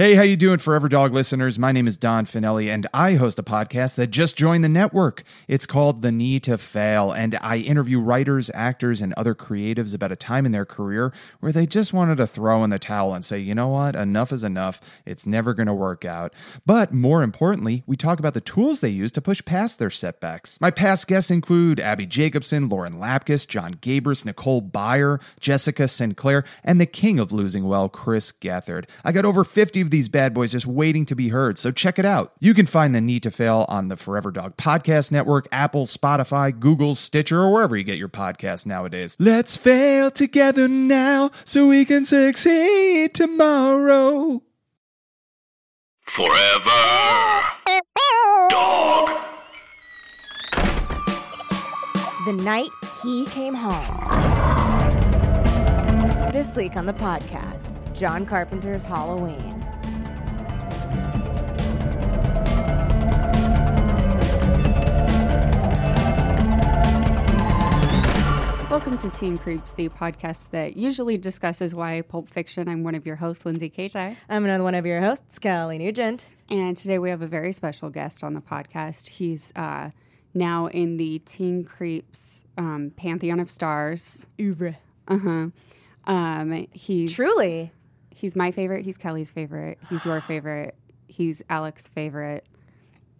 Hey, how you doing, Forever Dog listeners? My name is Don Finelli, and I host a podcast that just joined the network. It's called The Need to Fail, and I interview writers, actors, and other creatives about a time in their career where they just wanted to throw in the towel and say, you know what, enough is enough. It's never going to work out. But more importantly, we talk about the tools they use to push past their setbacks. My past guests include Abby Jacobson, Lauren Lapkus, John Gabris, Nicole Byer, Jessica Sinclair, and the king of losing well, Chris Gethard. I got over 50 of these bad boys just waiting to be heard, so check it out. You can find The Need to Fail on the Forever Dog Podcast Network, Apple, Spotify, Google, Stitcher, or wherever you get your podcasts nowadays. Let's fail together now so we can succeed tomorrow. Forever Dog. The night he came home. This week on the podcast, John Carpenter's Halloween. Welcome to Teen Creeps, the podcast that usually discusses why Pulp Fiction. I'm one of your hosts, Lindsay Kaitai. I'm another one of your hosts, Kelly Nugent. And today we have a very special guest on the podcast. He's uh, now in the Teen Creeps um, Pantheon of Stars. Ouvre. Uh-huh. Um, he's Truly. He's my favorite. He's Kelly's favorite. He's your favorite. He's Alex's favorite.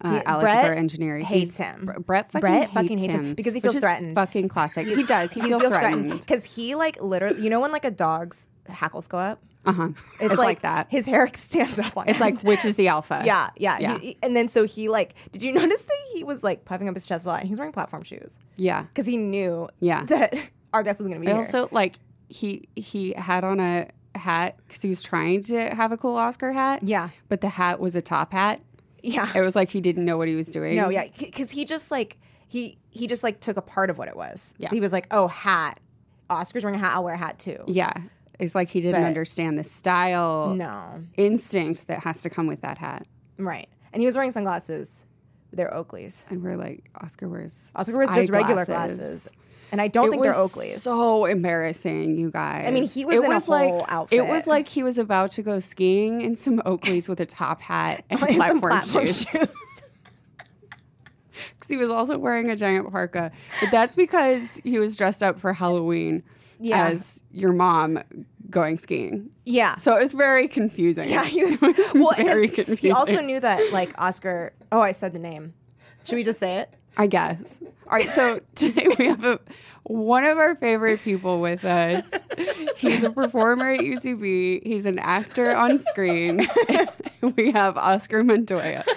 Uh, Yeah, Alex, Brett our engineer, hates He's- him. Br- Brett fucking Brett hates fucking hates him because he feels which is threatened. Fucking classic. He does. He, feels, threatened. because he like literally. You know when like a dog's hackles go up. Uh huh. It's, like, that. His hair stands up. on It's like which is the alpha? Yeah, yeah, yeah, He- and then so he like. Did you notice that he was like puffing up his chest a lot, and he was wearing platform shoes yeah. because he knew Yeah. that our guest was going to be I here. also like he he had on a hat because he was trying to have a cool Oscar hat. Yeah. but the hat was a top hat. yeah, It was like he didn't know what he was doing. No, yeah, because he just like he he just like took a part of what it was. Yeah. So he was like, "Oh, hat. Oscar's wearing a hat. I'll wear a hat too." yeah. It's like he didn't But- understand the style No, instinct that has to come with that hat. right. And he was wearing sunglasses. They're Oakleys. And we're like, Oscar wears Oscar wears just regular glasses, and I don't It think they're was Oakleys. So embarrassing, you guys. I mean, he was in a whole like, outfit. It was like he was about to go skiing in some Oakleys with a top hat and And platform, some shoes. Because he was also wearing a giant parka. But that's because he was dressed up for Halloween Yeah. as your mom going skiing. yeah. So it was very confusing. yeah, he was, It was well, 'cause very confusing. He also knew that like Oscar. Oh, I said the name. Should we just say it? I guess. All right, so today we have a, one of our favorite people with us. He's a performer at UCB. He's an actor on screen. we have Oscar Montoya.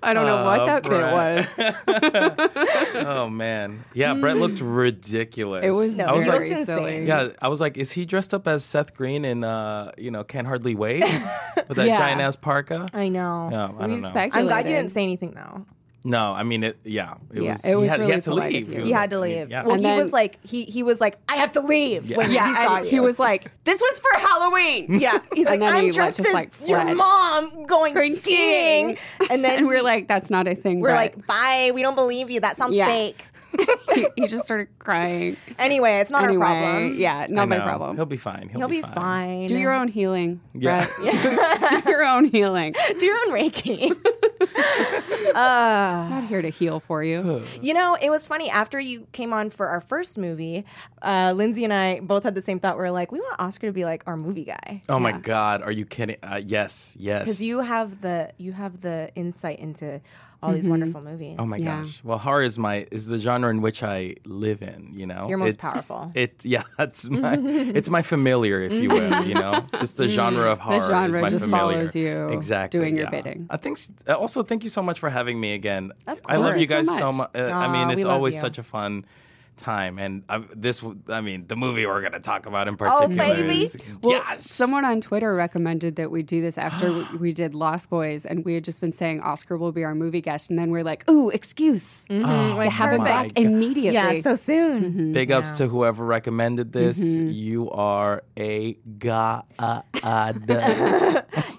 I don't know what Oh, that bit Brett. was. Oh man, yeah, Brett looked ridiculous. It was No, I was he very like, looked insane. silly. yeah, I was like, is he dressed up as Seth Green in, uh, you know, Can Hardly Wait with that Yeah. giant ass parka? I know. No, I we don't know. speculated. I'm glad you didn't say anything though. No, I mean it. Yeah, it Yeah, was. it he was had, really he had to polite of leave. you. It was He like- had to leave. Yeah. Well, And he then- was like he he was like I have to leave. Yeah. When he Yeah, saw and you. he was like, "This was for Halloween." Yeah, he's like, And then I'm he let- dressed just, as like, your fled. mom going Going skiing. skiing. and then And we're he- like, "That's not a thing." we're Brett." like, bye. We don't believe you. That sounds Yeah. fake. he, he just started crying. Anyway, it's not anyway, our problem. yeah, I not my know. problem. He'll be fine. He'll, he'll be fine. Do your own healing. Yeah. Brett. Do, do your own healing. do your own reiki. I'm not here to heal for you. you know, it was funny after you came on for our first movie. Uh, Lindsay and I both had the same thought. We are like, we want Oscar to be like our movie guy Oh my God, are you kidding? Uh, yes, yes. because you have the you have the insight into all Mm-hmm. these wonderful movies. Oh my Yeah. gosh. Well, horror is my is the genre in which I live in. You know, You're most It's- powerful. It yeah, that's my it's my familiar, if you will. You know, just the genre of horror. is genre my just familiar. follows you exactly doing your yeah. bidding. I think. s- Also, thank you so much for having me again. Of I love you course. guys So so much. much. Uh, I Aw, mean, we it's love always you. such a fun time. And I, this, w- I mean, the movie we're going to talk about in particular. baby. Is, Well, Gosh. someone on Twitter recommended that we do this after we- we did Lost Boys, and we had just been saying Oscar will be our movie guest, and then we're like, "Ooh, excuse Mm-hmm. to have him my back God. immediately." Oh Yeah, so soon. Big ups to whoever recommended this. Mm-hmm. You are a god. It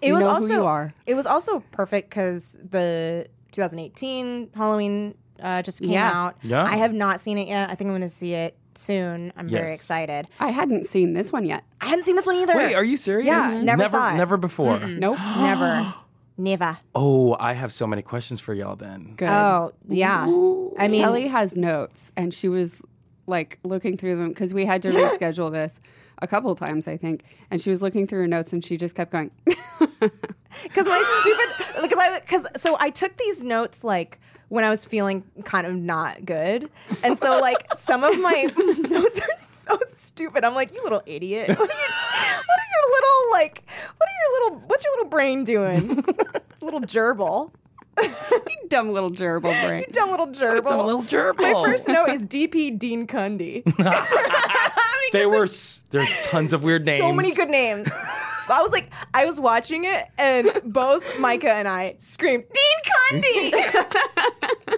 You was know who also you are. it was also perfect because the 2018 Halloween uh, just came Yeah. out. Yeah. I have not seen it yet. I think I'm going to see it soon. I'm very Yes. excited. I hadn't seen this one yet. I hadn't seen this one either. Wait, are you serious? Yeah, never never, saw it. never before. Nope. Never, never. Oh, I have so many questions for y'all then. Good. Oh yeah. I mean, Kelly has notes, and she was like looking through them because we had to reschedule this a couple times, I think. And she was looking through her notes, and she just kept going. because my stupid because I because so I took these notes like when I was feeling kind of not good, and so like some of my notes are so stupid. I'm like, you little idiot. What are, you, what are your little like? What are your little? What's your little brain doing? It's a little gerbil. you dumb little gerbil brain. Dumb little gerbil. Dumb little gerbil. My first note is DP Dean Cundy. they were. s- There's tons of weird names. So many good names. I was like, I was watching it, and both Micah and I screamed, "Dean Cundy!" so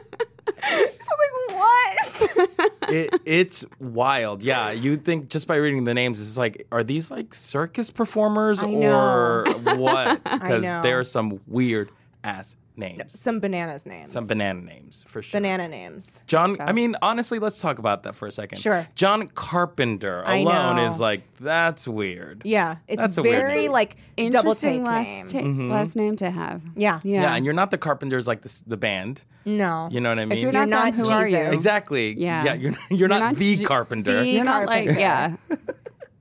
I was like, "What?" It, it's wild. Yeah, you think just by reading the names, it's like, are these like circus performers or what? Because know. there are some weird ass names, Some bananas names. some banana names for sure. banana names. John, I mean, honestly, let's talk about that for a second. Sure. John Carpenter I alone know. is like that's weird. Yeah, it's That's a weird very name. like double take Interesting name. last ta- last name to have. yeah. Yeah. Mm-hmm. Yeah, and you're not the Carpenters like this, the band. No. You know what I mean? you're You're not not them, who are you? Jesus. exactly. Yeah. yeah. You're you're not, not the J- Carpenter. the- You're not like Carpenter. yeah.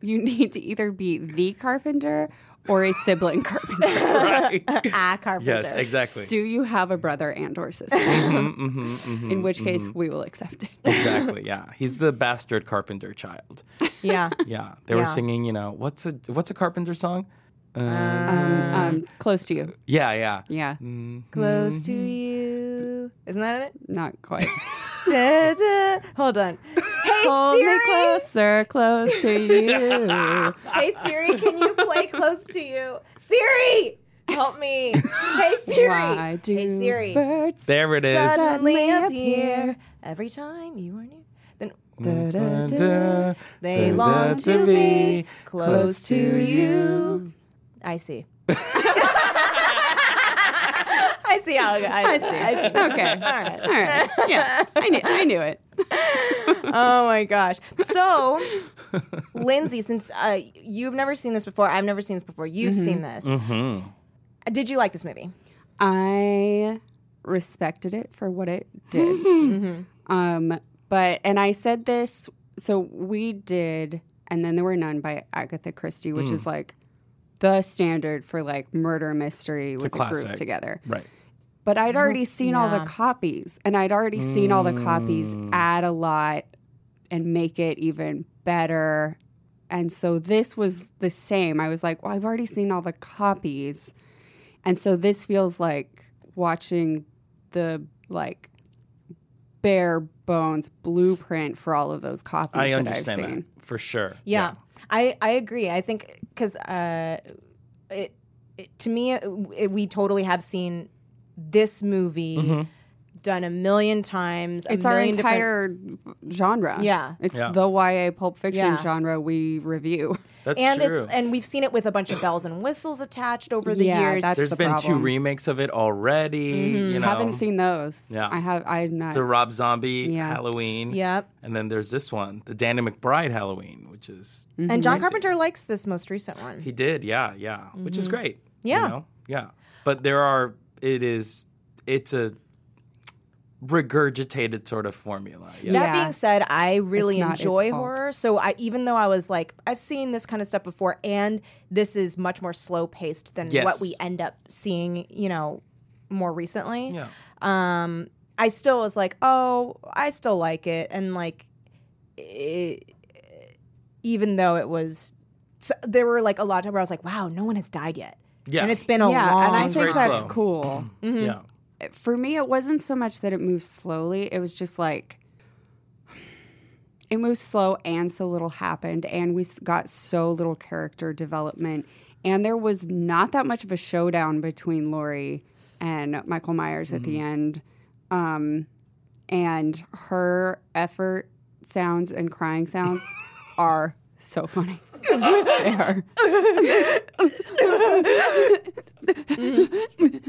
You need to either be the carpenter or a sibling carpenter. right? Ah, Carpenter. yes, exactly. Do you have a brother and or sister? Mm-hmm, In which case, we will accept it. Exactly. Yeah, he's the bastard Carpenter child. Yeah. Yeah, they were Yeah. singing. You know, what's a what's a Carpenter song? Uh, Uh, Um, close to you. Yeah, yeah. Yeah, Close Mm-hmm. to you. Isn't that it? not quite. Da, da. Hold on. Hey Hold Siri. me closer, close to you. Hey Siri, can you play close to you? Siri, help me. Hey Siri. Why do hey Siri. birds There it is. Suddenly Suddenly appear appear. every time you are near. Then Da, da, Dun, da. dun, they dun, long dun, to be close to you. I see. I see how it goes. I see. I see. Okay. All right. All right. Yeah, I knew, I knew it. Oh my gosh. So, Lindsay, since uh, you've never seen this before, I've never seen this before. You've seen this. Did you like this movie? I respected it for what it did. Mm-hmm. Um, but and I said this, so we did, and then there were none by Agatha Christie, Hmm. which is like the standard for like murder mystery with a, group classic. together. Right. But I'd already seen all the copies, and I'd already seen all the copies Mm. add a lot and make it even better. And so this was the same. I was like, well, I've already seen all the copies. And so this feels like watching the like bare bones blueprint for all of those copies I that understand I've seen. that for sure. Yeah, I, I agree. I think because uh, it, it to me it, it- we totally have seen this movie Mm-hmm. done a million times. a It's our million different- entire genre. Yeah. It's Yeah. the YA pulp fiction Yeah. genre we review. That's and true. it's and we've seen it with a bunch of bells and whistles attached over the Yeah, years. that's There's the been two problem. remakes of it already. You know, haven't seen those. Yeah. I have. I have not. the Rob Zombie Yeah. Halloween. Yep. And then there's this one, the Danny McBride Halloween, which is And John Carpenter likes this most recent one. he did. Yeah, yeah, which is great. you Yeah. know? yeah. But there are. It is. It's a regurgitated sort of formula. Yeah. That Yeah. being said, I really It's not its enjoy fault. horror. So I, even though I was like, I've seen this kind of stuff before, and this is much more slow paced than Yes. what we end up seeing, you know, more recently. yeah. Um, I still was like, oh, I still like it, and like, it, even though it was, so there were like a lot of times where I was like, wow, no one has died yet, Yeah. and it's been a yeah, long. and I time. think very that's slow. cool. Yeah. For me, it wasn't so much that it moved slowly. It was just like it moves slow and so little happened and we s- got so little character development and there was not that much of a showdown between Laurie and Michael Myers at Mm-hmm. the end um, and her effort sounds and crying sounds are so funny they are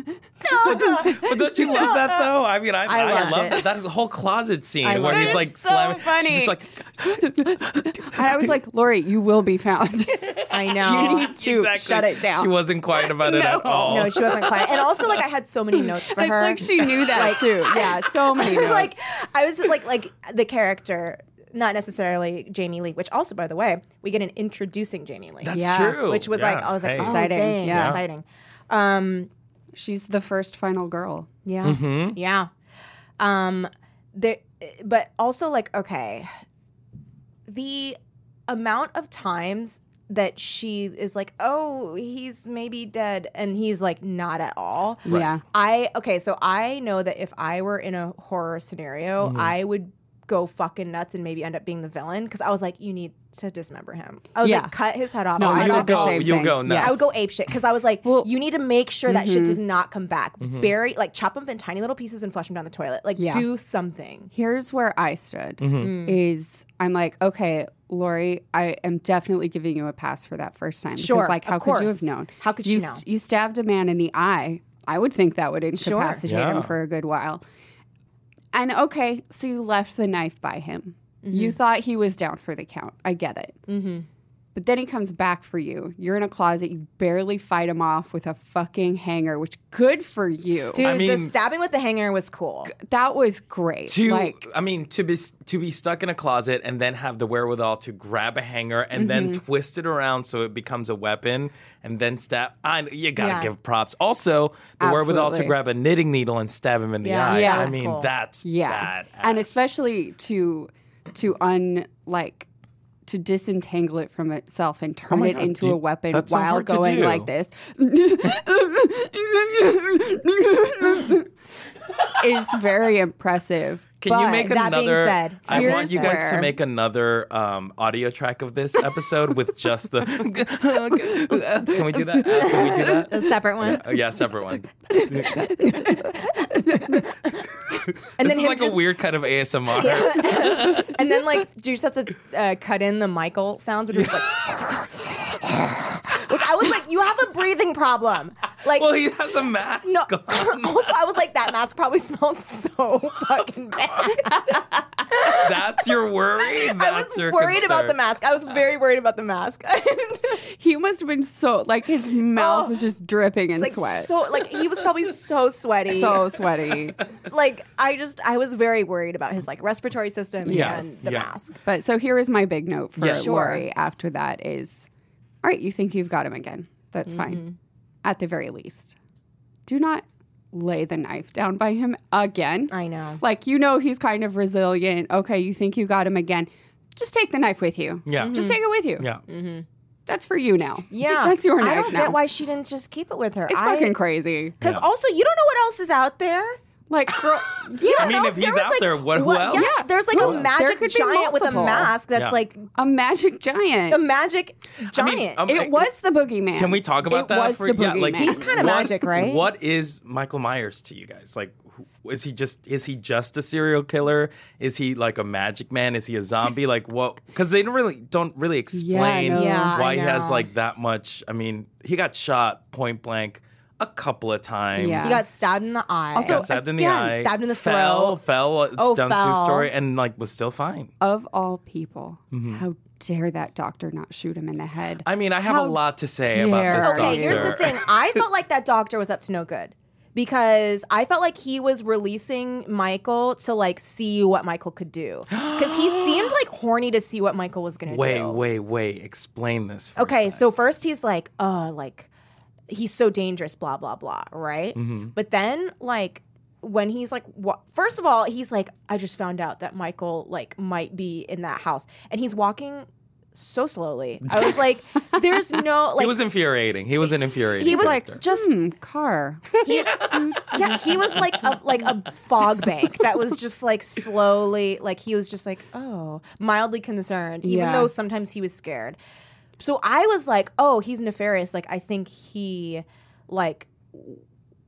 But don't you love that though? I mean, I, I, loved love it. that. That whole closet scene I where loved he's it. like It's so slamming. funny. She's just like, and I was like Laurie you will be found I know. need to shut it down. She wasn't quiet about it at all. No, she wasn't quiet. And also, like, I had so many notes for it's her. like she knew that too yeah so many notes. like I was like like the character, not necessarily Jamie Lee. Which also, by the way, we get an introducing Jamie Lee. That's Yeah. true. Um, Which was like Yeah. I was like Hey. oh, Exciting. dang, Yeah. exciting. Um, she's the first final girl yeah, yeah. Um, there, but also like okay, the amount of times that she is like, oh, he's maybe dead, and he's like not at all. yeah I okay, so I know that if I were in a horror scenario, I would go fucking nuts and maybe end up being the villain because I was like, you need to dismember him. I was Yeah. like, cut his head off. No, I you would would go- go- oh, same you'll thing. go Yeah. nuts. I would go ape shit because I was like, Well- you need to make sure that shit Mhm. does mm-hmm. not come back. Bury like chop him in tiny little pieces and flush him down the toilet. Like Yeah. do something. here's where I stood Mm. Mhm. is I'm like, okay, Lori, I am definitely giving you a pass for that first time. Because, Sure, like how of could you course. have known? How could you she know? you stabbed a man in the eye. I would think that would incapacitate Yeah. him for a good while. And okay, so you left the knife by him. Mm-hmm. You thought he was down for the count. I get it. But then he comes back for you. You're in a closet. You barely fight him off with a fucking hanger, which good for you. Dude, the mean- stabbing with the hanger was cool. that was great. to like I mean to be to be stuck in a closet and then have the wherewithal to grab a hanger and then Mm-hmm. twist it around so it becomes a weapon and then stab I you got to Yeah. give props. Also, the wherewithal to Absolutely. grab a knitting needle and stab him in the Yeah, eye. yeah, I that's mean, cool. that's yeah badass. and especially to to un like to disentangle it from itself and turn Oh my it God, into dude, a weapon that's so while hard to going do. like this is very impressive Can you but- make that being another? said, I want here's you guys to where- make another um, audio track of this episode with just the. Can we do that? Uh, Can we do that? A separate one. Oh, yeah, separate one. And this then is him like just- a weird kind of ASMR. and then like you just have to uh, cut in the Michael sounds, which was like, which I was like, you have a breathing problem. Like, Well, he has a mask no. on. also, I was like, that mask probably smells so fucking bad. That's your worry. That's I was your worried about concern. the mask. I was very worried about the mask. And, he must have been so like his Oh, mouth was just dripping in like sweat so, so, like he was probably so sweaty. sweaty like I just, I was very worried about his like respiratory system Yes. and the Yeah. mask. but so here is my big note for Yeah, Lori sure. after that is all right you think you've got him again that's Mm-hmm. fine at the very least do not lay the knife down by him again I know. like you know he's kind of resilient okay you think you got him again just take the knife with you Yeah. Mm-hmm. Mm-hmm. just take it with you Yeah. that's for you now Yeah, that's your knife I don't now get why she didn't just keep it with her. it's I, fucking crazy Because also, you don't know what else is out there. like girl yeah I mean, No, if he's there was, out like, there, what, who else? Yeah, there's like a There magic could be giant with a multiple. mask that's Yeah. like a magic giant a magic giant. um, it was the boogeyman Can we talk about it that? was for- the boogeyman He's kinda what- magic, right? What is Michael Myers to you guys? Like, who- is he just is he just a serial killer? Is he like a magic man? Is he a zombie? like what? Because they don't really don't really explain no. Yeah, I why he has know. like that much. I mean, he got shot point blank a couple of times. Yeah. he got stabbed in the eye. Also, got stabbed in the again, eye, stabbed in the throat. fell, fell uh, Oh, down fell. Sue story, and like was still fine. of all people, how dare that doctor not shoot him in the head? I mean, I have How a lot to say about this dare. doctor. okay, here's the thing. I felt like that doctor was up to no good because I felt like he was releasing Michael to like see what Michael could do because he seemed like horny to see what Michael was gonna Wait, do. wait, wait. Explain this. For a Okay, sec. so first he's like, oh, like he's so dangerous, blah blah blah, right? Mm-hmm. But then like when he's like, wa- first of all, he's like, I just found out that Michael like might be in that house, and he's walking so slowly. I was like, there's no like he was infuriating. He was an infuriating. he was character. just Hmm, car. he, yeah, he was like a like a fog bank that was just like slowly like he was just like oh mildly concerned even Yeah. though sometimes he was scared. So I was like, oh, he's nefarious. Like I think he like w-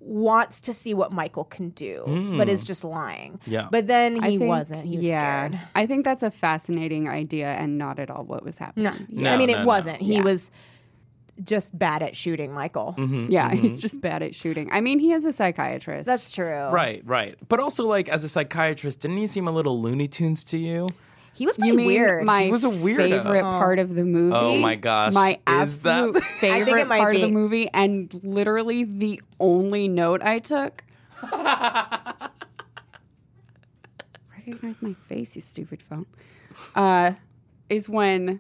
wants to see what Michael can do, but is just lying. Yeah. But then I he think- wasn't. He was scared. I think that's a fascinating idea and not at all what was happening. No, No, I mean no, it no. wasn't. He was just bad at shooting Michael. Yeah, he's just bad at shooting. I mean, he is a psychiatrist. That's true. right, right. But also, like as a psychiatrist, didn't he seem a little Looney Tunes to you? He was pretty you mean weird. my He was a weirdo. favorite Oh. part of the movie. Oh my gosh. My Is that- absolute I it favorite might part of the be. movie, and literally the only note I took. Recognize my face, you stupid phone. Uh, is when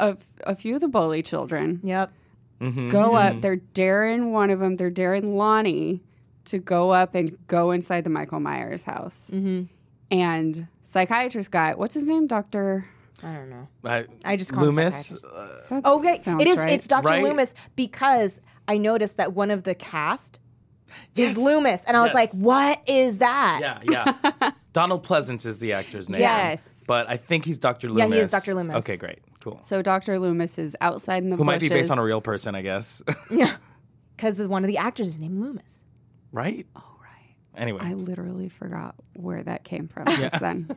a, a few of the bully children yep. go Mm-hmm. up. They're daring one of them. They're daring Lonnie to go up and go inside the Michael Myers house. Mm-hmm. And psychiatrist guy, what's his name? Doctor. I don't know. I, I just call him Loomis. psychiatrist. Uh, That Okay, sounds it is. right. It's Doctor Right? Loomis because I noticed that one of the cast Yes. is Loomis, and I was Yes. like, "What is that?" yeah, yeah. Donald Pleasance is the actor's name. Yes. But I think he's Dr. Loomis. Yeah, he is Dr. Loomis. Okay, great. Cool. so Doctor Loomis is outside in the Who might be based bushes. on a real person, I guess. Yeah, because one of the actors is named Loomis. right? Oh, right. Anyway. I literally forgot where that came from just then.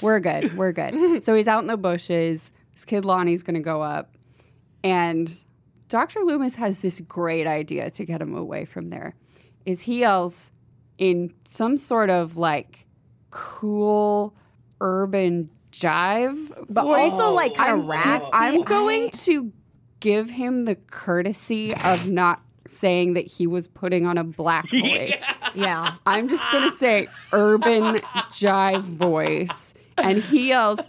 we're good. We're good. So he's out in the bushes. This kid Lonnie's going to go up, and Doctor Loomis has this great idea to get him away from there. Is he yells in some sort of like cool urban jive, But voice. also, like, kinda I'm- raspy. I'm I- going to give him the courtesy of not saying that he was putting on a black voice. Yeah, I'm just gonna say urban jive voice, and he yells,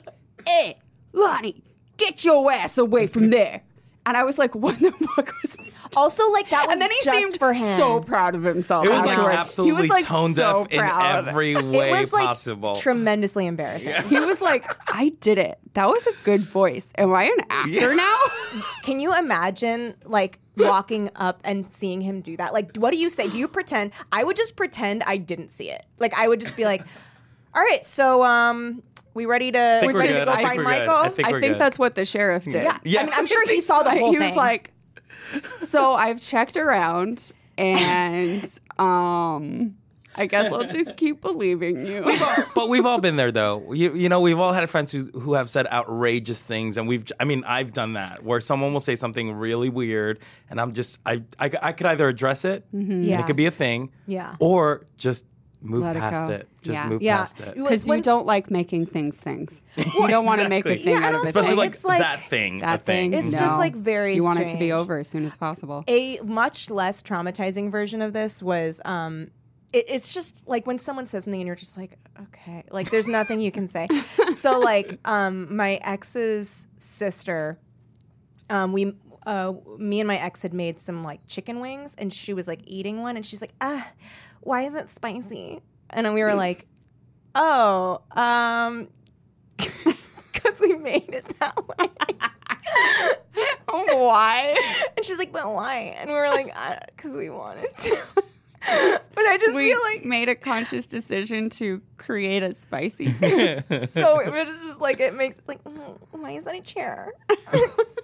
"Hey, Lonnie, get your ass away from there!" And I was like, "What the fuck was?" That? Also, like, that was and then he just seemed for him. so proud of himself. It was like afterward. absolutely he was, like, tone so deaf in proud. every it way was like possible. tremendously embarrassing. He was like, "I did it. That was a good voice. Am I an actor now?" Can you imagine like walking up and seeing him do that? Like, what do you say? Do you pretend? I would just pretend I didn't see it. Like, I would just be like, "All right, so um, we ready to, think we we're ready to good. go I think find we're good. Michael?" I think I we're think good. that's what the sheriff did. yeah. Yeah. I mean, I'm sure he saw the whole he thing. was like, "So I've checked around, and um, I guess I'll just keep believing you." but we've all been there, though. You, you know, we've all had friends who, who have said outrageous things, and we've. I mean, I've done that where someone will say something really weird, and I'm just. I I, I could either address it, Mm-hmm. Mm. and Yeah. it could be a thing, Yeah. or just move Let it past go. it. Just Yeah. move Yeah. past it. You- Because you When- don't like making things things. you don't want to make a exactly. thing Yeah, and out of a also, Especially thing. like It's like- that thing. a that thing. thing. It's just, No. like, very You want it to be strange. over as soon as possible. a much less traumatizing version of this was um it, it's just like when someone says something and you're just like okay like there's nothing you can say so like um my ex's sister um we uh, me and my ex had made some like chicken wings and she was like eating one and she's like ah why is it spicy and we were like oh um because we made it that way Why? and she's like, but why? And we were like, because we wanted to. but I just We feel like made a conscious decision to create a spicy dish. so it was just like it makes like mm, why is that a chair?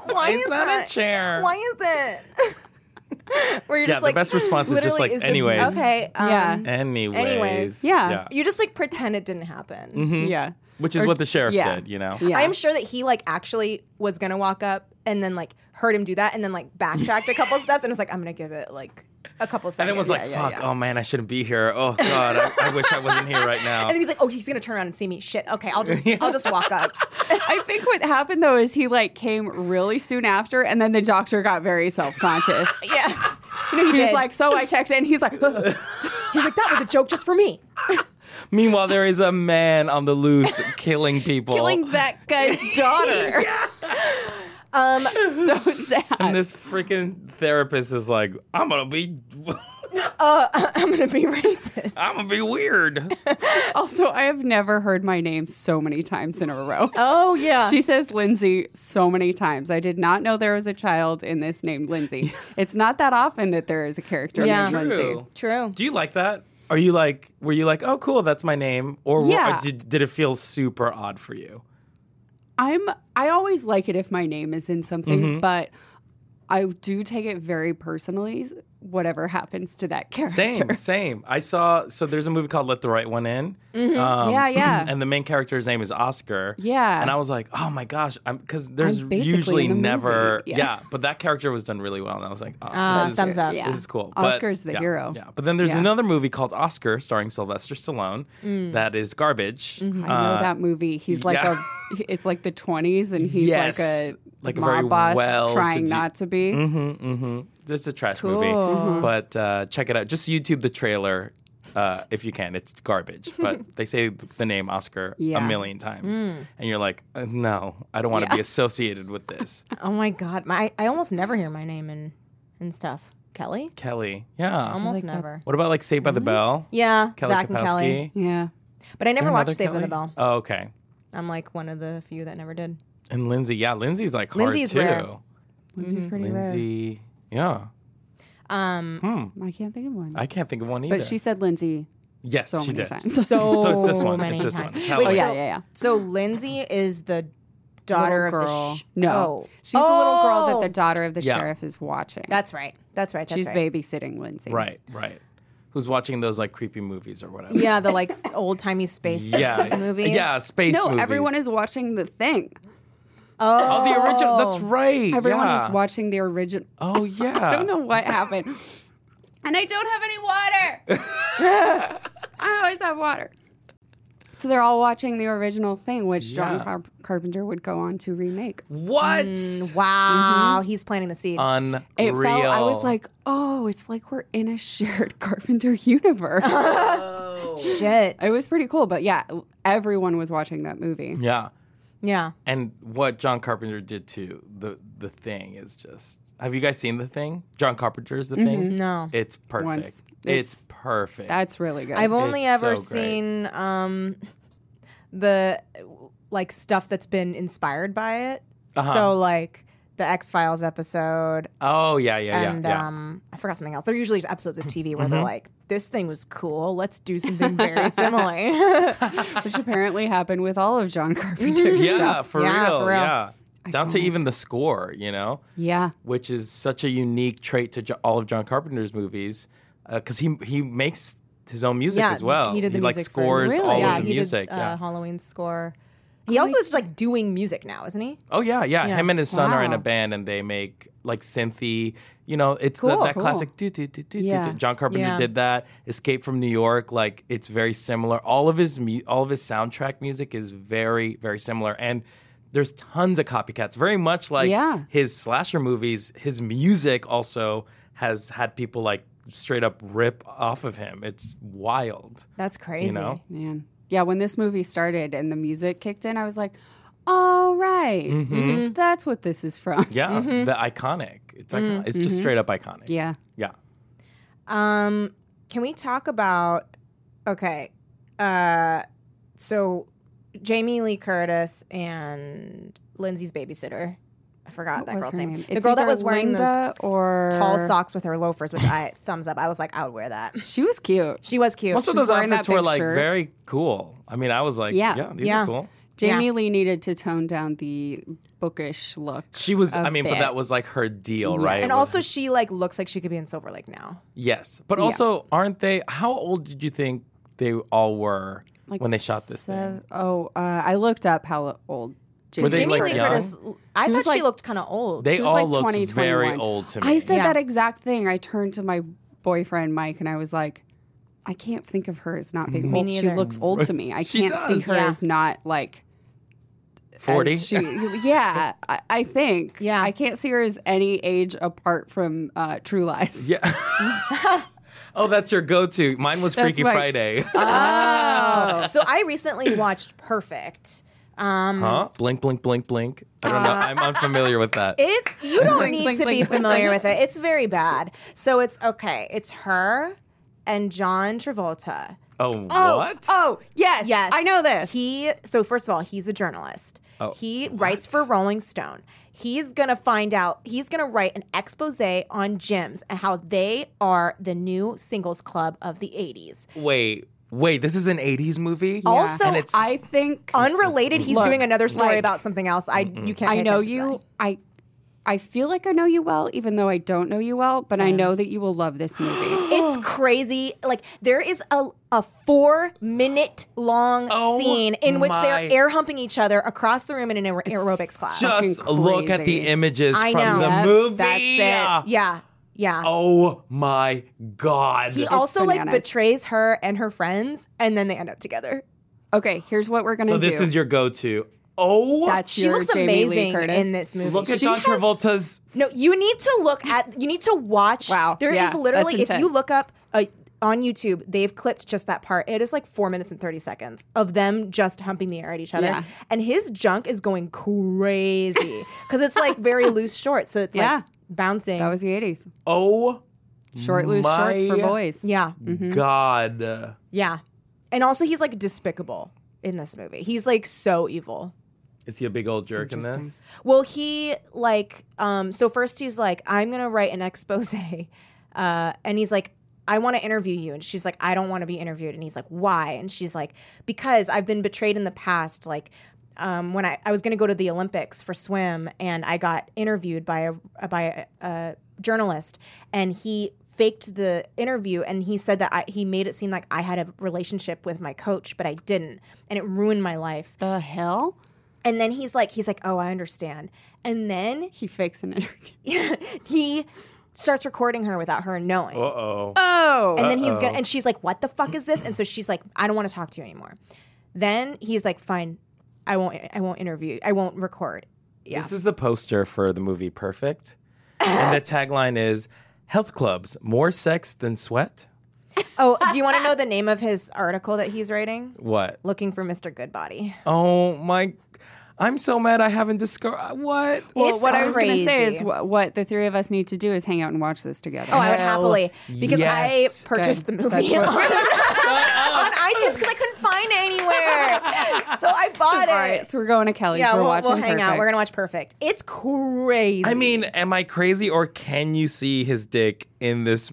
why Is that a chair? Why is it? Where you're Yeah, just the like best response is just literally like, it's anyways. okay, um, Yeah. yeah. Anyways. Anyways. Yeah. You just like pretend it didn't happen. Mm-hmm. yeah. Which is Or- what the sheriff yeah. did, you know? Yeah. I'm sure that he like actually was gonna walk up and then like heard him do that and then like backtracked a couple steps and was like, I'm gonna give it like a couple And seconds. it was like, fuck, oh man, I shouldn't be here. Oh God, I, I wish I wasn't here right now. And then he's like, "Oh, he's gonna turn around and see me. Shit. Okay, I'll just, I'll just walk up." I think what happened though is he like came really soon after, and then the doctor got very self conscious. yeah. he was did. like, "So I checked in." He's like, He's like, "That was a joke just for me." Meanwhile, there is a man on the loose killing people. Killing that guy's daughter. Um. "So sad." and this freaking therapist is like, I'm gonna be uh, I'm gonna be racist. I'm gonna be weird. Also, I have never heard my name so many times in a row. Oh yeah. She says Lindsay so many times. I did not know there was a child in this named Lindsay. it's not that often that there is a character Yeah. named Lindsay. True. True. Do you like that? Are you like, were you like, oh, cool, that's my name? Or, were- Yeah. or did, did it feel super odd for you? I'm I always like it if my name is in something, Mm-hmm. but I do take it very personally whatever happens to that character. Same, same. I saw, so there's a movie called Let the Right One In. Um, Mm-hmm. Yeah, yeah. And the main character's name is Oscar. Yeah. And I was like, oh my gosh, because there's I'm basically usually in the never, movie. Yeah. yeah. but that character was done really well. And I was like, oh, Ah, this, thumbs is, up. Yeah. this is cool. But- Oscar's the yeah, hero. Yeah. But then there's Yeah. Mm. another movie called Oscar starring Sylvester Stallone that is garbage. Mm-hmm. Uh, I know that movie. He's like yeah. a it's like the 20s and he's Yes. like a Like a mob very boss well-to-do- Mm-hmm. trying not Mm-hmm. to be. It's a trash movie, but uh, check it out. Just YouTube the trailer uh, if you can. It's garbage, but they say th- the name Oscar Yeah. Mm. a million times, and you're like, uh, no, I don't want to be associated with this. Oh my god. My I almost never hear my name in and stuff. Kelly. Kelly, yeah. Almost never. What about like Saved by the Bell? Yeah. Kelly Zach and Kelly. Kapowski. Yeah. But I Is never there watched another Saved by the Kelly? Bell. Oh, okay. I'm like one of the few that never did. And Lindsay, yeah, Lindsay's like Lindsay's hard rare. too. Lindsay's Mm-hmm. pretty Lindsay, yeah. Um. rare. I can't think of one. I can't think of one either. but she said Lindsay yes, so she many did. times. So, So it's this one. many It's this times. one. Wait, Kelly. oh Oh, yeah, so- yeah, yeah. So Lindsay is the daughter of Little the girl. sh- no, oh. she's the little girl that Oh. the daughter of the Yeah. sheriff is watching. That's right. That's right. That's she's right. babysitting Lindsay. Right, right. Who's watching those like creepy movies or whatever? Yeah, the like old timey space yeah, movies. Yeah, space No, movies. everyone is watching the thing. Oh, the original. That's right. Everyone yeah. is watching the original. Oh yeah. I don't know what happened. and I don't have any water. I always have water. So they're all watching the original thing, which John Yeah. Car- Carpenter would go on to remake. What? Mm. Wow, Mm-hmm. he's planting the seed. Unreal. It felt. I was like, oh, it's like we're in a shared Carpenter universe. Shit. It was pretty cool, but yeah, everyone was watching that movie. yeah. yeah. And what John Carpenter did to the the thing is just. Have you guys seen the thing? John Carpenter's the thing. Mm-hmm, No. It's perfect. Once. It's, It's- perfect. That's really good. I've only It's ever so great. seen um the like stuff that's been inspired by it. Uh-huh. So like the X Files episode oh yeah, yeah, yeah, and yeah. Mm-hmm. um I forgot something else. They're usually episodes of TV where they're like, This thing was cool, let's do something very similar. which apparently happened with all of John Carpenter's yeah, stuff. for, Yeah, real, for real. Yeah. Down to even the score, you know. Yeah. which is such a unique trait to jo- all of John Carpenter's movies, because he he makes his own music as well. He did the like music for- scores Really? all yeah, of the he music. did uh, yeah. Halloween score. He also is like doing music now, isn't he? Oh yeah, yeah, Him and his son are in Wow. a band, and they make like synthy. You know, it's the- Cool, that cool. classic. Do, do, do, do, Yeah. do, do. John Carpenter Yeah. did that. Escape from New York, like it's very similar. All of his mu- all of his soundtrack music is very very similar, and there's tons of copycats. Very much like Yeah. his slasher movies, his music also has had people like straight up rip off of him. It's wild. That's crazy. know? Man. Yeah, when this movie started and the music kicked in, I was like, all right, Mm-hmm. Mm-hmm. That's what this is from. Yeah, the iconic. It's icon- it's just straight up iconic. Yeah. yeah. Um, can we talk about okay? Uh, so Jamie Lee Curtis and Lindsay's babysitter. I forgot that What's girl's her name. The It's girl that either was wearing those Linda or tall socks with her loafers, which I thumbs up. I was like, I would wear that. She was cute. She was cute. Most of she's those wearing that outfits were big like shirt. very cool. I mean, I was like, Yeah. yeah, these Yeah. are cool. Jamie Lee needed to tone down the bookish look. She was, a I mean, bit. but that was like her deal, Yeah. right? and It was- also, she like looks like she could be in Silver Lake now. yes, but also, aren't they? How old did you think they all were when they shot this sev- thing? Oh, uh, I looked up how old Jamie Were they, Jamie like, Lee young? Curtis. I She thought was, she like- looked kind of old. They She was all like looked 20, very 21. old to me. I said Yeah. that exact thing. I turned to my boyfriend Mike and I was like, I can't think of her as not being Me old. She neither. looks old to me. I She can't see does. her Yeah. as not like as 40? She, yeah, I, I think. Yeah. I can't see her as any age apart from uh, True Lies. yeah. oh, that's your go-to. Mine was Freaky my- Friday. Um, oh, so I recently watched Perfect. Um, huh? Blink, blink, blink, blink. I don't know. Uh, I'm unfamiliar with that. It you don't Blink, need blink, to blink, be blink. familiar with it. It's very bad. So it's okay. It's her. and John Travolta. Oh, what? Oh, yes. Yes. I know this. He so first of all, he's a journalist. Oh, he writes for Rolling Stone. He's gonna find out. He's gonna write an expose on gyms and how they are the new singles club of the '80s. Wait, wait. This is an '80s movie. Also, and it's I think Unrelated, he's Look, doing another story like- about something else. I you can't. I pay know attention to you. I I feel like I know you well, even though I don't know you well, but I know that you will love this movie. that. It's crazy. Like there is a a four minute long Oh scene in which they're my- air humping each other across the room in an aer- aerobics class. just fucking look at the crazy. images I from know. the Yep, movie. that's it. yeah, yeah. Oh my god. He also like bananas. betrays her and her friends, and then they end up together. Okay, here's what we're gonna so do. this is your go-to. Oh, That's She your looks Jamie Lee amazing Curtis. in this movie. look at She John has- Travolta's. No, you need to look at. You need to watch. Wow, there is yeah, literally that's if you intense. look up uh on YouTube, they've clipped just that part. It is like four minutes and thirty seconds of them just humping the air at each other, Yeah. and his junk is going crazy because it's like very loose shorts, so it's Yeah. like bouncing. that was the 80s. Oh Short loose shorts for My- boys. yeah, god. yeah, and also he's like despicable in this movie. He's like so evil. Is he a big old jerk in this? Well, he like um so first he's like I'm going to write an exposé. Uh and he's like I want to interview you and she's like I don't want to be interviewed and he's like why? And she's like because I've been betrayed in the past like um, when I, I was going to go to the Olympics for swim and I got interviewed by a by a, a journalist and he faked the interview and he said that I, he made it seem like I had a relationship with my coach but I didn't and it ruined my life The hell? and then he's like, he's like, oh, I understand. And then He fakes an interview. he starts recording her without her knowing. Uh-oh. Oh. And then he's gonna, and she's like, what the fuck is this? And so she's like, I don't want to talk to you anymore. Then he's like, fine, I won't, I won't interview, I won't record. Yeah. This is the poster for the movie Perfect. and the tagline is Health clubs, more sex than sweat? Oh, do you want to know the name of his article that he's writing? What? Looking for Mr. Goodbody. Oh my I'm so mad I haven't discovered what? well, It's what I was going to say crazy. is wh- what the three of us need to do is hang out and watch this together. Oh, I would Hell happily because yes. I purchased Good. the movie on, That's on iTunes because I couldn't find it anywhere, so I bought it. All right, so we're going to Kelly's. Yeah, we're we'll, we'll watching hang out. Perfect. We're gonna watch Perfect. It's crazy. I mean, am I crazy or can you see his dick in this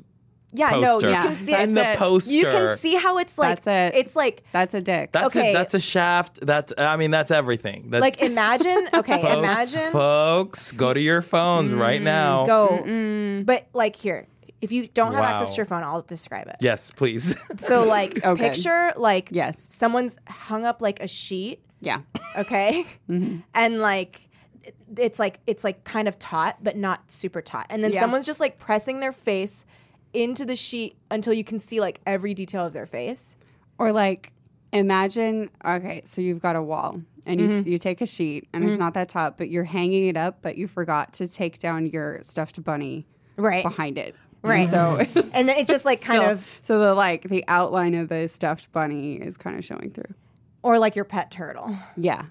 yeah, poster? no, you Yeah, can see that's it. in the it. poster. You can see how it's like. That's it. It's like That's a dick. That's okay. a, that's a shaft. That's I mean that's everything. That's like imagine. Okay, folks, imagine. folks, go to your phones right Mm, now. Go, but like here, if you don't have access Wow. to your phone, I'll describe it. Yes, please. So like Okay. picture like Yes. someone's hung up like a sheet. yeah. okay Mm-hmm. and like it- it's like it's like kind of taut but not super taut and then Yeah. someone's just like pressing their face into the sheet until you can see like every detail of their face Or like, imagine. Okay, so you've got a wall, and Mm-hmm. you you take a sheet, and it's not that top, but you're hanging it up, but you forgot to take down your stuffed bunny right behind it. right So. and then it just like kind still- of so the like the outline of the stuffed bunny is kind of showing through. or like your pet turtle Yeah,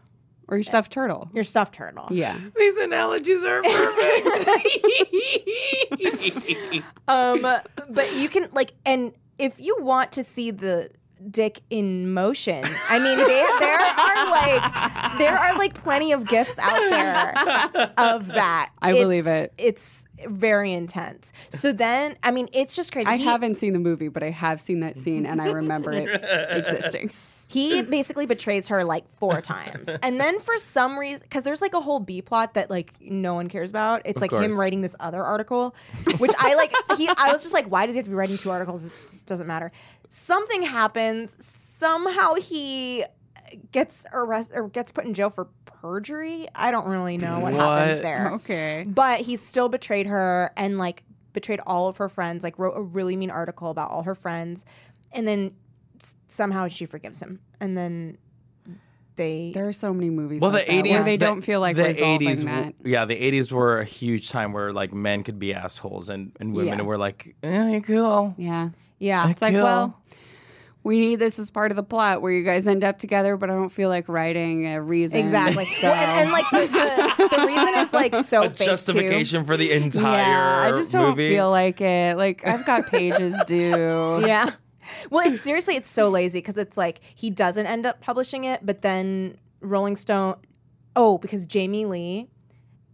or your stuffed turtle. your stuffed turtle Yeah. These analogies are perfect. um but you can like and if you want to see the dick in motion i mean there, there are like there are like plenty of gifs out there of that I believe it. it's very intense so then i mean it's just crazy I He- haven't seen the movie, but I have seen that scene and I remember it existing. he basically betrays her like four times and then for some reason because there's like a whole b plot that like no one cares about it's like course. him writing this other article which i like he i was just like why does he have to be writing two articles it just doesn't matter something happens somehow he gets arrested or gets put in jail for perjury i don't really know what, happens What? there Oh. Okay. but he still betrayed her and like betrayed all of her friends like wrote a really mean article about all her friends and then s- somehow she forgives him and then they There are so many movies. well, the like that '80s where they the- don't feel like resolving 80s w- that. Yeah, the '80s were a huge time where like men could be assholes and, and women Yeah. were like, eh, you're cool. Yeah. yeah It's like, well, we need this as part of the plot where you guys end up together, but I don't feel like writing a reason. Exactly. So- Well, and, and like the, the, the reason is like so a fake justification for the entire oh, yeah, I just don't movie. feel like it. Like I've got pages due. Too. Yeah. Well, it's seriously it's so lazy because it's like he doesn't end up publishing it, but then Rolling Stone. Oh, because Jamie Lee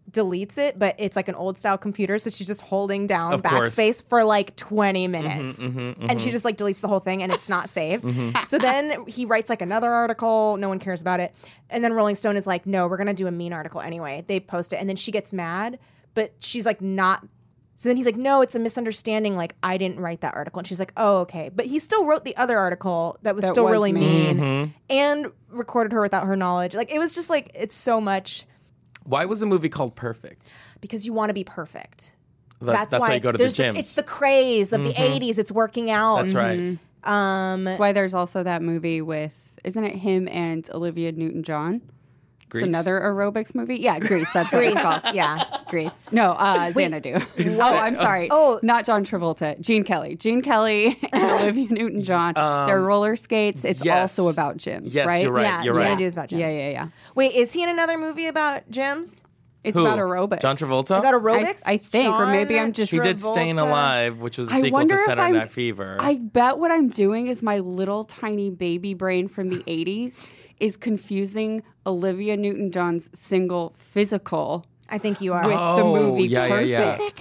deletes it, but it's like an old style computer, so she's just holding down Of course. backspace for like twenty minutes. Mm-hmm, Mhm, mhm. and she just like deletes the whole thing and it's not saved. Mm-hmm. So then he writes like another article, no one cares about it. And then Rolling Stone is like, "No, we're going to do a mean article anyway." They post it and then she gets mad, but she's like not so then he's like, "No, it's a misunderstanding. Like I didn't write that article." And she's like, "Oh, okay." But he still wrote the other article that was That still was really mean mean. Mm-hmm. and recorded her without her knowledge. Like it was just like it's so much Why was the movie called Perfect? because you want to be perfect. That- that's why, you go to the there's gyms. Mm-hmm. it's the craze of the 80s. It's working out. Mm-hmm. that's right. Um That's why there's also that movie with isn't it him and Olivia Newton John? It's Grease. another aerobics movie. Yeah, Grease. That's what it's called. yeah. Grease. No, uh, Xanadu. oh, I'm sorry. Oh. Oh, not John Travolta. Gene Kelly. Gene Kelly and Olivia Newton John. They're roller skates. It's Um, yes. also about gyms, Yes, right? you're right. Yeah, you're yeah. right. Xanadu is about gyms. Yeah, yeah, yeah. Wait, is he in another movie about gyms? It's Who? about aerobics. John Travolta. About I, aerobics? I think, or maybe John I'm just He did Staying Travolta? Alive, which was a I sequel wonder to if Saturday I'm- Night Fever. I bet what I'm doing is my little tiny baby brain from the 80s is confusing Olivia Newton John's single physical I think you are. with Oh, the movie yeah, yeah, Perfect. Oh, yeah.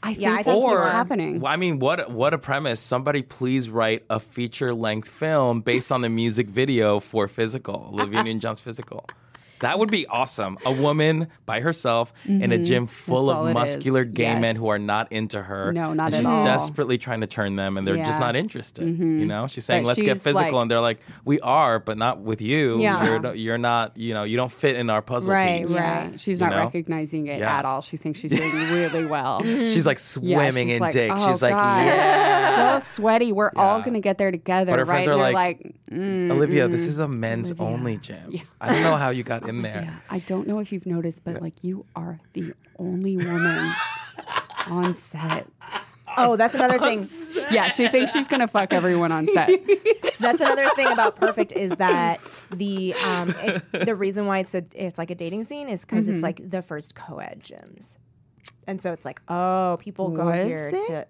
I think Yeah, I think that's you what's are. happening. Well, I mean, what what a premise! Somebody please write a feature length film based on the music video for Physical, Olivia Newton John's Physical. That would be awesome. A woman by herself in a gym full Mm-hmm. all of it muscular is. gay men Yes. who are not into her. No, not and at she's all. desperately trying to turn them, and they're just Yeah. Mm-hmm. not interested. You know, she's saying, But "Let's get she's physical," like- and they're like, "We are, but not with you. Yeah. You're, you're not. You know, you don't fit in our puzzle Right, piece." right. Yeah, she's You not know? recognizing it Yeah. at all. She thinks she's doing really well. She's like Mm. Yeah, swimming she's in like, dick. "Oh, she's like, God, so "Yeah." sweaty. We're all gonna get there together, But her right? friends And are they're like, like, Mm-hmm. Olivia, this is a men's only gym. I don't know how you got in there. Yeah, "Mm, I don't know if you've noticed, but like you are the only woman on set. oh, that's another thing. Yeah, she thinks she's gonna fuck everyone on set. That's another thing about Perfect is that the um it's the reason why it's a it's like a dating scene is because Mm-hmm. it's like the first co-ed gyms. And so it's like, oh, people go Was here to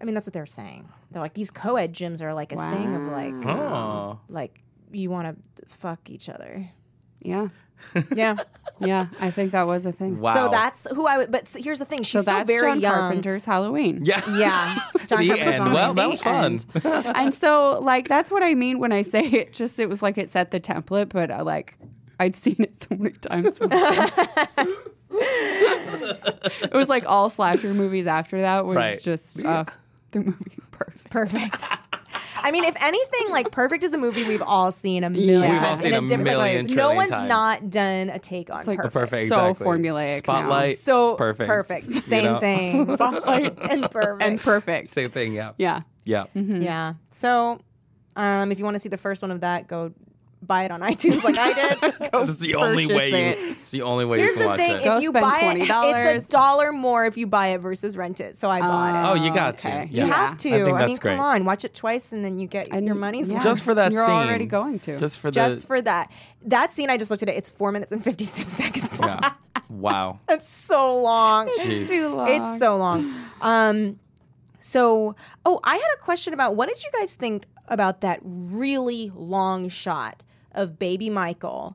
I mean, that's what they're saying. They're like these co-ed gyms are like a thing of like Oh. like you want to fuck each other. Yeah, Yeah. yeah, I think that was a thing. Wow. So that's who I would but s- here's the thing, she's So still that's very John young. Carpenter's Halloween. yeah. Yeah. John The Carpenter's end. Well, on that it. was fun. and so like that's what I mean when I say it. Just it was like it set the template, but I like I'd seen it so many times. before. it was like all slasher movies after that was Right. just uh, the movie perfect. Perfect. I mean, if anything, like Perfect is a movie we've all seen a million We've all times. seen in a different- million No trillion one's times. not done a take on like- Perfect. Perfect. So exactly. formulaic now. Spotlight. So perfect. perfect. You Same know? thing. Spotlight. and Perfect. And perfect. Same thing. Yeah. Yeah. Yeah. Mm-hmm. yeah. So, um, if you want to see the first one of that, go buy it on iTunes like I did. Go This is the only purchase way. it. You, it's the only way Here's you can the watch thing: it. Go if you spend buy it, it's $20. a dollar more if you buy it versus rent it. So I bought it. oh, you got okay. to. You Yeah. have to. I think mean, that's great. come on, watch it twice and then you get your money's yeah. worth. Just for that You're scene. already going to. Just for the. just for that. That scene I just looked at it. It's four minutes and fifty six seconds. yeah. Wow. That's so long. Jeez. It's so long. Um, so oh, I had a question about what did you guys think about that really long shot of baby Michael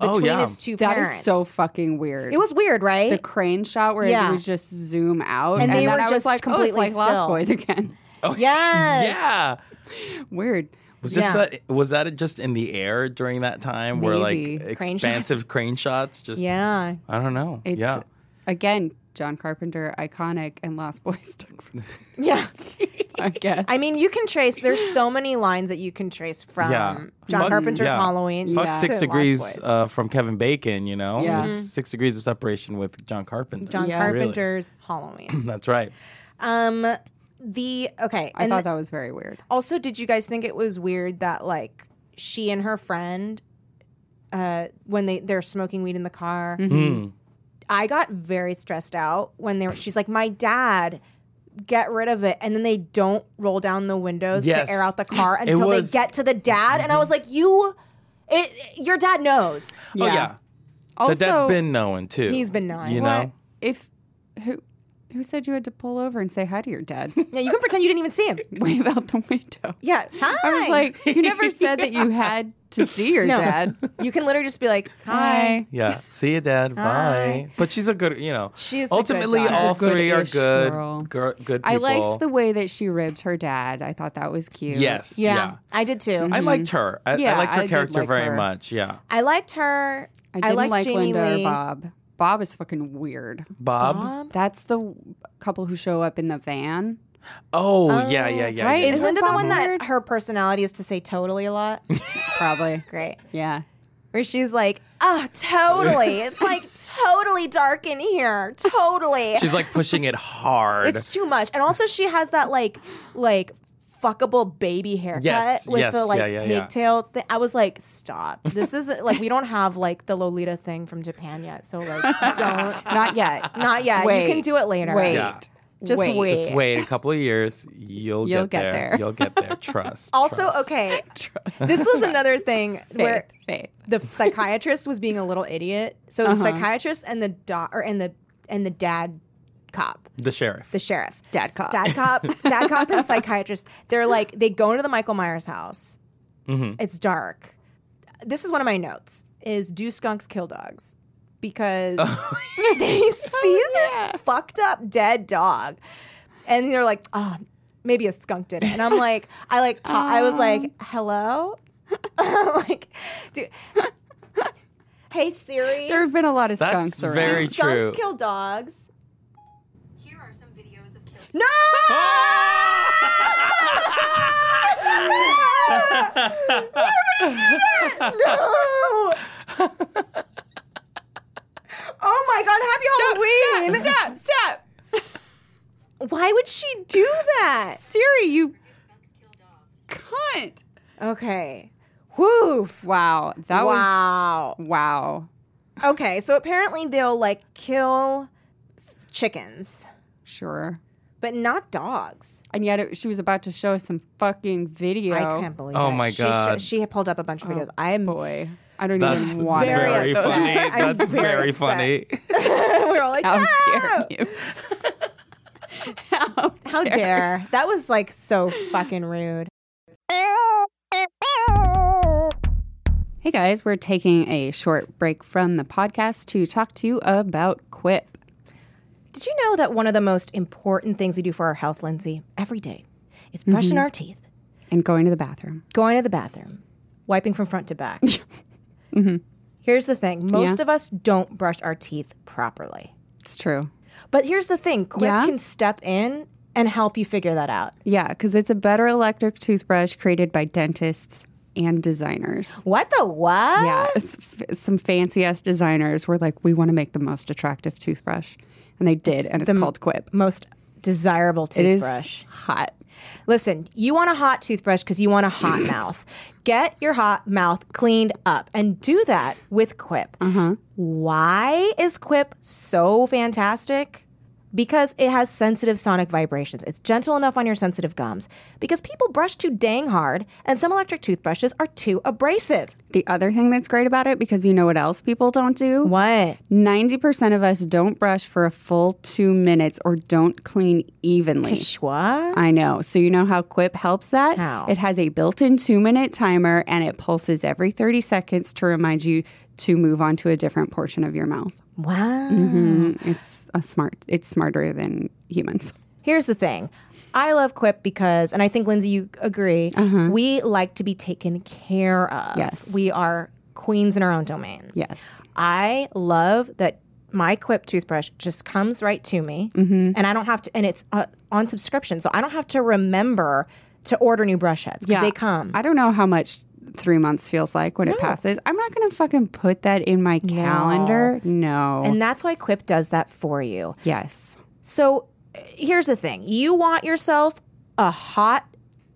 Oh, between yeah. his two That parents? is so fucking weird. it was weird, right? the crane shot where Yeah. it would just zoom out, And and, they then were I was just like, "Oh, it's completely like Lost still. Boys again." Oh, yes. Yeah. Weird. Was just Yeah. that? Was that just in the air during that time? Where Maybe. like Crane shots. expansive crane shots? Just Yeah. I don't know. It's, yeah. Again, John Carpenter, iconic, and Lost Boys took from Yeah. I guess. I mean, you can trace. There's so many lines that you can trace from Yeah. John Fuck- Carpenter's yeah. Halloween. Fuck Yeah. to Six Lost Degrees Boys. uh, from Kevin Bacon, you know? Yeah. It's Six Degrees of Separation with John Carpenter. John Yeah. Really. Carpenter's Halloween. That's right. Um, the okay. I and thought that was very weird. Also, did you guys think it was weird that like she and her friend, uh, when they they're smoking weed in the Mm-hmm. Mm-hmm. car, I got very stressed out when they were. She's like, my dad get rid of it, and then they don't roll down the windows Yes. to air out the car It until was- Mm-hmm. they get to the dad. And I was like, you, it, your dad knows. Oh yeah, Also, the dad's been knowing too. He's been knowing. You what know, if who who said you had to pull over and say hi to your dad? Yeah, you can pretend you didn't even see him. Wave out the window. Yeah, hi. I was like, you never said that you had to see your No. dad. you can literally just be like, hi. Hi. yeah. See you, dad. Bye. But she's a good, you know. She's a good ultimately daughter. all She's a good three are ish good, girl. gir- good. People. I liked the way that she ribbed her dad. I thought that was cute. yes, Yeah, yeah. I did too. I liked her. I, Yeah, I liked I her did character like very her. much. Yeah, I liked her. I didn't liked like Jamie Linda Lee. Um, or Bob. Bob is fucking weird. Bob. That's the w- couple who show up in the van. Oh, yeah, yeah, yeah. right. yeah. Is Isn't Linda the Bob one weird? that her personality is to say totally a lot? Probably. Great. Yeah. Where she's like, ah, totally. It's like totally dark in here. Totally. She's like pushing it hard. It's too much. And also she has that like like fuckable baby haircut Yes, with yes, the like yeah, yeah, yeah. pigtail thing. I was like, stop. This is like we don't have like the Lolita thing from Japan yet. So like don't Not yet. not yet. Wait. You can do it later. Wait. Yeah. Just wait. Just wait a couple of years. You'll, You'll get, get there. there. You'll get there. Trust. Also, trust. okay. This was another thing Faith. where Faith. the psychiatrist was being a little idiot. So Uh-huh. the psychiatrist and the doc or and the and the dad cop, The sheriff. the sheriff, Dad cop. dad cop, dad cop, and psychiatrist. They're like they go into the Michael Myers house. Mm-hmm. It's dark. This is one of my notes: is do skunks kill dogs? Because Oh, they see this fucked up dead dog, and they're like, oh, maybe a skunk did it. And I'm like, I like, pa- I was Um. like, hello, like, dude. Hey Siri, There have been a lot of That's skunks around. very- do skunks true. kill dogs? Here are some videos of kill. No! No! Oh my god, happy Halloween! Stop, stop. Why would she do that? Siri, you Skunks kill dogs. cunt. Okay. Woof. Wow. That wow. was. Wow. Okay, so apparently they'll like kill chickens, Sure. but not dogs. And yet it, she was about to show us some fucking video. I can't believe Oh it. my She sh- God. She, had pulled up a bunch Oh. of videos. I'm Boy. I don't That's even want very to. very upset. funny. I'm That's very very upset. funny. we're all like, "Ah!" How "No!" dare you? How, How dare. That was like so fucking rude. Hey guys, we're taking a short break from the podcast to talk to you about Quip. Did you know that one of the most important things we do for our health, Lindsay, every day is brushing Mm-hmm. our teeth, And going to the bathroom. going to the bathroom, wiping from front to back? Here's the thing most Mm-hmm. Yeah. of us don't brush our teeth properly. It's true. But here's the thing Quip Yeah? can step in and help you figure that out. Yeah, because it's a better electric toothbrush created by dentists and designers. What the what? Yeah, it's f- some fancy ass designers were like, we want to make the most attractive toothbrush. And they did, and it's called Quip. Most desirable It is toothbrush. hot. Listen, you want a hot toothbrush because you want a hot mouth. Get your hot mouth cleaned up and do that with Quip. Mm-hmm. Why is Quip so fantastic? Because it has sensitive sonic vibrations. It's gentle enough on your sensitive gums. Because people brush too dang hard, and some electric toothbrushes are too abrasive. The other thing that's great about it, because you know what else people don't do? What? 90% of us don't brush for a full two minutes or don't clean evenly. Schwa? I know. So you know how Quip helps that? How? It has a built-in 2-minute timer and it pulses every 30 seconds to remind you to move on to a different portion of your mouth. Wow. Mm, It's a smart it's smarter than humans. Here's the thing. I love Quip because, and I think Lindsay, you agree, we like to be taken care of. Uh-huh. Yes. We are queens in our own domain. Yes. I love that my Quip toothbrush just comes right to me Mm-hmm. and I don't have to, and it's uh, on subscription. So I don't have to remember to order new brush heads because they come. I don't know how much 3 months feels like when it passes. I'm not going to fucking put that in my calendar. No. and that's why Quip does that for you. yes. So uh, here's the thing you want yourself a hot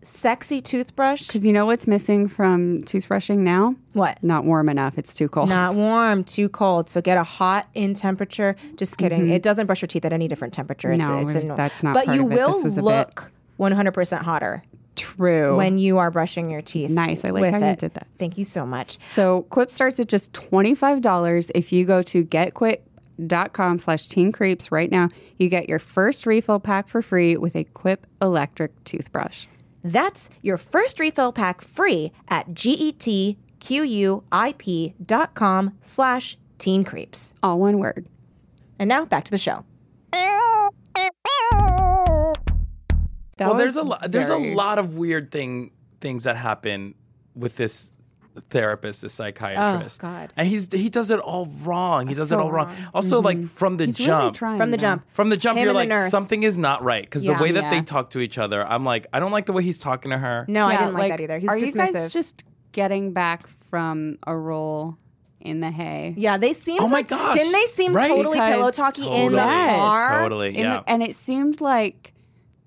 sexy toothbrush. Because you know what's missing from toothbrushing now? What? Not warm enough. It's too cold. Not warm, too cold. So get a hot in temperature. Just kidding. It doesn't brush your teeth at any different temperature. It's, Mm-hmm. No, it's we're- a, that's not But part you of it. will This was a bit- look 100% hotter True. when you are brushing your teeth. Nice. I like with how you it. did that. Thank you so much. so Quip starts at just $25. If you go to getquip.com slash teen creeps right now, you get your first refill pack for free with a Quip electric toothbrush. That's your first refill pack free at getquip.com slash teen creeps. All one word. And now back to the show. That well, there's was a lot. There's a very- lot of weird thing things that happen with this therapist, this psychiatrist. Oh, God. And he's he does it all wrong. He does it all wrong. Also, Mm-hmm. like from the He's really jump. trying, From the though. jump. from the jump, Him you're and the like nurse. something is not right because Yeah. the way that they Yeah. talk to each other, I'm like, I don't like the way he's talking to her. No, I Yeah, didn't like, that either. He's are dismissive. you guys just getting back from a roll in the hay? yeah, they seemed. Oh my like- gosh. Didn't they seem Right. totally Because- pillow talky in the Yes. car? Totally, In the- yeah. and it seemed like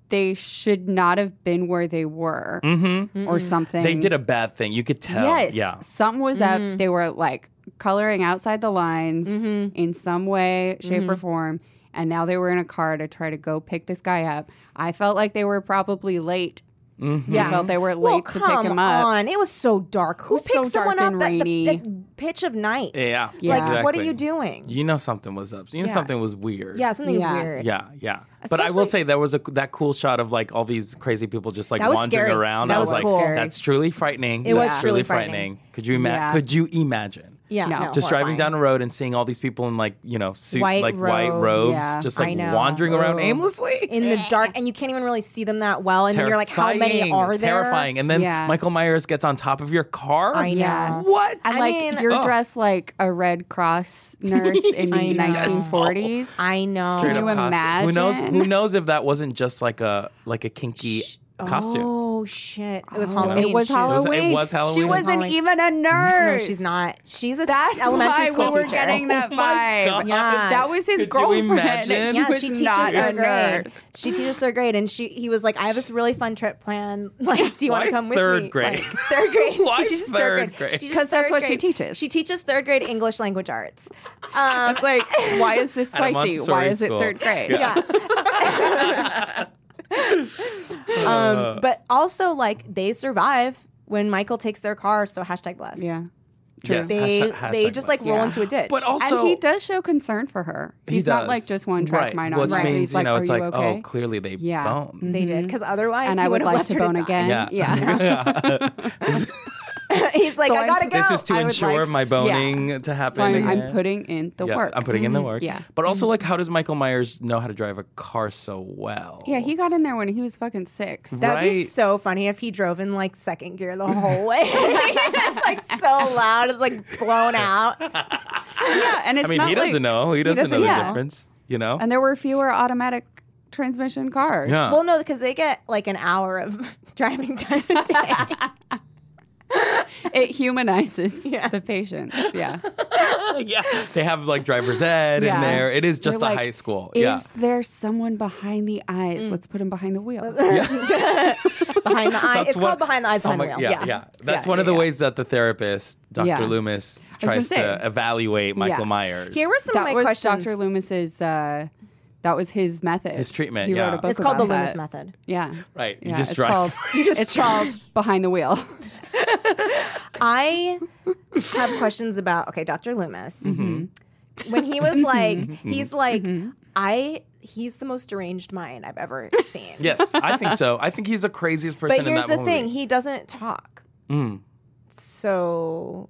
they should not have been where they were Mm-hmm. or something. Mm. they did a bad thing. You could tell. Yes. Yeah. Something was Mm-hmm. up. They were like coloring outside the lines in some way, shape, Mm-hmm. or form. And now they were in a car to try to go pick this guy up. I felt like they were probably late. Mm-hmm. I felt they were late Well, to come pick him up. on. It was so dark. Who was picks so someone dark up and at the, rainy. the pitch of night? Yeah. Like, Yeah. what are exactly. you doing? You know something was up. You know Yeah. something was weird. yeah, something's Yeah. weird. Yeah, yeah. but I will Especially- say there was a that cool shot of like all these crazy people just like That was wandering scary. around. That I was was, like, cool. that's truly frightening. It that's was truly truly frightening. Could you imagine? Yeah. Could you imagine? Yeah, No. no, Just driving horrifying. down the road and seeing all these people in like you know suit, White like white robes. robes, Yeah. just I like know. wandering around Ugh. aimlessly. in the dark, and you can't even really see them that well. And then you're like, how many Terrifying, are there? Terrifying. And then Yeah. Michael Myers gets on top of your car. I know. Yeah. What? And I like mean- you're Oh. dressed like a Red Cross nurse in the I know. 1940s. I know. Straight Can you up costume. Who knows? imagine? Who knows if that wasn't just like a like a kinky costume? Oh shit! It was Halloween. It was She- Halloween. It was She Halloween. wasn't Halloween. even a No, nurse. she's not. She's a That's elementary why school we were teacher. Oh getting that God. vibe. That was his Could you girlfriend. imagine? and she yeah, was she not teaches a third grade. nurse. She teaches third grade, and she he was like, "I have this really fun trip planned. Like, do you want Why to come with third me?" Like, grade? third grade. Why she teaches third third grade. grade? She teaches 'Cause that's third what she grade. teaches. She teaches third grade English language arts. Um, It's like, why is this At a spicy? Why Montessori is it school. third grade? Yeah. Uh. um, but also like they survive when Michael takes their car. So hashtag blessed. Yeah. Yes, They hashtag- hashtag they just like blessed. roll Yeah. into a ditch. But also, and he does show concern for her. He He's not does. like just one track right. mind Which on her. means He's you like, know, are it's you like, okay? oh, clearly they Yeah. bone. they did because otherwise and he I would would've like left to her bone die. again. Yeah. He's like, So I I'm- gotta go. This is to I would ensure like- my boning to So happen. I'm, again. I'm putting in the Yeah, work. Mm-hmm. I'm putting in the work. Yeah. But also, like, how does Michael Myers know how to drive a car so well? Yeah, he got in there when he was fucking six. That'd be Right. so funny if he drove in like second gear the whole way. it's like so loud, it's like blown out. yeah, and it's I mean, not he doesn't like, know. He doesn't, know doesn't the know. difference. You know. And there were fewer automatic transmission cars. yeah. Well, no, because they get like an hour of driving time a day. It humanizes the patient. Yeah. yeah. They have like driver's ed Yeah. in there. It is just They're a like, high school. Is yeah. there someone behind the eyes? Mm. Let's put him behind the wheel. behind the eyes. That's It's one- called behind the eyes, Oh behind my- the wheel. Yeah, Yeah, yeah. That's Yeah, one of yeah, the yeah. ways that the therapist, Dr. Yeah. Loomis, gonna tries say. to evaluate Michael Yeah. Myers. Here were some that of my was questions. Dr. Loomis's. Uh, that was his method. His treatment, He yeah. wrote a book it's called the about Loomis that. method. Yeah. Right, you Yeah, just it's drive. Called, You just it's drive. called behind the wheel. I have questions about okay, Dr. Loomis. Mm-hmm. When he was like, he's like, I he's the most deranged mind I've ever seen. yes, I think so. I think he's the craziest person But here's in that the movie. thing: he doesn't talk. Mm. So,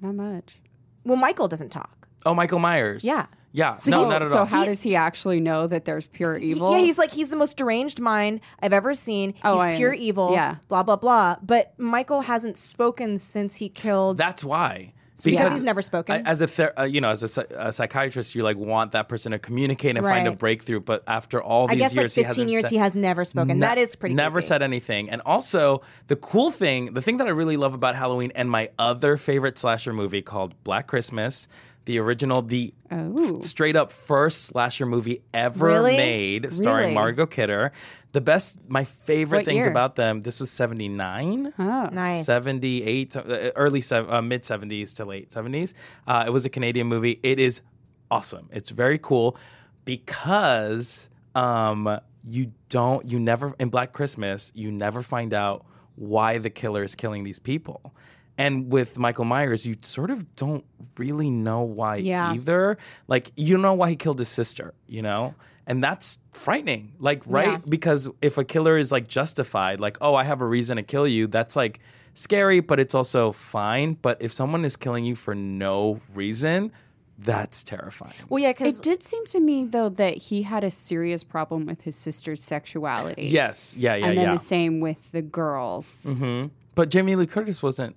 Not much. well, Michael doesn't talk. Oh, Michael Myers. Yeah. Yeah. So no, he's- not at so all. how He- does he actually know that there's pure He- evil? yeah, he's like he's the most deranged mind I've ever seen. Oh, he's I- pure evil. yeah. blah blah blah. But Michael hasn't spoken since he killed. That's why. because he's never spoken. I- As a ther- uh, you know, as a, psy- a psychiatrist, you like want that person to communicate and find a Right. breakthrough. But after all I these guess like years, 15 he years hasn't he has never spoken. that is pretty. Never creepy. said anything. And also, the cool thing, the thing that I really love about Halloween and my other favorite slasher movie called Black Christmas the original, the Oh. straight up first slasher movie ever Really? made, starring Really? Margot Kidder. The best, my favorite What things year? about them. This was seventy nine. Oh. Nice. 78 uh, early sev- uh, mid 70s to late 70s uh, it was a canadian movie it is awesome it's very cool because um, you don't you never in black christmas you never find out why the killer is killing these people and with michael myers you sort of don't really know why Yeah. either like you know why he killed his sister you know and that's frightening like right Yeah. because if a killer is like justified, like, oh, I have a reason to kill you, that's like scary, but it's also fine. But if someone is killing you for no reason, that's terrifying. Well, yeah, It because did seem to me though that he had a serious problem with his sister's sexuality. Yes, yeah, yeah, and then yeah. Mm-hmm. the same with the girls. But Jamie Lee Curtis wasn't.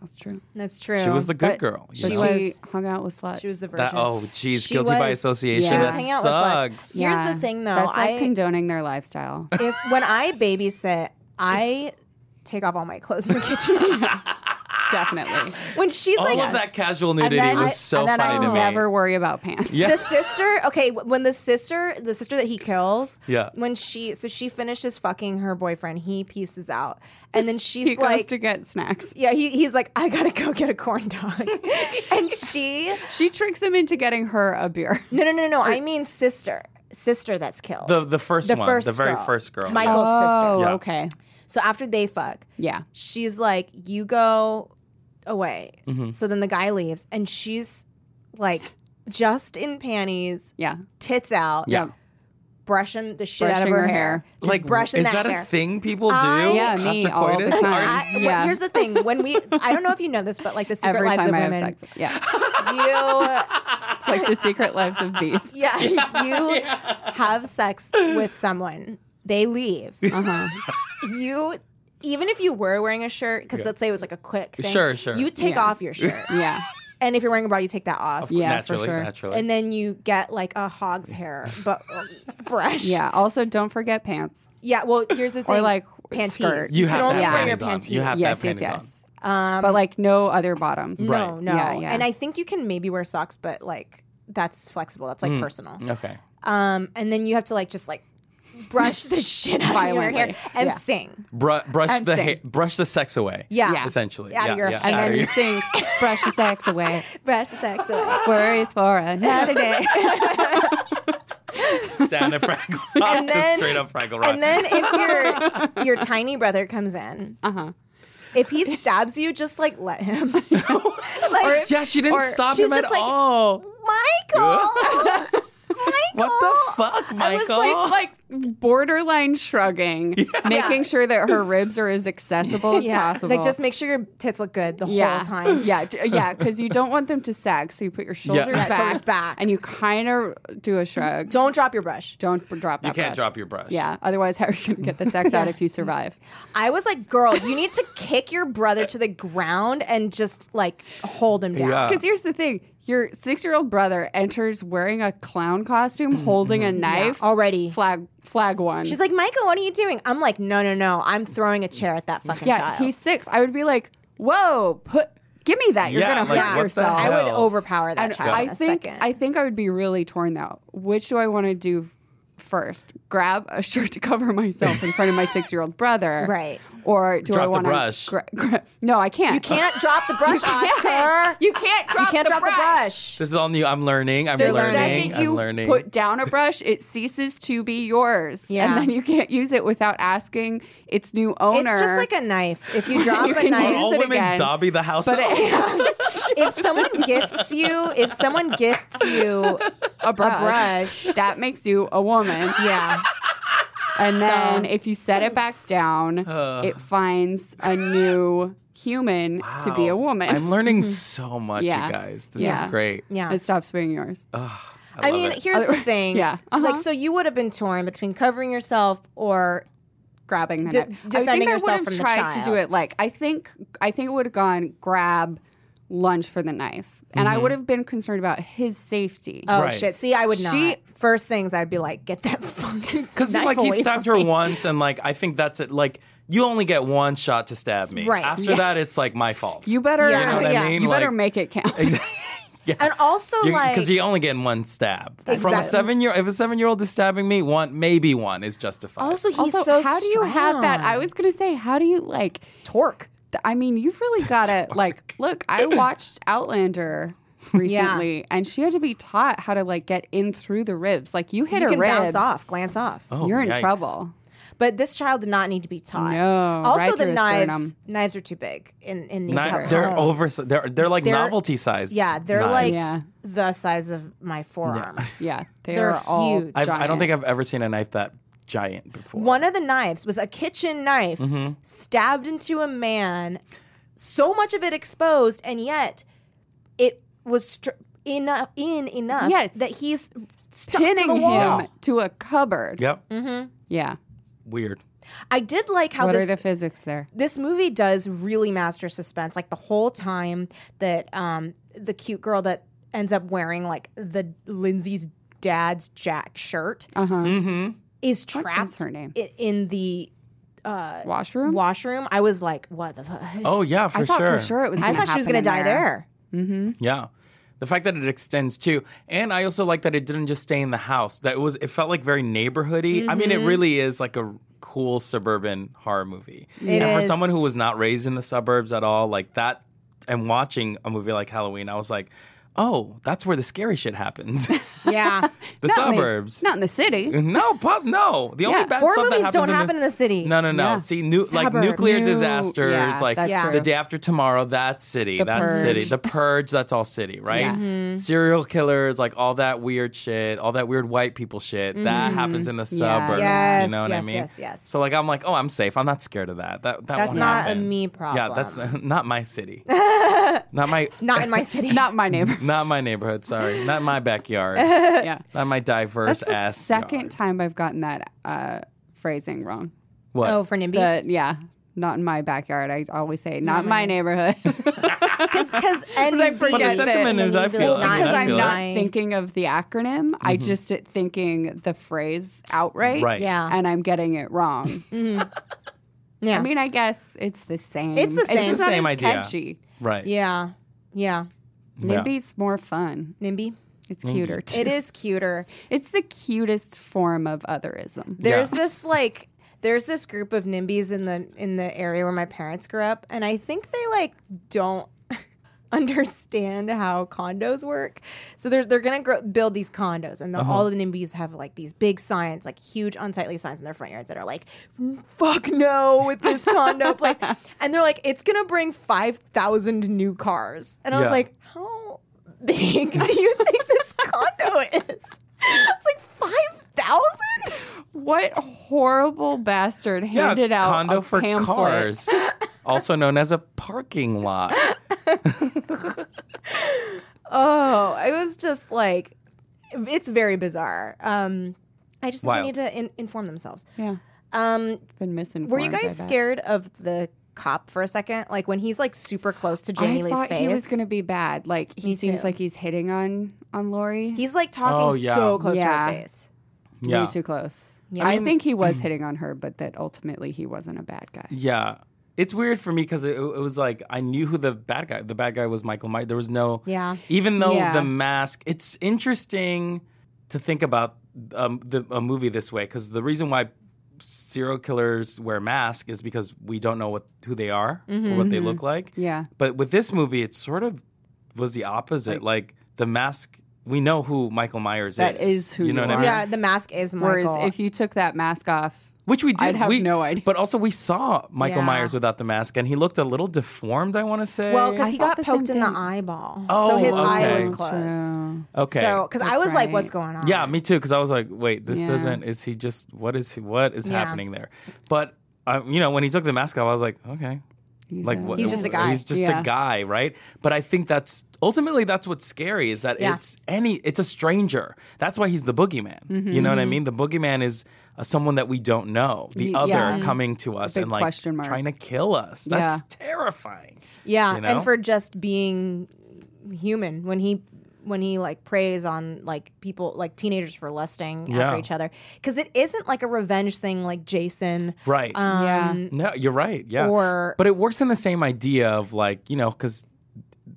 That's true. that's true. She was the good girl. you But know? she know. Oh, was- hung out with sluts. She was the virgin. that, oh, geez, She guilty by was- association. she was That hanging out with sluts. sucks. Here's the thing, though. That's like I- condoning their lifestyle. if when I babysit, I take off all my clothes in the kitchen. Definitely. when she's All like of that casual nudity then was I- so and then funny I to me. never worry about pants. Yeah. the sister, okay, w- when the sister, the sister that he kills, Yeah. when she so she finishes fucking her boyfriend, he pieces out. And then she's He goes like to get snacks. yeah, he, he's like, I gotta go get a corn dog. and she, She tricks him into getting her a beer. no, no, no, no, I mean sister, sister that's killed. the the first The one, first the very girl. first girl. Michael's oh, sister. Yeah. okay. So after they fuck, Yeah. she's like, "You go away." Mm-hmm. So then the guy leaves, and she's like, just in panties, Yeah. tits out, Yeah. brushing the shit out of Brushing her, her hair. hair. Just like, brushing is that, hair. a thing people do I- Yeah, after me, all the coitus? time. Are- I, well, Yeah. Here's the thing: when we, I don't know if you know this, but like the secret Every lives time of I women, have sex. Yeah. you, It's like the secret lives of these. yeah, you have sex with someone, they leave. Uh-huh. You. Even if you were wearing a shirt, because let's say it was like a quick thing, Sure, sure. you take Yeah. off your shirt, Yeah. and if you're wearing a bra, you take that off. Yeah, for naturally, sure. naturally. and then you get like a hog's hair but brush. Yeah. Also, don't forget pants. yeah. Well, here's the thing. Or like panties. skirt. You have can only to have wear your panties on. panties. You have to yes, have yes, panties on. yes. but like no other bottoms. no, Right. no. Yeah, yeah. And I think you can maybe wear socks, but like that's flexible. That's like Hmm. personal. Okay. Um, and then you have to like just like brush the shit out of your hair Violently. and Yeah. sing. Bru- brush And the sing. ha- brush the sex away. Yeah. Yeah. essentially. Out of yeah, your yeah, head. And out then of you your- sing Brush the Sex Away. Brush the sex away. Worries for another day. down at Fraggle Rock, And just then- straight up Fraggle Rock. And then if your your tiny brother comes in, Uh-huh. if he stabs you, just like let him. like, yeah, she didn't or stop she's him at just like, all. Michael. What the fuck, Michael? She's like borderline shrugging, making sure that her ribs are as accessible as possible. Like just make sure your tits look good the yeah. whole time. Yeah, j- yeah, because you don't want them to sag, so you put your shoulders, Yeah, back, shoulders back. and you kind of do a shrug. Don't drop your brush. Don't, b- drop that you can't brush. drop your brush. Uh. Yeah, otherwise how are you going to get the sex out if you survive? I was like, girl, you need to kick your brother to the ground and just like hold him down. Yeah. Because here's the thing. Your six-year-old brother enters wearing a clown costume, holding a knife. already. flag flag one. She's like, Michael, what are you doing? I'm like, no, no, no. I'm throwing a chair at that fucking yeah, child. he's six. I would be like, whoa, put, give me that. You're Yeah, gonna like, hurt what the yourself. I would hell? overpower that And child I in a think second. I think I would be really torn though. Which do I want to do first? Grab a shirt to cover myself in front of my six-year-old brother, Right. Or do I Drop the want brush. Gra- gra- no, I can't. you can't drop the brush, Oscar. You can't drop, You can't the, drop brush. the brush. This is all new. I'm learning. I'm The learning. second you I'm learning. put down a brush, it ceases to be yours. Yeah. And then you can't use it without asking its new owner. It's just like a knife. If you drop You a can Are use knife, all it women again. Dobby the house? But it- if someone gifts you, if someone gifts you a brush. brush. That makes you a woman. Yeah. And then if you set it back down, it finds a new human to be a woman. I'm learning so much, Yeah. you guys. This Yeah. is great. Yeah. It stops being yours. I, love mean, it. here's the Otherwise- thing. Yeah. Like, Uh-huh. so you would have been torn between covering yourself or grabbing the De- knife. I defending think I yourself would have from the tried to do child. it like I think I think it would have gone grab lunge for the knife. And I would have been concerned about his safety. oh Right. shit. See, I would not. She- First things I'd be like, get that fucking Because knife like he away stabbed her from me. once, and like I think that's it. Like you only get one shot to stab me. Right. After that, it's like my fault. You better Yeah. You know what I yeah, mean? you better Like- make it count. Yeah. And also, like, because you only get one stab from a Exactly. seven year. If a seven year old is stabbing me, one maybe one is justified. also he's also, so how do you have that? strong. I was gonna say, how do you like? torque. th- I mean, you've really gotta like. Look, I watched Outlander recently, and she had to be taught how to like get in through the ribs. Like you hit You a can rib, bounce off, glance off. Oh, you're in yikes. trouble. But this child did not need to be taught. No, Also, right the through his knives sternum. knives are too big in in these. Ni- homes. they're over. They're they're like They're- novelty size. Yeah, they're knives. like Yeah. the size of my forearm. Yeah, they They're are all huge. I've, I giant. don't think I've ever seen a knife that giant before. One of the knives was a kitchen knife stabbed into a man, so much of it exposed, and yet it was str- enough in enough Yes. that he's stuck to the pinning wall. him to a cupboard. Yep. Mm-hmm. Yeah. Weird. I did like how what this are the physics there? this movie does really master suspense like the whole time that um the cute girl that ends up wearing like the lindsay's dad's jack shirt Uh huh. Mm-hmm. is What is trapped her name? i- in the uh Washroom. washroom i was like what the fuck Oh yeah, for I thought sure. for sure it was. i thought she was gonna happen die there, in Yeah. The fact that it extends too. And I also like that it didn't just stay in the house. That it was it felt like very neighborhoody. I mean, it Mm-hmm. really is like a cool suburban horror movie. It and for is. someone who was not raised in the suburbs at all, like that and watching a movie like Halloween, I was like, "Oh, that's where the scary shit happens." yeah the Not in the- suburbs. not in the city. No, pop, no. The only bad horror stuff that movies happens don't in happen in this- the city No, no, no. Yeah. See, nu- like Suburb. nuclear New- disasters, yeah, like that's Yeah. true. the day after tomorrow, that's city, The that city, Purge. the purge, that's all city, right? Yeah. Mm-hmm. Serial killers, like all that weird shit, all that weird white people shit, that happens in the Yeah. suburbs. Mm-hmm. Yes, you know what I yes, mean? yes, yes. So like, I'm like, oh, I'm safe. I'm not scared of that. That that That's won't not a happen. me Yeah, that's problem. not my city. not my. not in my city Not my neighbor. Not my neighborhood, sorry. Not my backyard. yeah. Not my diverse That's the ass. second yard. time I've gotten that uh, phrasing wrong. What? oh for nimbies But yeah, not in my backyard. I always say not, my, neighborhood because because and I forget But the that- sentiment is, I feel. I mean, I I'm feel not it. Mm-hmm. thinking of the acronym. I just sit thinking the phrase outright. Right. Yeah. Mm-hmm. And I'm getting it wrong. yeah I mean, I guess it's the same. It's the same. just It's the not same as idea. Catchy. Right. yeah yeah Yeah. Mm. Nimby's more fun. nimby It's cuter. Too. it is cuter It's the cutest form of otherism. There's Yeah. this like there's this group of NIMBYs in the in the area where my parents grew up, and I think they like don't understand how condos work. So there's they're gonna grow, build these condos, and the, Uh-huh. all the NIMBYs have like these big signs, like huge unsightly signs in their front yards that are like, "Fuck no with this condo place," and they're like, "It's gonna bring five thousand new cars," and I was Yeah. like, "How big do you think this condo is?" I was like, 5,000? What horrible bastard handed out condo a for pamphlet. cars, also known as a parking lot. Oh, I was just like, it's very bizarre. Um, I just think Wild. they need to in- inform themselves. Yeah, Um, been misinformed. were you I guys bet. scared of the cop for a second? Like when he's like super close to Jamie I Lee's thought face. he was gonna be bad. Like he Me seems too. like he's hitting on on Lori. He's like talking Oh, yeah. so close Yeah. to her face. Yeah. way too close. Yeah. I, I mean- think he was hitting on her, but that ultimately he wasn't a bad guy. Yeah. It's weird for me because it, it was like I knew who the bad guy. The bad guy was Michael Myers. There was no. Yeah. Even though Yeah. the mask, it's interesting to think about um, the, a movie this way because the reason why serial killers wear masks is because we don't know what who they are or what they look like. Mm-hmm. Yeah. But with this movie, it sort of was the opposite. Like, the mask, we know who Michael Myers That is. is who you are. Yeah, the mask is Michael. Whereas if you took that mask off, Which we did. I'd have we, no idea. But also, we saw Michael Yeah. Myers without the mask, and he looked a little deformed. I want to say. well, because he got thought the same poked in the thing. eyeball, so Oh, his eye okay. was closed. True. okay. So, because I was like, right. "What's going on?" yeah, me too. Because I was like, wait, this Yeah. doesn't. Is he just? What is? What is Yeah. happening there? But um, you know, when he took the mask off, I was like, okay, He's like a- what? He's just a guy. He's just Yeah. a guy, right? But I think that's ultimately that's what's scary is that Yeah. it's any it's a stranger. That's why he's the boogeyman. Mm-hmm. You know what I mean? The boogeyman is uh, someone that we don't know, the Ye- other yeah. coming to us big and like question mark. trying to kill us. That's terrifying. Yeah, you know? and for just being human when he when he like preys on like people like teenagers for lusting Yeah. after each other because it isn't like a revenge thing like Jason. Right. Yeah. Um, No, you're right. Yeah. Or- but it works in the same idea of like, you know, because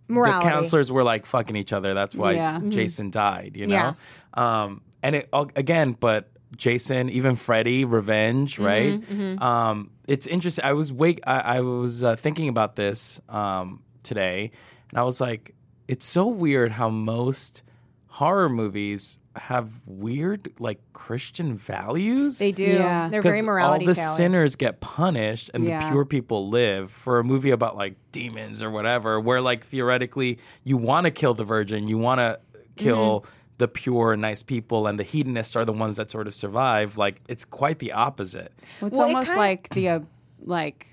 Morality. The counselors were like fucking each other. That's why Yeah. Mhm. Jason died, you Yeah. know? Um, and it all- again, but Jason, even Freddy, revenge, right? Um, it's interesting. I was wake. I, I was uh, thinking about this um, today, and I was like, it's so weird how most horror movies have weird like Christian values. They do. Yeah. They're 'Cause very morality All the tailored. sinners get punished, and Yeah. the pure people live. For a movie about like demons or whatever, where like theoretically you want to kill the virgin, you want to kill Mm-hmm. the pure and nice people, and the hedonists are the ones that sort of survive. Like it's quite the opposite. Well, it's Well, it almost kind- like the uh, like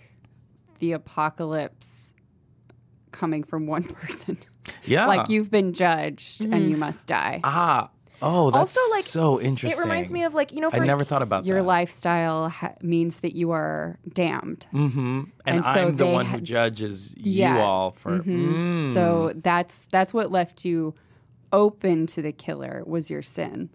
the apocalypse coming from one person. Yeah. Like you've been judged Mm. and you must die. Ah. Oh, that's Also, like, so interesting. It reminds me of like you know I first never thought about Your that. lifestyle ha- means that you are damned. Mm-hmm. And, and so I'm the they one ha- who judges you Yeah. all for. Mm-hmm. Mm. So that's that's what left you open to the killer was your sin.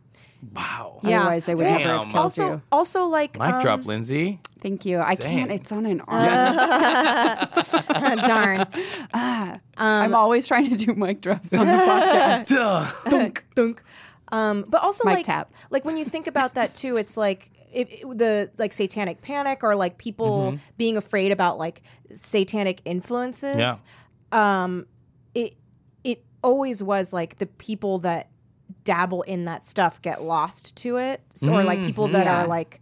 wow. Yeah. Otherwise, they would Damn. never have killed also you. also like Mic um, drop, Lindsay. Thank you. I can't. Dang. It's on an arm. um, darn I'm always trying to do mic drops on the podcast. Duh. thunk thunk. Um, but also Mic like tap. like when you think about that too, it's like it, it- the like satanic panic or like people Mm-hmm. being afraid about like satanic influences. Yeah. Um, it it always was like the people that dabble in that stuff get lost to it, so, or like Mm-hmm. people that Yeah. are like,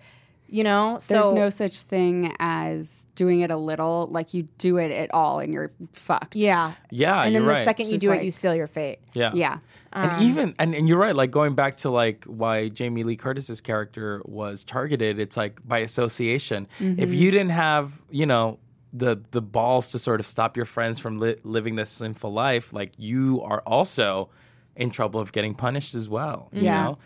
you know, so There's no such thing as doing it a little. Like you do it at all, and you're fucked. yeah. Yeah, and then Ah, you're the right. second you Just do it, like- you seal your fate. Yeah. Yeah. Um, and even and, and you're right like going back to like why jamie lee curtis's character was targeted it's like by association Mm-hmm. if you didn't have you know the the balls to sort of stop your friends from li- living this sinful life like you are also in trouble of getting punished as well you Yeah. know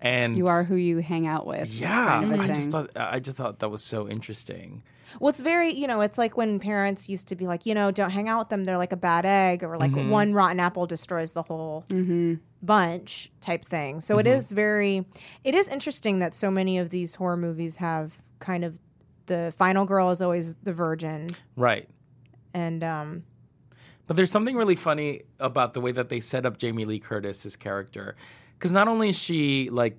and You are who you hang out with. yeah kind of a i thing. just thought i just thought that was so interesting Well, it's very, you know, it's like when parents used to be like, you know, don't hang out with them. They're like a bad egg, or like one rotten apple destroys the whole bunch type thing. So it is very, it is interesting that so many of these horror movies have kind of the final girl is always the virgin. right And um, But there's something really funny about the way that they set up Jamie Lee Curtis's character, because not only is she like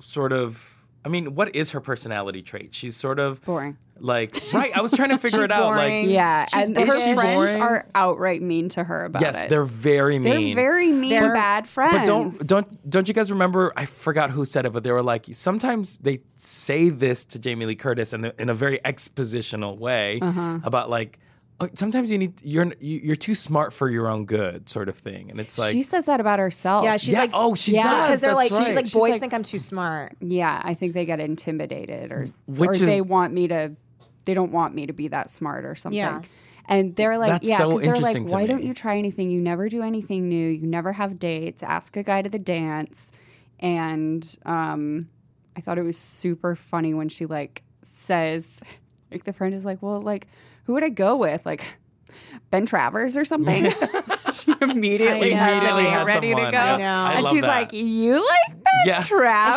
sort of, I mean, what is her personality trait? She's sort of Boring. Like, right? I was trying to figure it out. boring. Like, Yeah, She's and boring. her Is she friends boring? are outright mean to her about yes, it. they're very They're mean. very mean, They're- bad friends. But don't don't don't you guys remember? I forgot who said it, but they were like sometimes they say this to Jamie Lee Curtis in, the, in a very expositional way Uh-huh. about like oh, sometimes you need you're you- you're too smart for your own good sort of thing, and it's like she says that about herself. yeah, she's yeah, like, oh she Yeah. does because they're like, that's she's right. like, boys think I'm too smart. Yeah, I think they get intimidated or Which or is- they want me to they don't want me to be that smart or something. Yeah. And they're like, That's yeah, so 'cause they're like, interesting to why me. don't you try anything? You never do anything new. You never have dates. Ask a guy to the dance. And um, I thought it was super funny when she like says, like the friend is like, well, like who would I go with? Like Ben Travers or something. she immediately, Immediately had ready to someone. go. Yeah. I and love she's that. like, you like Ben Yeah. Travers?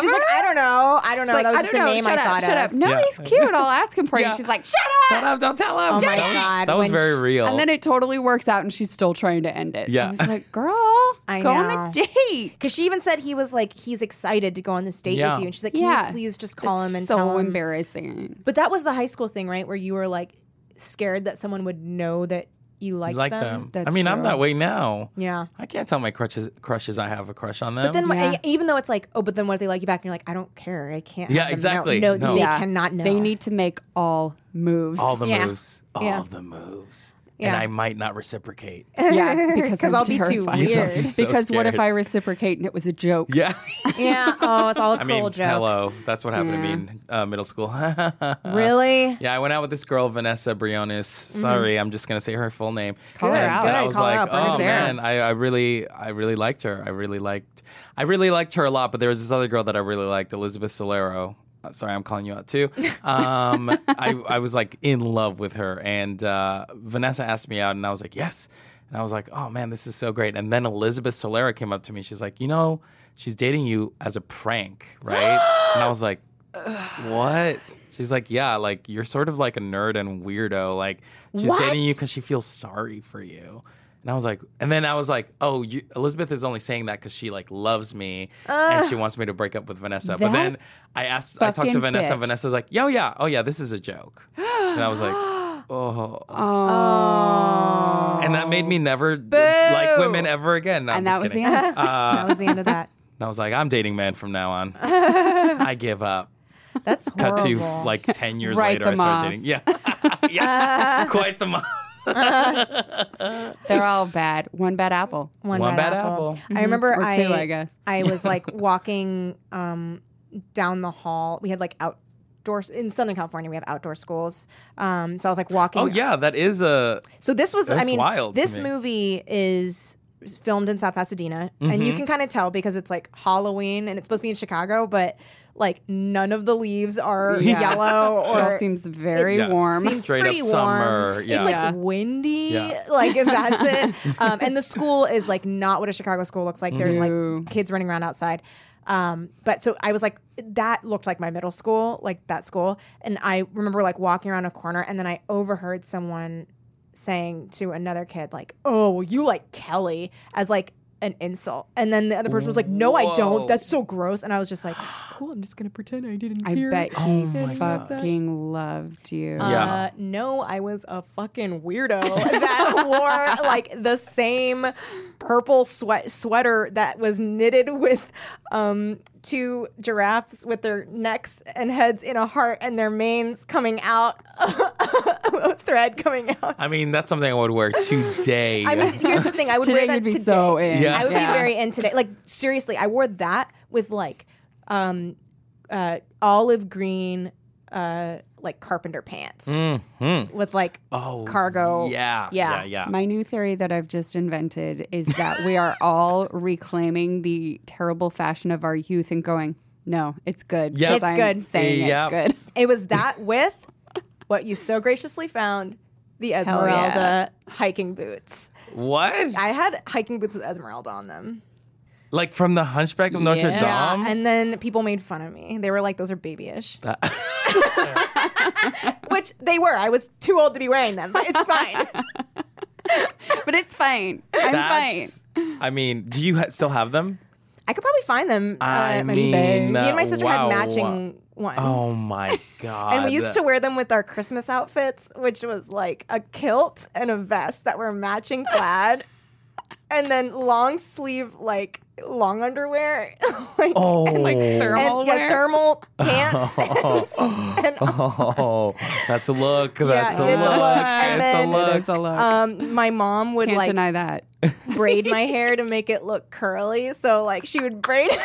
And she's like, I don't know. I don't know. that was just a name shut I up, thought shut of. up. No, Yeah. he's cute. I'll ask him for you. Yeah. She's like, shut up. Shut up! Don't tell him. Oh my That was- God, that was when very she- real. And then it totally works out, and she's still trying to end it. Yeah. I was like, girl, I go know. on the date. Because she even said he was like, he's excited to go on this date Yeah. with you. And she's like, can Yeah. you please just call him and so tell him? embarrassing. But that was the high school thing, right? Where you were like scared that someone would know that you You liked like them. them. I That's mean, I'm true. that way now. Yeah. I can't tell my crushes crushes I have a crush on them. But then, Yeah. even though it's like, oh, but then what if they like you back? And you're like, I don't care. I can't. have Yeah, them know. exactly. No, No. they Yeah. cannot know. They need to make all moves. all the Yeah. moves, all Yeah. the moves, and Yeah. I might not reciprocate. yeah, because 'Cause I'm I'll be too terrified. weird. I'm so because what if I scared. reciprocate and it was a joke? Yeah, Yeah. Oh, it's all a I cruel mean, joke. hello. That's what happened Yeah. to me in uh, middle school. uh, Really? Yeah, I went out with this girl, Vanessa Briones. Sorry, I'm just gonna say her full name. Call her And- out. But I Good, was Mm-hmm. call her like, out, bring oh it down. man, I, I really, I really liked her. I really liked, I really liked her a lot. But there was this other girl that I really liked, Elizabeth Solero. Uh, Sorry, I'm calling you out too. Um, I, I was like in love with her, and uh, Vanessa asked me out, and I was like, yes. And I was like, oh man, this is so great. And then Elizabeth Solera came up to me. She's like, you know, she's dating you as a prank, right? and I was like, what? She's like, yeah, like you're sort of like a nerd and weirdo. Like she's What? dating you because she feels sorry for you. And I was like, and then I was like, oh, you, Elizabeth is only saying that because she like loves me and she wants me to break up with Vanessa. But that then I asked, I talked to fucking Vanessa. bitch. and Vanessa's like, yo, yeah, oh yeah, this is a joke. And I was like, oh, Oh. and that made me never like women ever again. No, I'm And just that was the kidding. Uh, end. that was the end of that. And I was like, I'm dating men from now on. I give up. That's Cut horrible. to like 10 years Write later, I them started off. dating. Yeah. yeah. Quite the mom. They're all bad. One bad apple. one, One bad, bad apple. apple. I remember Or I, two, I guess. I was like walking um, down the hall. We had like outdoors in Southern California. We have outdoor schools. Um, so I was like walking. Oh, yeah, that is a. So this was, I That's mean, wild to this me. movie is filmed in South Pasadena, and you Mm-hmm. can kind of tell because it's like Halloween and it's supposed to be in Chicago, but like none of the leaves are Yeah. yellow It all or seems very Yeah. warm. seems Straight up pretty warm. summer, yeah. It's like Yeah. windy. Yeah. Like and that's it. Um, and the school is like not what a Chicago school looks like. There's No. like kids running around outside. Um, but so I was like, that looked like my middle school, like that school. And I remember like walking around a corner and then I overheard someone saying to another kid, like, oh, well, you like Kelly as like an insult. And then the other person was like, no, I Whoa. don't. That's so gross. And I was just like, cool, I'm just going to pretend I didn't I hear. bet he fucking loved you. Oh Yeah. Uh, no, I was a fucking weirdo that wore like the same purple sweat sweater that was knitted with um, two giraffes with their necks and heads in a heart and their manes coming out, thread coming out. I mean, that's something I would wear today. I mean, here's the thing. I would Today wear that you'd be today. so in. Yeah. I would Yeah. be very in today. Like seriously, I wore that with like um, uh, olive green, uh, like carpenter pants Mhm. with like Oh, cargo. Yeah. yeah. Yeah. Yeah. My new theory that I've just invented is that we are all reclaiming the terrible fashion of our youth and going, no, it's good. Yep. 'cause It's I'm good. Saying Yep. it's good. It was that with what you so graciously found the Esmeralda hiking boots. what? I had hiking boots with Esmeralda on them. Like from the Hunchback of Notre Yeah. Dame? And then people made fun of me. They were like, those are babyish. Which they were. I was too old to be wearing them, but it's fine. But it's fine. I'm fine. That's- I mean, do you ha- still have them? I could probably find them. uh, I at my- mean, me and my uh, sister wow. had matching ones. Oh my god! and we used to wear them with our Christmas outfits, which was like a kilt and a vest that were matching plaid, and then long sleeve like long underwear, like, Oh. and, like Thermal and, yeah, wear? thermal pants, and, and Oh, that's a look. That's it's a a look. look. And It's a then- look. It's a look. um, my mom would Can't like deny that. braid my hair to make it look curly, so like she would braid,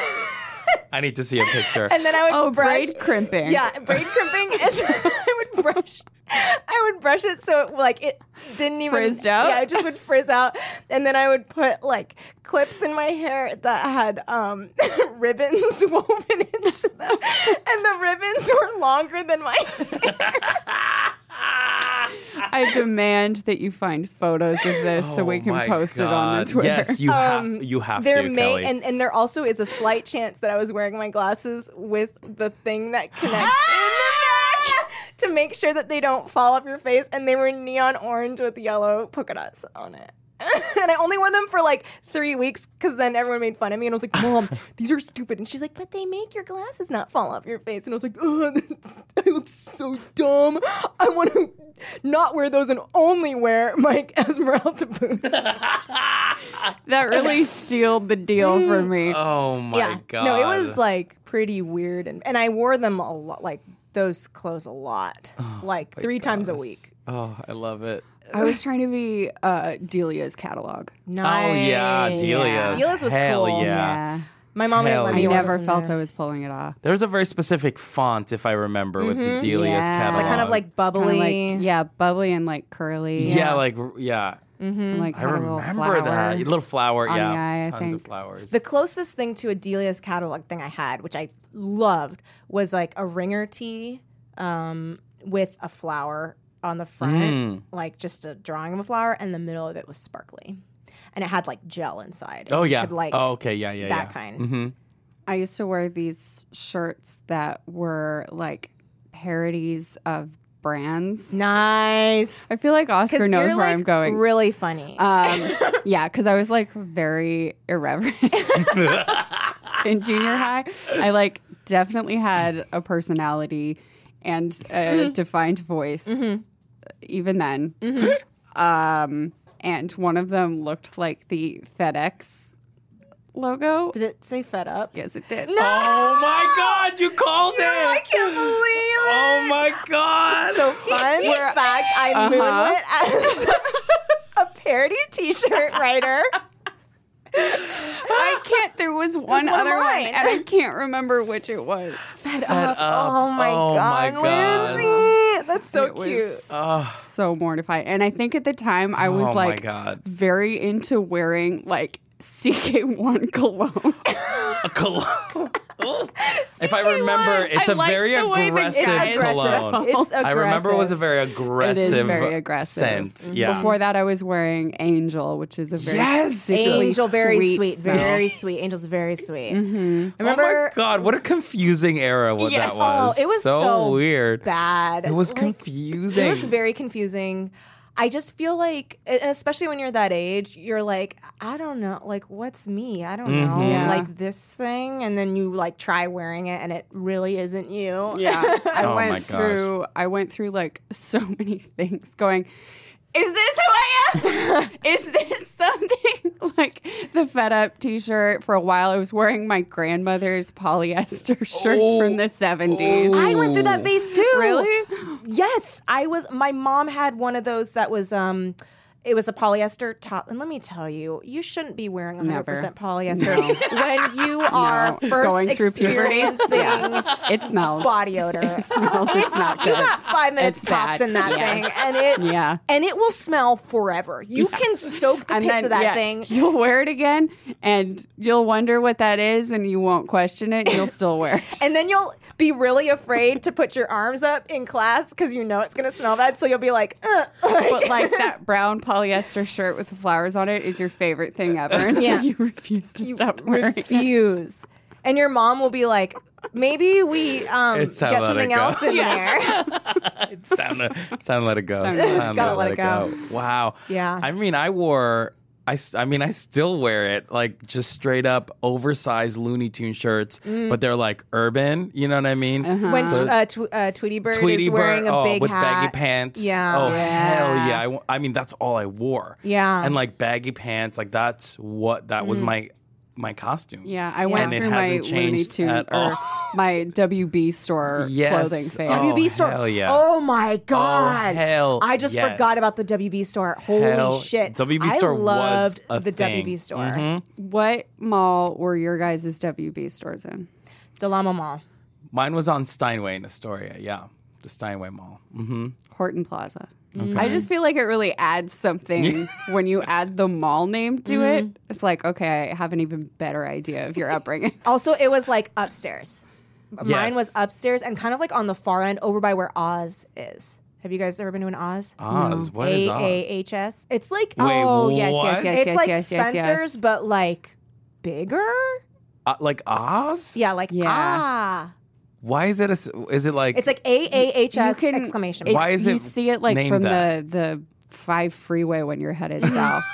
I need to see a picture. and then I would Oh, brush. braid crimping. Yeah, braid crimping, and then I would brush. I would brush it so it, like it didn't even Frizzed out? Yeah, it just would frizz out, and then I would put like clips in my hair that had um, ribbons woven into them, and the ribbons were longer than my. hair. I demand that you find photos of this so we Oh can my post it on the God. Twitter. Yes, you Um, have. You have there to, may Kelly. and and there also is a slight chance that I was wearing my glasses with the thing that connects. in the back To make sure that they don't fall off your face, and they were neon orange with yellow polka dots on it. and I only wore them for like three weeks because then everyone made fun of me, and I was like, "Mom, these are stupid." And she's like, "But they make your glasses not fall off your face." And I was like, Ugh, "I look so dumb. I want to not wear those and only wear my Esmeralda boots." That really sealed the deal for me. oh my god! No, it was like pretty weird, and and I wore them a lot, like those clothes a lot, like three times a week. Oh, I love it. I was trying to be uh, Delia's catalog. Nice. Oh yeah, Delia's. Delia's was Hell cool. yeah. My mom didn't Hell let I me. order never from felt there. I was pulling it off. There's a very specific font, if I remember, with the Delia's Mm-hmm. Yeah. catalog. It's Like kind of like Kinda bubbly. Like, yeah, bubbly and like curly. yeah, like yeah. And, Mm-hmm. like I had a little remember flower. that You little flower. on yeah, the eye, I tons of think. flowers. The closest thing to a Delia's catalog thing I had, which I loved, was like a ringer tee um, with a flower on the Mm. front, like just a drawing of a flower, and the middle of it was sparkly, and it had like gel inside. oh You yeah. could, like oh okay. Yeah yeah that yeah. kind. I used to wear these shirts that were like parodies of brands. Nice. Mm. I feel like Oscar Because knows you're where like I'm going. really funny. um, yeah, because I was like very irreverent in junior high. I like definitely had a personality and Mm-hmm. a defined voice, even then. Mm-hmm. Um, and one of them looked like the FedEx logo. Did it say fed up? yes, it did. Oh my God, you called it. I can't believe it. Oh my God. So fun fact, I moonlit as a parody T-shirt writer. Oh, I can't. There was one one of other one, mine. and I can't remember which it was. Oh my Oh my god, God. Lindsay, that's so it cute. was so mortified. And I think at the time I was Oh my like God. very into wearing like CK1 cologne. A cologne. Oh. if I remember, it's I a liked very the way the aggressive guys- Aggressive. cologne. It's aggressive. I remember it was a very it aggressive, is very aggressive. scent. Yeah. Before that, I was wearing Angel, which is a very Yes! sickly, Angel, very sweet, smell. very sweet. Angel's very sweet. I oh remember my God, what a confusing era what Yes. that was. Oh, it was so weird. bad. It was Like, confusing. It was very confusing. I just feel like, and especially when you're that age, you're like, I don't know, like what's me? I don't know, Mm-hmm. Yeah. like this thing, and then you like try wearing it, and it really isn't you. Yeah, I Oh my went gosh. through. I went through like so many things. Going, is this who I am? is this something like the Fed Up T-shirt? For a while, I was wearing my grandmother's polyester shirts from the seventies. I went through that Ooh. phase too. Really? Yes, I was. My mom had one of those that was. um it was a polyester top, and let me tell you, you shouldn't be wearing 100% Never. polyester when you are first going through puberty. experiencing It smells. body odor. It smells. It's not You good. got five minutes It's tops bad. in that Yeah. thing, and it Yeah. and it will smell forever. You can soak the and pits then, of that yeah, thing. You'll wear it again, and you'll wonder what that is, and you won't question it. And you'll still wear it. And then you'll be really afraid to put your arms up in class because you know it's gonna smell bad. So you'll be like, uh, But like that brown polyester shirt with the flowers on it is your favorite thing ever, and Yeah. so you refuse to stop wearing it. refuse. And your mom will be like, maybe we um, get It's time to let it something go. else in there. it's time to, it's time to let it go. Time to It's let it time go. to Gotta let it Wow. Yeah. I mean, I wore. I, s- I mean, I still wear it like just straight up oversized Looney Tune shirts, Mm. but they're like urban. You know what I mean? when uh, tw- uh, Tweety Bird Tweety is wearing Bird, a oh, big with hat. baggy pants. Yeah. Oh Yeah. hell yeah! I w- I, mean, that's all I wore. Yeah. Mm. And like baggy pants, like that's what that was my my costume. Yeah, I went And it through my hasn't Looney changed Tune at or all. my WB store Yes. clothing phase. Oh, WB store. hell yeah. Oh my god. hell I just yes. forgot about the WB store. Holy Hell, shit. WB I store was loved a the thing. Mm-hmm. WB store. What mall were your guys' WB stores in? Delamo Mall. Mine was on Steinway in Astoria. Yeah, the Steinway Mall. hmm Horton Plaza. I just feel like it really adds something when you add the mall name to it. Mm-hmm. It's like, okay, I have an even better idea of your upbringing. Also, it was like upstairs. Mine Yes. was upstairs and kind of like on the far end over by where Oz is. Have you guys ever been to an Oz? Oz. What is A Oz? A H S. It's like Wait, oh, yes, what? yes, yes, it's yes, like yes, yes, Spencer's, yes. but like bigger. Uh, like Oz? Yeah, like Yeah. ah. Why is it a? s- Is it like? It's like A A H You S can- exclamation. it- mark. Why is you it see it like named from that? the the five freeway when you're headed south?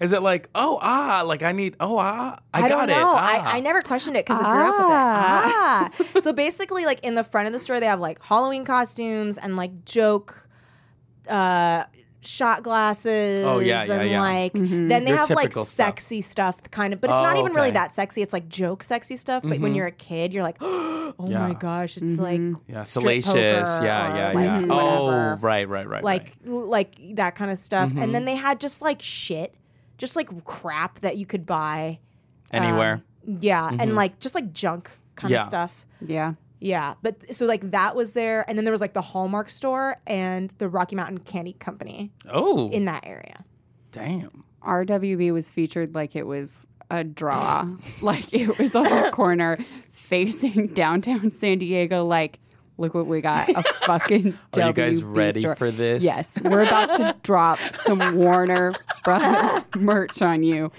Is it like? Oh ah! Like I need. Oh ah! I, I, got don't know. it. ah. I, I never questioned it because I grew up with it. Ah. so basically, like in the front of the store, they have like Halloween costumes and like joke uh, shot glasses. Oh, yeah, yeah, and yeah. like then they Your have like typical stuff. sexy stuff, kind of. But it's Oh, not even really okay. Mm-hmm. that sexy. It's like joke sexy stuff. But when you're a kid, you're like, oh my Yeah. gosh, it's like Yeah, strip salacious. poker or, yeah, yeah, like, yeah. whatever. Oh, right, right, right. like right. Mm-hmm. like that kind of stuff. And then they had just like shit, just like crap that you could buy. um, anywhere. Yeah, and like just like junk kind Mm-hmm. Yeah. of stuff. yeah. Yeah, but so like that was there, and then there was like the Hallmark store and the Rocky Mountain Candy Company oh, in that area. damn. RWB was featured like it was a draw, like it was on the corner facing downtown San Diego. Like, look what we got a fucking Are you guys WB ready store. for this? Yes, we're about to drop some Warner Brothers merch on you.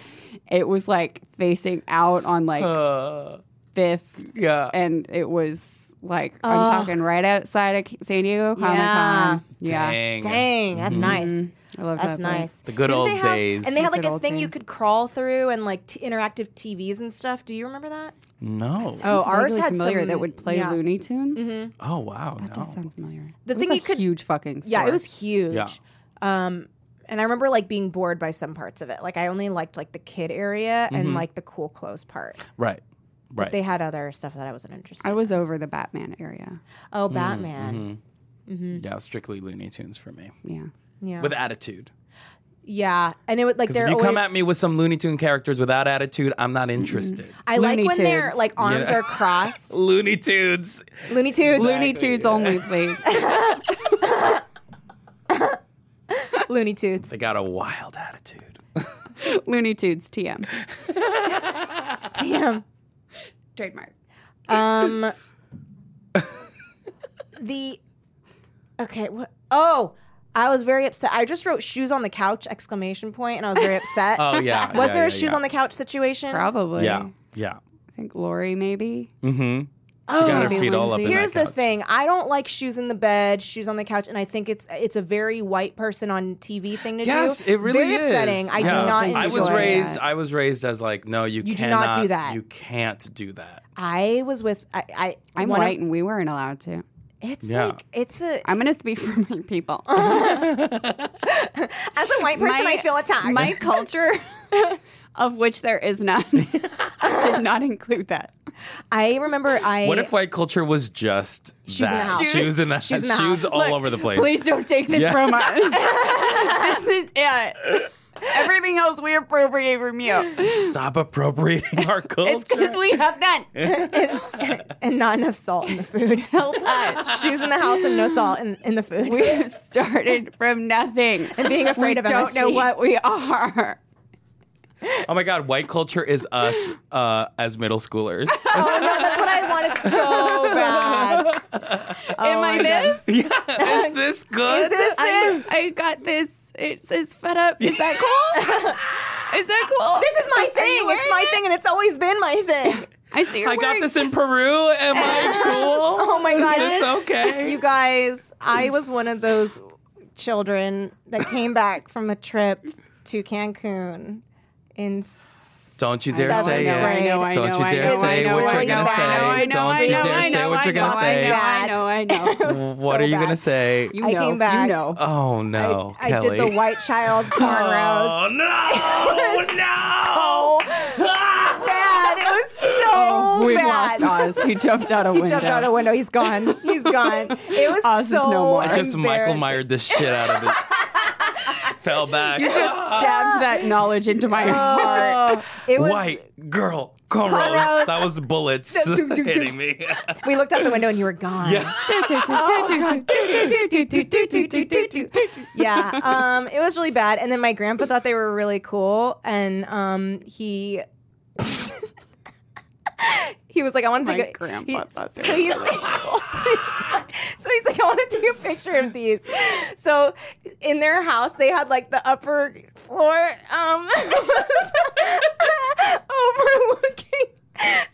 It was like facing out on like Uh, Fifth, yeah. and it was Like I'm talking right outside of San Diego Comic Con. Yeah, Dang. Dang, that's nice. I love That's that. place. nice. Mm-hmm. The good Didn't old they have- days. And they had The like good a old thing you days. could crawl through and like t- interactive TVs and stuff. Do you remember that? No. Oh, It's ours vaguely had familiar some- that would play yeah. Mm-hmm. Looney Tunes. Oh, wow. That no. does sound familiar. The It was thing a you could- huge fucking. Yeah, it store. was huge. Yeah. Um, and I remember like being bored by some parts of it. Like I only liked like the kid area Mm-hmm. and like the cool clothes part. Right. Right. They had other stuff that I wasn't interested. I in. was over the Batman area. Oh, Mm-hmm. Batman. yeah, strictly Looney Tunes for me. Yeah. Yeah. With attitude. yeah, and it would like Because they're if you always. Mm-hmm. come at me with some Looney Tune characters without attitude, I'm not interested. I like Looney when their Tunes. like arms Yeah. are crossed. Looney Tunes. Looney Tunes. Looney Tunes only, please. Looney Tunes. They got a wild attitude. Looney Tunes TM. Damn. Trademark. Um, the okay. What? Oh, I was very upset. I just wrote "shoes on the couch!" exclamation point, and I was very upset. Oh, yeah. Was Yeah, there yeah, a shoes yeah. on the couch situation? Probably. Yeah. Yeah. I think Lori maybe. Mm-hmm. Oh. Got her Maybe feet all up in Lindsay. that Here's the couch. thing. I don't like shoes in the bed, shoes on the couch, and I think it's it's a very white person on TV thing to Yes, do. it really very is. upsetting. I Yeah. do not enjoy I was it. raised. I was raised as like, no, you, You do cannot not do that. You can't do that. I was with I. I I'm one of- white and we weren't allowed to. it's Yeah. like it's a I'm gonna speak for my people. as a white person My- I feel attacked. My culture, of which there is none, did not include that. I remember I. What if white culture was just shoes in the that? house. Shoes in the Shoes in the shoes house. all Look, over the place. Please don't take this Yeah. from us. this is it. Everything else we appropriate from you. Stop appropriating our It's because culture. we have none. and not enough salt in the food. Help us. Shoes in the house and no salt in, in the food. We have started from nothing. and being afraid we of don't MSG. know what we are. Oh my god, white culture is us uh, as middle schoolers. Oh no, that's what I wanted so bad. Am I this? yeah, is this good? I, I got this. It says fed up. Is that cool? is that cool? This is my thing. It's my thing, and it's always been my thing. I see. You're I got wearing- this in Peru. Am I cool? Oh my god, It's okay. You guys, I was one of those children that came back from a trip to Cancun in s- Don't you dare Seven say and it. grade. Don't you dare say what you're gonna say. Don't you dare say what you're gonna say. I know, I know. What so are you bad. gonna say? You I know, came back. You know. Oh no, I Kelly. did the white child cornrows. Oh no, no. Ah! Bad. It was so Oh, We've bad. lost Oz. He jumped out a He window. Oh, jumped out a window. He's gone. He's gone. It was Oz is so no more. I just Michael embarrassing. Myers the shit out of it. Fell back. You just stabbed that knowledge into my heart. Oh, it was White girl cornrows. Cornrows. That was bullets dun, dun, dun. hitting me. We looked out the window and you were gone. Yeah. Um, it was really bad. And then my grandpa thought they were really cool, and um, he. He was like, I want to My take a grandpa he- thought they so he's, like, so he's like, I want to take a picture of these. So in their house, they had like the upper floor um, overlooking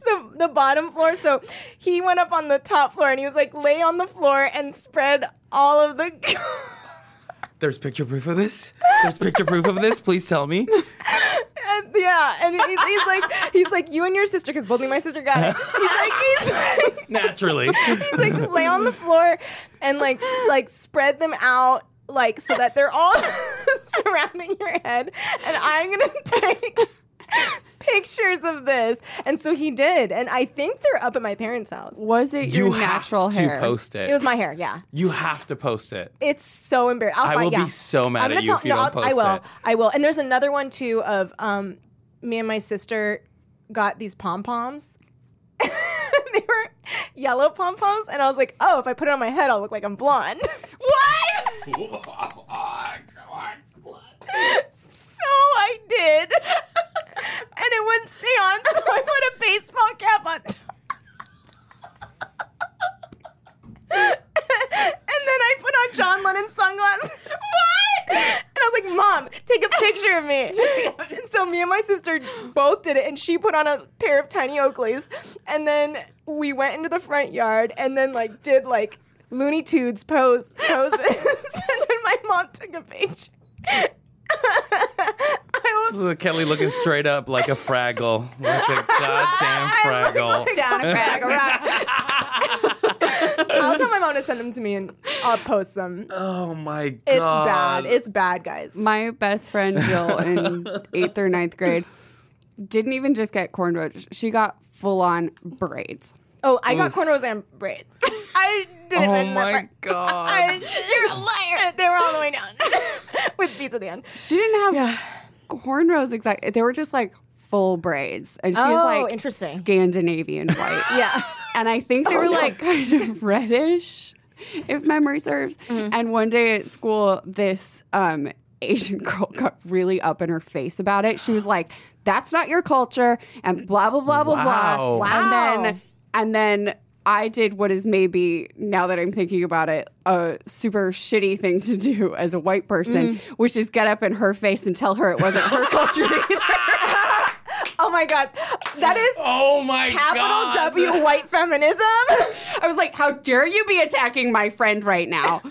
the, the bottom floor. So he went up on the top floor and he was like, lay on the floor and spread all of the. There's picture proof of this. There's picture proof of this. Please tell me. And, yeah, and he's, he's like, he's like, you and your sister, because both me and my sister got it. He's like, he's. Naturally. He's like lay on the floor and like like spread them out like so that they're all surrounding your head and I'm gonna take pictures of this. And so he did. And I think they're up at my parents' house. Was it You your have natural to hair? post it. It was my hair, yeah. you have to post it. It's so embarrassing. I'll I find, will yeah. be so mad I'm at gonna you tell- if you no, don't I'll- post I will. it. I will. And there's another one too of um, me and my sister got these pom poms. they were yellow pom poms, and I was like, oh, if I put it on my head, I'll look like I'm blonde. what? so I did, and it wouldn't stay on, so I put a baseball cap on. top. and then I put on John Lennon sunglasses. what? And I was like, Mom, take a picture of me. And so so me and my sister both did it, and she put on a pair of tiny Oakleys, and then we went into the front yard, and then like did like Looney Tunes pose poses, and then my mom took a picture. I was This is Kelly looking straight up like a Fraggle, like a goddamn Fraggle. Down a crack, a rock. I'll tell my mom to send them to me, and I'll post them. Oh my god! It's bad. It's bad, guys. My best friend Jill in eighth or ninth grade didn't even just get cornrows; she got full on braids. Oh, I got cornrows and braids. I didn't. oh remember. my god! You're a liar. They were all the way down with beads at the end. She didn't have cornrows exactly. They were just like full braids, and she was Oh, like interesting. Scandinavian white. Yeah. and I think they were like kind of reddish, if memory serves. And one day at school, this um, Asian girl got really up in her face about it. She was like, "That's not your culture," and blah blah blah blah blah. And Wow. Wow. then and then. I did what is maybe now that I'm thinking about it a super shitty thing to do as a white person, which is get up in her face and tell her it wasn't her culture either. Oh my god, that is Oh my capital god! W white feminism. I was like, how dare you be attacking my friend right now?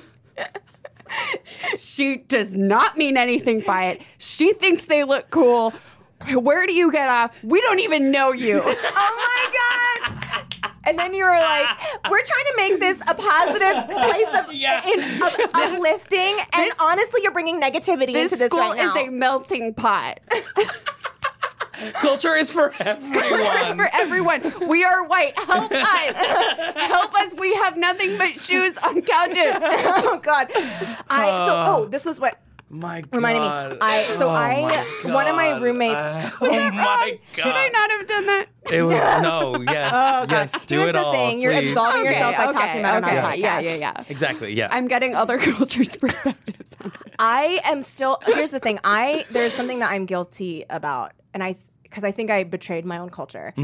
she does not mean anything by it. She thinks they look cool. Where do you get off? We don't even know you. Oh my god. And then you were like, we're trying to make this a positive place of, Yeah. in, of uplifting, and honestly, you're bringing negativity This into this school right now. is a melting pot Culture is for It's everyone. for everyone. We are white. Help us. Help us. We have nothing but shoes on couches. oh god, I so oh this was what my god! reminded me. I so Uh, Oh I my one of my God. roommates. I- oh my god! Should I not have done that? It was no. Yes. yes. Do Oh, Here's it the all. thing, you're please. absolving yourself by okay, talking about it on okay. our podcast. Yeah, yeah, yeah. Exactly. Yeah. I'm getting other cultures' perspectives on it. I am still. Here's the thing. I there's something that I'm guilty about, and I because I think I betrayed my own culture.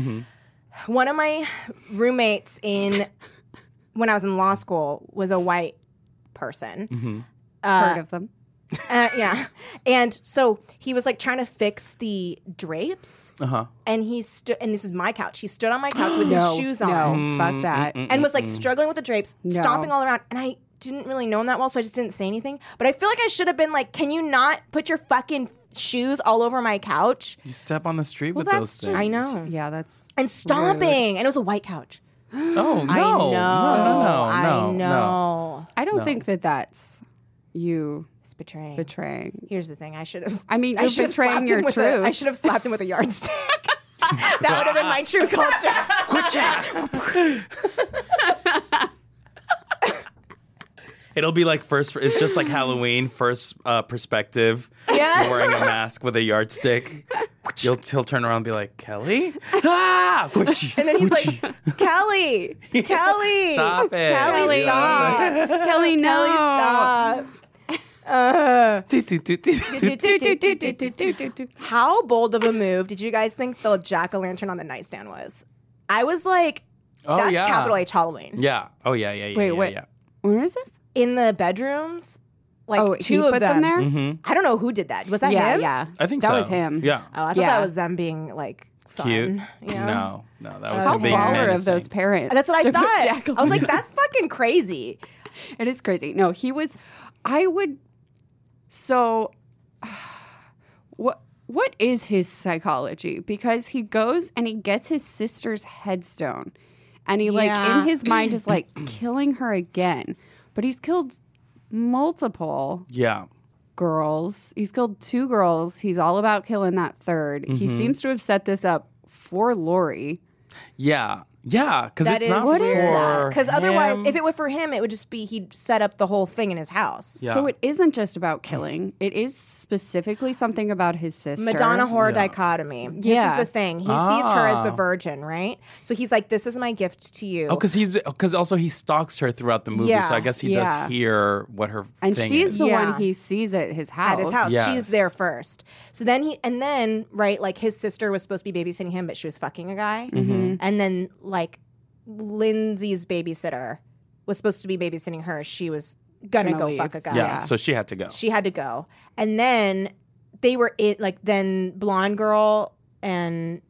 One of my roommates in when I was in law school was a white person. Heard of them. Uh, yeah, and so he was like trying to fix the drapes, uh huh. and he stood. And this is my couch. He stood on my couch with no, his shoes no, on. Mm, fuck that. and was like struggling with the drapes, No. stomping all around. And I didn't really know him that well, so I just didn't say anything. But I feel like I should have been like, "Can you not put your fucking shoes all over my couch You step on the street with that's those things. just- I mm. know. Yeah, that's and stomping?" And it was a white couch. Oh no! I know. No! No! No! I know. No. I don't think that that's you It's betraying. betraying. Here's the thing: I should have. I mean, you're should have betraying slapped your him with a- truth. I should have slapped him with a yardstick. that would have been my true culture. It'll be like first. It's just like Halloween. First uh, perspective. Yeah. You're wearing a mask with a yardstick. You'll he'll turn around and be like Kelly. Ah! And And then he's like, "Kelly, Kelly, Stop it. Kelly, Kelly. Ah, stop, Kelly, no. Kelly, stop." How bold of a move did you guys think the jack o' lantern on the nightstand was? I was like, Oh, that's yeah. capital H Halloween. Yeah. Oh yeah. Yeah. Yeah. Wait, yeah, wait. Yeah. Where is this? In the bedrooms, like Oh, two he of put them. there. Mm-hmm. I don't know who did that. Was that Yeah, him? yeah. I think that so. was him. Yeah. Oh, I thought Yeah. that was them being like fun. Cute. You know? No. No. That was How the big baller of those parents. That's what I to put thought. Jacqueline I was like, in. that's fucking crazy. It is crazy. No, he was. I would. So, what what is his psychology? Because he goes and he gets his sister's headstone, and he like Yeah. in his mind is like killing her again, but he's killed multiple Yeah. girls. He's killed two girls. He's all about killing that 3rd He Mm-hmm. seems to have set this up for Lori. Yeah. Yeah. Because That it's is not What for is that? Because otherwise, him. if it were for him, it would just be he'd set up the whole thing in his house. Yeah. So it isn't just about killing. It is specifically something about his sister. Madonna horror dichotomy. Yeah. This is the thing. He sees her as the Ah. virgin, right? So he's like, "This is my gift to you." Oh, because he's because also he stalks her throughout the movie, Yeah. so I guess he Yeah. does hear what her And thing she's is. the Yeah. one he sees at his house. at his house. Yes. She's there first. So then he, and then, right, like his sister was supposed to be babysitting him, but she was fucking a guy. And then, like, Lindsay's babysitter was supposed to be babysitting her. She was gonna, Gonna go leave. fuck a guy. yeah, so she had to go. She had to go. And then they were in like then blonde girl and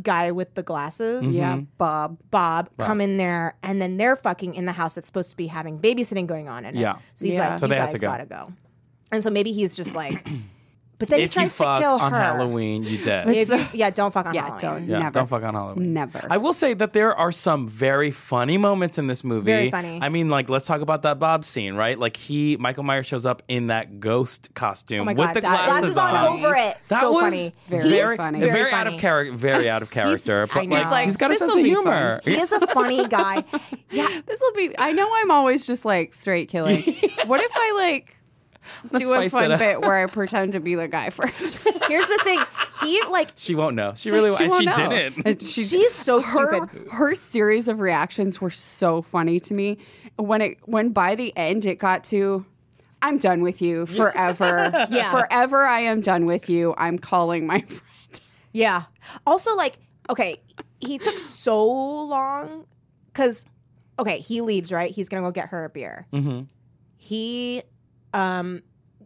guy with the glasses Mm-hmm. Yeah, Bob. Bob come in there, and then they're fucking in the house that's supposed to be having babysitting going on in it. Yeah. So he's Yeah. like, So you they had guys to go. gotta go. And so maybe he's just like, but then he if you tries to fuck kill on her. Halloween, you dead. If you- yeah, don't fuck on Yeah, Halloween. don't. Yeah, never. don't fuck on Halloween. Never. I will say that there are some very funny moments in this movie. Very funny. I mean, like let's talk about that Bob scene, right? Like he, Michael Myers shows up in that ghost costume Oh my with God, the that- glasses, glasses on on. over it. That So was funny. very, Very very funny. funny. Very Very, out of funny. character. Very out of character. I but like, know. he's got a This'll sense of be humor. He is a funny guy. Yeah. This will be. I know I'm always just like straight killing. What if I like do a spice it fun up. bit where I pretend to be the guy first? Here's the thing. He like She won't know. She really she won't won't. and she know. didn't. And she's, She's so her, stupid. Her series of reactions were so funny to me. When it when by the end it got to I'm done with you forever. Yeah. Forever I am done with you. I'm calling my friend. Yeah. Also, like, okay, he took so long because, okay, he leaves, right? He's going to go get her a beer. Mm-hmm. He um,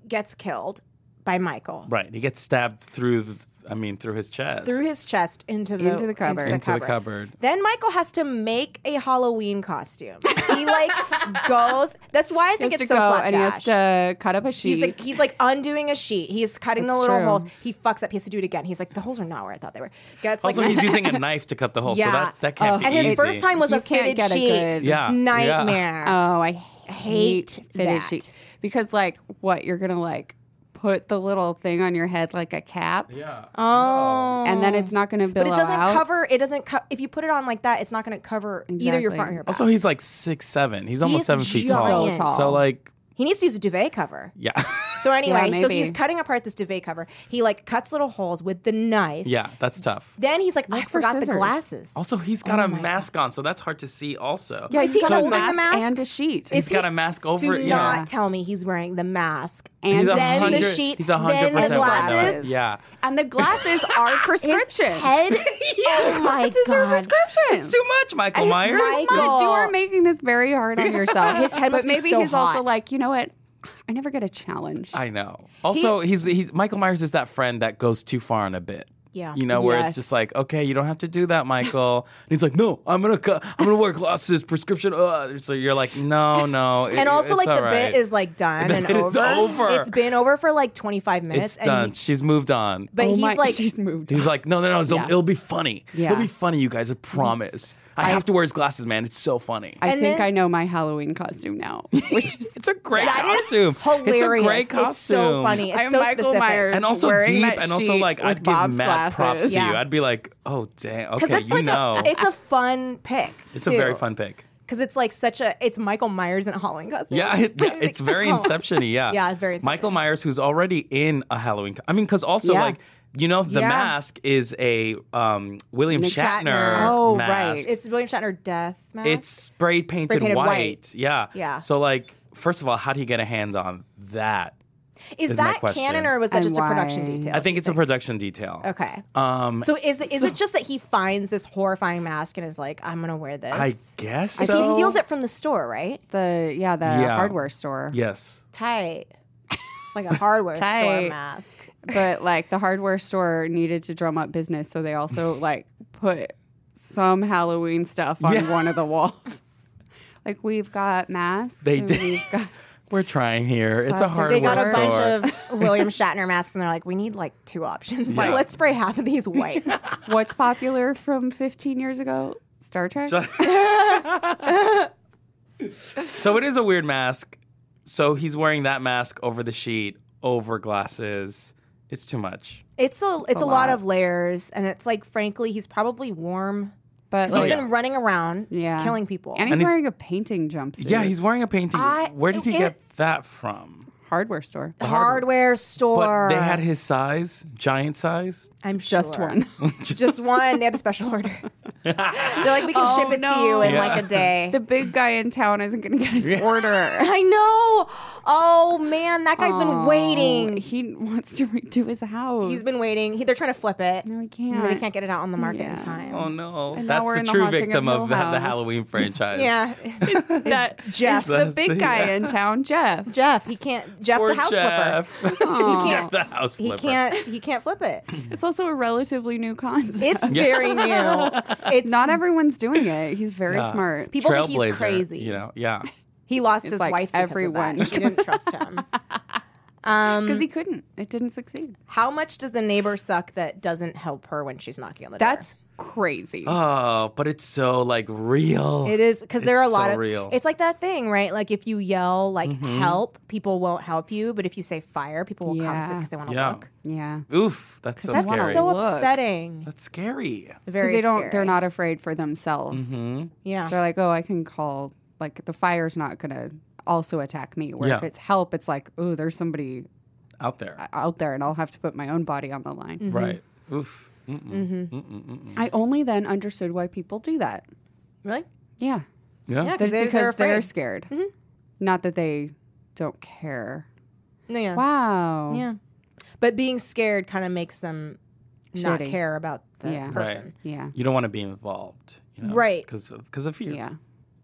gets killed by Michael Right. He gets stabbed through. th- I mean, through his chest. through his chest into the, Into the cupboard. into the cupboard. Then Michael has to make a Halloween costume. He like goes. That's why I He think has it's to so go and slapdash. he has to cut up a sheet. He's like he's like undoing a sheet. He's cutting That's the little true. holes. He fucks up. He has to do it again. He's like the holes are not where I thought they were. Gets Also, like Oh, he's using a knife to cut the hole, so that, that can't be and easy. his first time was You a can't fitted get a sheet. good- Yeah, yeah. Nightmare. Oh, I hate, Hate fitted that. sheet because like what you're gonna like put the little thing on your head like a cap, Yeah. Oh. and then it's not gonna But billow it doesn't out. cover. It doesn't. Co- if you put it on like that, it's not going to cover either your Exactly. front or your back. Also, he's like six seven. He's almost He's seven feet tall. giant. So tall. So like, he needs to use a duvet cover. yeah, So anyway, Yeah, so maybe. he's cutting apart this duvet cover. He like cuts little holes with the knife. yeah, that's tough. Then he's like, I Look for forgot the scissors. glasses. Also, he's Oh got a mask on, so that's hard to see. Also, Yeah, Is he's he got a holding mask, the mask? and a sheet. Is he's got a mask over Do it. not Yeah, tell me he's wearing the mask And he's a then the hundred. sheet, he's a then hundred the percent right now. glasses. Yeah, and the glasses are prescription. His head. Oh my This is her god. prescription. it's too much, Michael It's Myers. Mike- Much. You are Michael. making this very hard on yourself. His head but must be maybe so he's also hot. like, you know what? I never get a challenge. I know. Also, he's he's Michael Myers is that friend that goes too far in a bit. Yeah. you know where Yes. it's just like, okay, you don't have to do that, Michael. and he's like, no, I'm gonna cut. I'm gonna wear glasses, prescription. Uh. So you're like, no, no. it- And also, it's like all the right. bit is like done The and bit is over. over. It's been over for like 25 minutes. It's done. And, She's moved on. but Oh he's my- like, she's moved. He's like, no, no, no, it'll, Yeah. it'll be funny. Yeah. It'll be funny, you guys. I Mm-hmm. promise. I, have to wear his glasses, man. It's so funny. I And think then- I know my Halloween costume now, which is it's a great that is costume. It's a hilarious. great costume. It's so funny. It's I'm so Michael specific. Myers. And also Wearing deep, that and also sheet like with I'd give Bob's mad props glasses. to you. Yeah. I'd be like, oh damn, Because okay, it's you like know, a, it's a fun pick. It's a very fun pick. because it's like such a it's Michael Myers in a Halloween costume. Yeah, it, yeah, it's very inception-y. Yeah, Yeah, it's very Michael Myers, who's already in a Halloween. co- I mean, because also Yeah. like you know, the Yeah. mask is a um, William Nick Shatner, Shatner. Oh, mask. right. It's William Shatner death mask. It's spray painted, painted white. white. Yeah. Yeah. So like, first of all, how do you get a hand on that? is, is my that question. canon or was that And just a production why? detail? I think it's a production detail. okay. Um, so is it, is it just that he finds this horrifying mask and is like, I'm gonna wear this? I guess Because so. he steals it from the store, right? the yeah the Yeah. hardware store. Yes. Tight. It's like a hardware Tight. store mask. But like the hardware store needed to drum up business, so they also like put some Halloween stuff on Yeah. one of the walls. Like we've got masks. They and did. We've got We're trying here. It's a Plastic hardware They got a store. bunch of William Shatner masks and they're like, we need like two options. So Yeah. let's spray half of these white. what's popular from 15 years ago. Star Trek. so it is a weird mask. So he's wearing that mask over the sheet, over glasses. It's too much. It's a it's, a lot. of layers, and it's like frankly, he's probably warm. 'Cause but He's like, Oh, yeah. been running around, Yeah. killing people. and he's And he's- wearing a painting jumpsuit. Yeah, he's wearing a painting. I- Where did he it- get that from? hardware store. The hardware store. But they had his size, giant size. I'm Just sure. one. just one. They had a special order. They're like, we can Oh, ship it to no. you in Yeah. like a day. The big guy in town isn't going to get his order. I know. Oh man, that guy's been Oh, waiting. He wants to redo his house. He's been waiting. He, they're trying to flip it. No, he And can't. they can't get it out on the market in Yeah. time. Oh no, And now that's we're the in the true haunting of victim Hill of, the, the House. Halloween franchise. Yeah, that Jeff. the big guy in town, Jeff. Jeff. He can't. Jeff Poor the house flipper. Jeff. Aw. Jeff the house He flipper. can't. He can't flip it. It's also a relatively new concept. It's very new. It's not everyone's doing it. He's very Yeah. smart. people think he's Trailblazer, crazy. You know, yeah. He lost It's his like wife. Because everyone. everyone. Of that. She didn't trust him. because he couldn't. It didn't succeed. How much does the neighbor suck that doesn't help her when she's knocking on the That's crazy. Oh, but it's so like real. door? It is because there are a It's lot so of. real. Mm-hmm. It's like that thing, right? Like if you yell like help, people won't help you, but if you say fire, people will come Yeah. because they want to Yeah. look. yeah. Oof, that's so That's wanna scary. so look. upsetting. that's scary. Very. Because they don't. They're scary. not afraid for themselves. Yeah. They're like, oh, I can call. Like the fire's not gonna also attack me. Where if Yeah. it's help, it's like, oh, there's somebody Out there. out there, and I'll have to put my own body on the line. Right. Oof. Mm-mm. I only then understood why people do that. really. Yeah, Yeah. Yeah, that's because they, because they're they're, afraid. scared. Not that they don't care. No, yeah. Wow. Yeah. But being scared kind of makes them not Shitty. care about the Yeah. person. Yeah. You don't want to be involved. You know, Right. Oh. Because of, 'cause of fear. Yeah.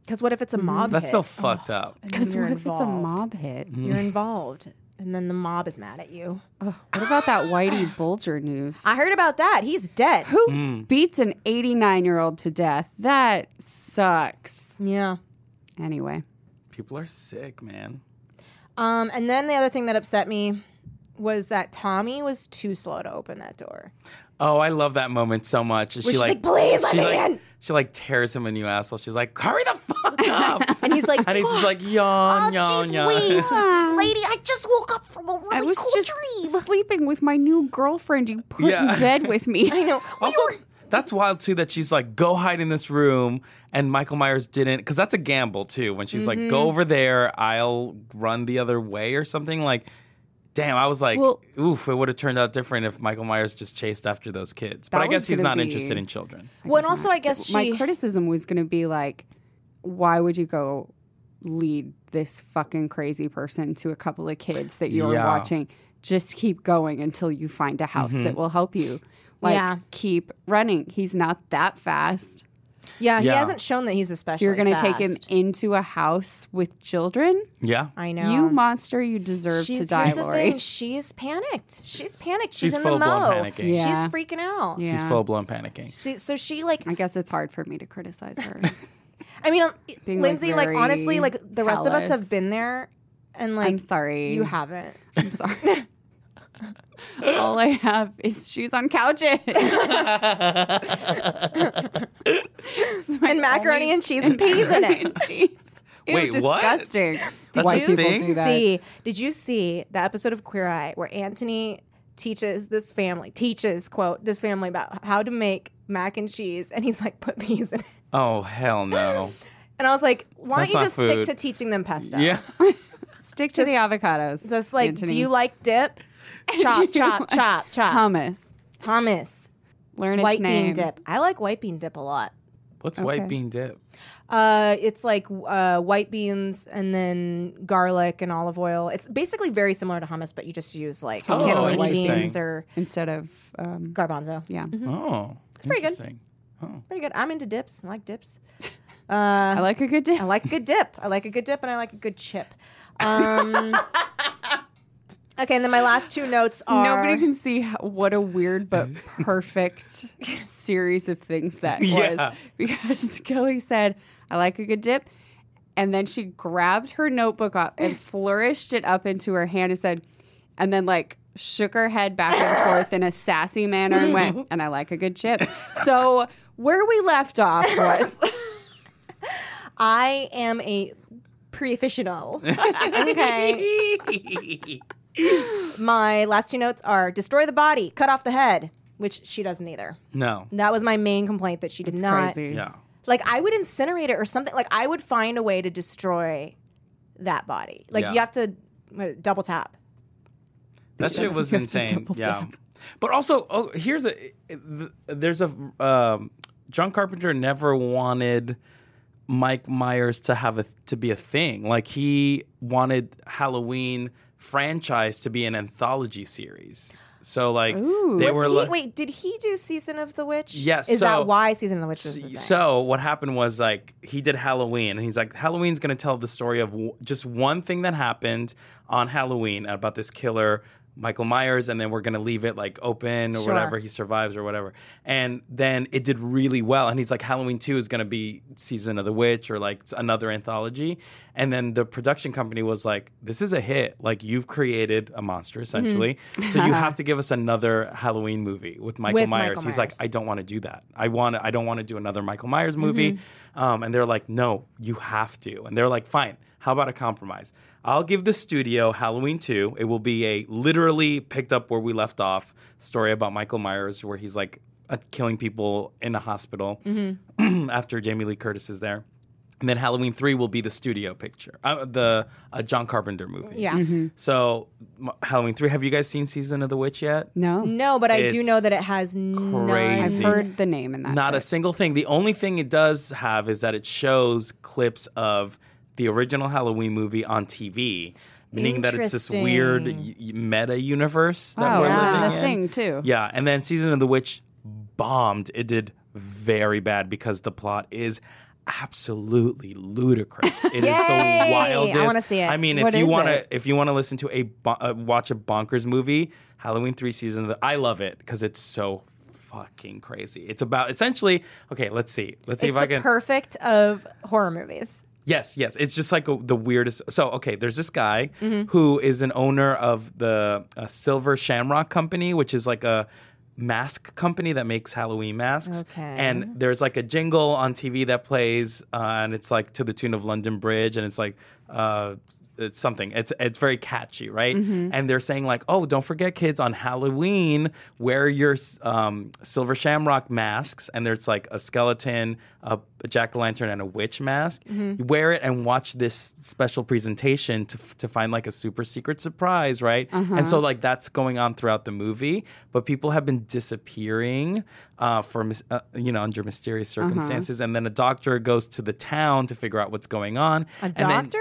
Because what if Mm-hmm. it's a mob? That's hit? so fucked up. Because You're what if it's a involved. mob hit? You're involved, and then the mob is mad at you. What about that Whitey Bulger news? I heard about that. He's dead. Who beats an 89 year old to death? That sucks. Yeah. Anyway, People are sick, man. Um, and then the other thing that upset me was that Tommy was too slow to open that door. Oh, I love that moment so much. And Where she's like, "Please let she me like, in." She like tears him a new asshole. She's like, hurry the fuck up. And he's like, and he's just like, Oh, yawn, yawn, yawn. lady, I just woke up from a really Ah, I was just sleeping with my new girlfriend you put Yeah. in bed with me. I know. Also, that's wild too that she's like, go hide in this room. And Michael Myers didn't, because that's a gamble too. When she's like, go over there, I'll run the other way or something. Like, damn, I was like, Well- oof, it would have turned out different if Michael Myers just chased after those kids. But That I guess was he's gonna not be- interested in children. Well, and also, I guess My she. criticism was going to be like, why would you go lead this fucking crazy person to a couple of kids that you're Yeah. watching? Just keep going until you find a house that will help you. Like, Yeah. keep running. He's not that fast. yeah, he Yeah. hasn't shown that he's especially. So you're going to fast. take him into a house with children? Yeah. I know. You monster, you deserve to die, here's the Lori. thing, She's panicked. She's panicked. She's, She's in the mo. full-blown panicking. Yeah. She's freaking out. Yeah. She's full blown panicking. She, so she like I guess it's hard for me to criticize her. I mean Being, like, Lindsay like, very honestly like the rest of us callous. have been there and like I'm sorry. you haven't. I'm sorry. All I have is shoes on couches. And macaroni and cheese and peas in it. Cheese. Ew, Wait, what? disgusting. That's Why a people thing? do that? See, did you see the episode of Queer Eye where Anthony teaches this family teaches quote this family about how to make mac and cheese and he's like put peas in it. Oh, hell no. And I was like, why That's don't you not just food. stick to teaching them pesto? yeah. Stick to the avocados. Just like, Anthony. do you like dip? Chop, Do you chop, like- chop, chop. hummus? Hummus. Learn white its name. bean dip. I like white bean dip a lot. What's Okay. white bean dip? Uh, it's like uh, white beans and then garlic and olive oil. It's basically very similar to hummus, but you just use like Oh, cannellini interesting. beans or instead of um, garbanzo. yeah. Oh, it's pretty good. Oh, Pretty good. I'm into dips. I like dips. Uh, I like a good dip. I like a good dip. I like a good dip and I like a good chip. Um, okay, and then my last two notes are Nobody can see how, what a weird but perfect series of things that Yeah. was because Kelly said, I like a good dip. And then she grabbed her notebook up and flourished it up into her hand and said, and then like shook her head back and forth in a sassy manner and went, and I like a good chip. So where we left off was I am a pre-official. okay. my last two notes are destroy the body, cut off the head, which she doesn't either. no. That was my main complaint that she did not. crazy. Yeah. Like I would incinerate it or something. Like I would find a way to destroy that body. Like Yeah. you have to what, double tap. That shit was insane. Yeah. But also, oh, here's a th- there's a um, John Carpenter never wanted Mike Myers to have a to be a thing. Like he wanted Halloween franchise to be an anthology series. So like they Was were he, like wait, did he do Season of the Witch? Yes, Is so- that why Season of the Witch was the thing? so what happened was like he did Halloween, and he's like Halloween's going to tell the story of w- just one thing that happened on Halloween about this killer Michael Myers, and then we're going to leave it like open or Sure. whatever he survives or whatever. And then it did really well, and he's like Halloween two is going to be season of the witch or like another anthology. And then the production company was like, this is a hit. Like you've created a monster essentially, Mm-hmm. so you have to give us another Halloween movie with Michael With Myers. Michael He's like, Myers. Mm-hmm. I don't want to do that. I want to, I don't want to do another Michael Myers movie. Um, and they're like, no, you have to. And they're like, fine. How about a compromise? I'll give the studio Halloween 2. It will be a literally picked up where we left off story about Michael Myers where he's like uh, killing people in a hospital Mm-hmm. after Jamie Lee Curtis is there. And then Halloween 3 will be the studio picture, uh, the uh, John Carpenter movie. Yeah. So, m- Halloween 3, have you guys seen Season of the Witch yet? No. No, but I do know It's that it has I've crazy. none. heard the name and that's Not a it. single thing. The only thing it does have is that it shows clips of the original Halloween movie on TV, meaning that it's this weird y- Interesting. y- meta universe that Oh, we're yeah. living The in. thing, too. Yeah, and then Season of the Witch bombed. It did very bad because the plot is absolutely ludicrous. It is Yay! the wildest. I wanna see it. I mean, What if you is want to it? if you want to listen to a bo- uh, watch a bonkers movie, Halloween three season, of the, I love it because it's so fucking crazy. It's about essentially okay. Let's see. Let's see It's if I the can. perfect of horror movies. yes, yes. It's just like a, the weirdest. So okay, there's this guy who is an owner of the uh, Silver Shamrock Company, which is like a mask company that makes Halloween masks. Okay. And there's like a jingle on TV that plays, uh, and it's like to the tune of London Bridge, and it's like uh, it's something. It's it's very catchy, right? And they're saying like, oh, don't forget, kids, on Halloween, wear your um, silver shamrock masks, and there's like a skeleton, a, jack o' lantern, and a witch mask. Mm-hmm. You wear it and watch this special presentation to f- to find like a super secret surprise, right? And Uh-huh. so like that's going on throughout the movie, but people have been disappearing uh, for mis- uh, you know under mysterious Uh-huh. circumstances, and then a doctor goes to the town to figure out what's going on. A and then- doctor?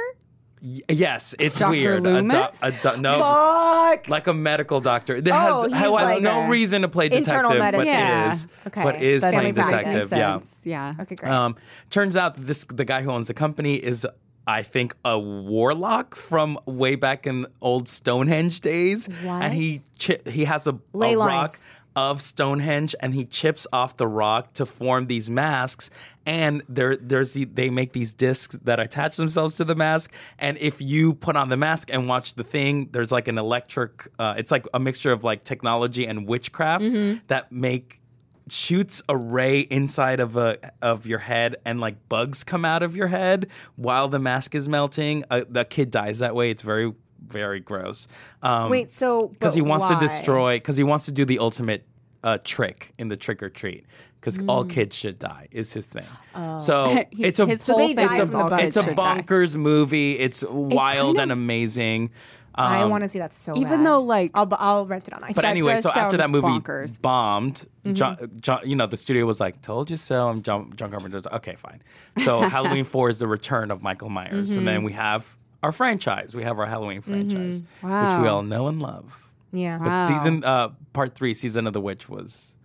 y- yes, it's Dr. weird. A Loomis? a do- no. Fuck. Like a medical doctor, it has, Oh, he's has like no a- reason to play detective, Internal but medicine. Yeah. is Okay. but is That playing makes makes detective. Yeah, sense. Yeah. Okay, great. um, turns out that this the guy who owns the company is, I think, a warlock from way back in old Stonehenge days, and he chi- he has a, a Ley rock lines. of Stonehenge, and he chips off the rock to form these masks. And there, there's the, they make these discs that attach themselves to the mask. And if you put on the mask and watch the thing, there's like an electric. Uh, it's like a mixture of like technology and witchcraft that make shoots a ray inside of a of your head and like bugs come out of your head while the mask is melting. Uh, the kid dies that way. It's very very gross. Um, Wait, so because he but wants why? to destroy because he wants to do the ultimate uh, trick in the trick or treat because all kids should die is his thing. So Mm. Oh. He- it's a his it's whole they die thing a, is from the all bug it's kids a should die. bonkers movie. It's wild kind and amazing. I want to see that so Even bad. though, like- I'll, bu- I'll rent it on iTunes. um, But anyway, does so after sound that movie bonkers. Mm-hmm. bombed, John, John, you know, the studio was like, "Told you so." And John, John Carpenter's like, "Okay, fine." So Halloween Four is the return of Michael Myers, and Mm-hmm. then we have our franchise. We have our Halloween franchise, which we Mm-hmm. Wow. all know and love. yeah. But season uh, part three, season of the witch was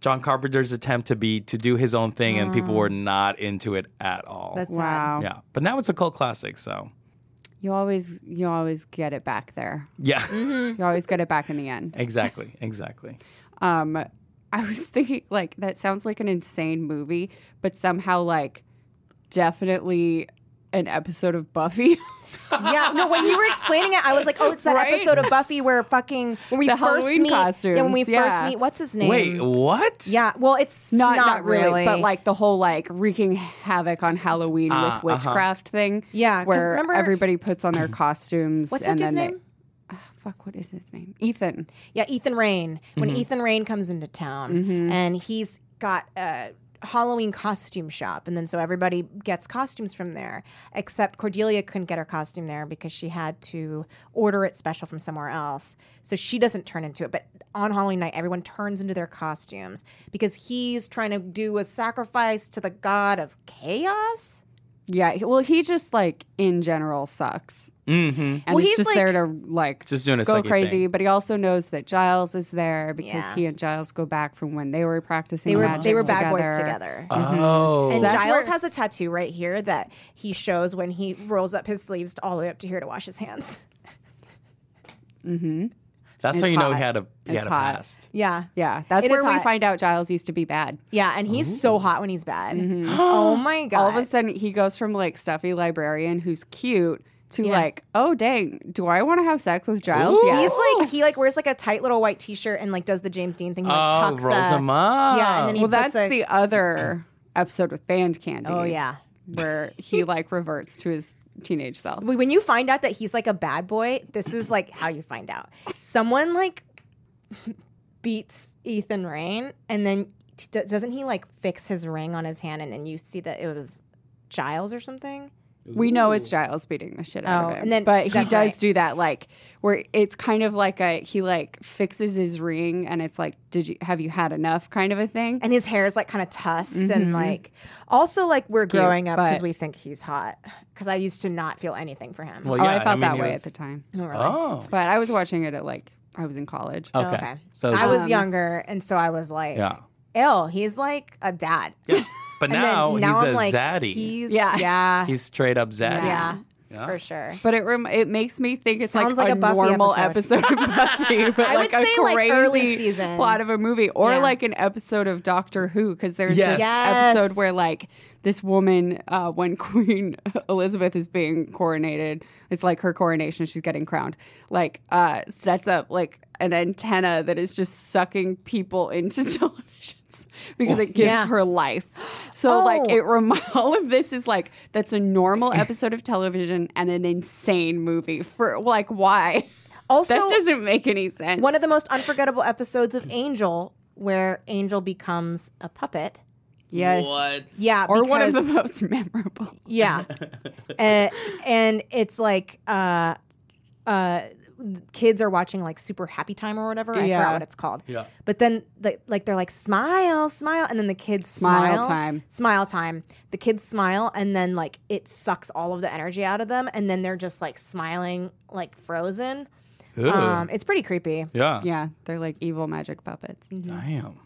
John Carpenter's attempt to be to do his own thing, and people were not into it at all. That's sad. Wow. yeah, but now it's a cult classic. So You always you always get it back there. yeah, Mm-hmm. You always get it back in the end. exactly, exactly. Um I was thinking like that sounds like an insane movie, but somehow like definitely an episode of Buffy. yeah, no. When you were explaining it, I was like, "Oh, it's that Right? episode of Buffy where fucking when we The first Halloween meet, yeah, when we costumes, first yeah. meet, what's his name? Wait, what? yeah. Well, it's not, not, not, really, really, but like the whole like wreaking havoc on Halloween Ah, with witchcraft thing. Yeah, 'cause where remember- everybody puts on their costumes. What's that and dude's then name? They, Ah, fuck, what is his name? Ethan. Mm-hmm. yeah, Ethan Rain. When Ethan Rain comes into town and he's got a Halloween costume shop, and then so everybody gets costumes from there. Except Cordelia couldn't get her costume there because she had to order it special from somewhere else, so she doesn't turn into it. But on Halloween night, everyone turns into their costumes because he's trying to do a sacrifice to the god of chaos. Yeah. he- Well, he just like in general sucks. Mm-hmm. And Well, he's he's, just like- there to like Just doing a go sucky crazy. thing. But he also knows that Giles is there because Yeah. he and Giles go back from when they were practicing. They were magic they were bad together. boys together. Mm-hmm. Oh, And That's Giles where- has a tattoo right here that he shows when he rolls up his sleeves all the way up to here to wash his hands. that's how It's you know he hot. had a he It's had a hot. past. Yeah. Yeah, that's It is where we hot. find out Giles used to be bad. Yeah, and he's so hot when he's bad. oh my god. Mm-hmm. All of a sudden, he goes from like stuffy librarian who's cute to Yeah. like, oh dang, do I want to have sex with Giles? Ooh. Yes. he's like he like wears like a tight little white t-shirt and like does the James Dean thing he, like Oh, tucks rolls a- him up. Yeah, and then he well, puts that's a- the other episode with band candy. Oh yeah. where he like reverts to his teenage self. We- When you find out that he's like a bad boy, this is like how you find out. Someone like beats Ethan Rain and then t- do- doesn't he like fix his ring on his hand and then you see that it was Giles or something? We know it's Giles beating the shit out Oh, of him, and then- but he that's does right. do that like where it's kind of like a he like fixes his ring and it's like, did you have you had enough kind of a thing? and his hair is like kind of tussed Mm-hmm. and like also like we're growing up because but- we think he's hot because i used to not feel anything for him Well, oh, yeah, I felt mean, that he way was- at the time, No, really. Oh, but I was watching it at like I was in college. okay. okay. So, i was younger and so i was like yeah, ill he's like a dad yeah. But and now, then now he's i'm a like zaddy. he's Yeah. yeah yeah, he's straight up zaddy. Yeah. for sure But it rem- it makes me think it's like, Sounds like a, a Buffy normal episode, episode. of Buffy, but I like would a say, crazy like, early season. plot of a movie, or Yeah. like an episode of Doctor Who, because there's Yes. this Yes. episode where like this woman, uh, when Queen Elizabeth is being coronated, it's like her coronation, she's getting crowned, like uh, sets up like an antenna that is just sucking people into televisions because it gives Yeah. her life. So like Oh. it remi- all of this is like that's a normal episode of television and an insane movie for like why also that doesn't make any sense. one of the most unforgettable episodes of angel where angel becomes a puppet yes, What? yeah or one of because- the most memorable. Yeah. and, and it's like uh uh kids are watching like super happy time or whatever. I Yeah. forgot what it's called. Yeah. But then the, like they're like smile, smile and then the kids Smile smile. time. Smile time. The kids smile and then like it sucks all of the energy out of them and then they're just like smiling like frozen. Ooh. Um it's pretty creepy. yeah. Uh, Yeah, they're like evil magic puppets. Damn.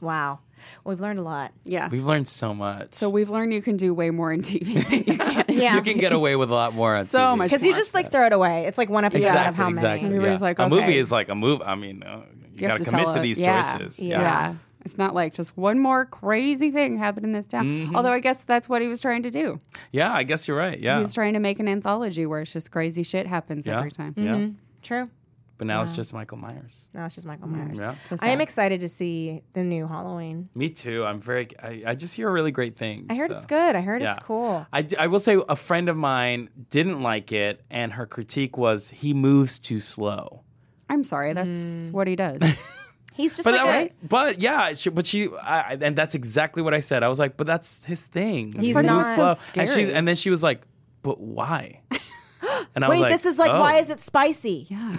Wow. We've learned a lot. Yeah. We've learned so much. so we've learned you can do way more in TV than you can. Yeah. you can get away with a lot more. On So TV. much Cuz you just like throw it away. It's like one episode Exactly. out of how exactly. many. Everybody's like, a movie okay. is like a movie. I mean, uh, you, have got to commit tell to us- these yeah, choices. Yeah. Yeah. It's not like just one more crazy thing happened in this town. Mm-hmm. Although I guess that's what he was trying to do. Yeah, I guess you're right. He Yeah. was trying to make an anthology where it's just crazy shit happens yeah. every time. Yeah. True. But now it's just Michael Myers. No, it's just Michael Myers. Mm, Yeah. So I am sad. excited to see the new Halloween. Me too. I'm very. I, I just hear really great things. I heard so. it's good. I heard it's yeah. cool. I, d- I will say a friend of mine didn't like it, and her critique was he moves too slow. I'm sorry. That's Mm. what he does. He's just But like that a, was, but yeah, she, but she I, I- and that's exactly what I said. I was like, but that's his thing. He's moves not- slow. So And, scary. she, and then she was like, but why? And I wait. was like, this is like oh. why is it spicy? Yeah.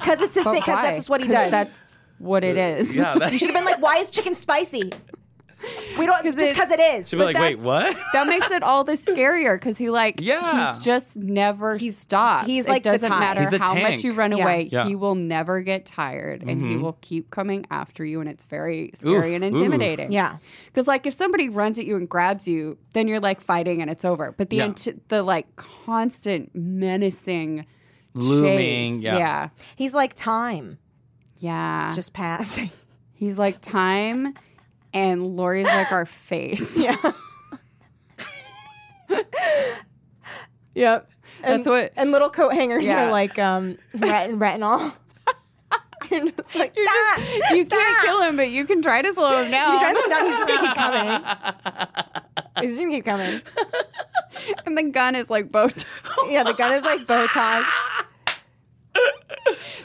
Because it's his But because why? that's just what he 'Cause does. That's what it is. Uh, Yeah, that, you should have been like, why is chicken spicy? We don't just it's- because it is. She'd be But like, wait, that's- what? That makes it all the scarier because he like Yeah. he's just never He's- stops. he's it like the doesn't tie. matter He's a how much tank. you run Yeah. away, Yeah. Mm-hmm. he will never get tired and he will keep coming after you and it's very Oof, scary and oof. intimidating. Yeah. Because like if somebody runs at you and grabs you, then you're like fighting and it's over. But the Yeah. int- the like constant menacing Looming, chase, yeah. yeah. He's like time. Yeah. It's just passing. He's like time, and Lori's like our face. Yeah. Yep. That's what. And little coat hangers Yeah. are like um ret- retinol. You're just like, "Stop! You can't Stop!" kill him, but you can try to slow him down. You drive him down. He's just gonna keep coming. He's just gonna keep coming. and the gun is like both. Yeah, the gun is like Botox.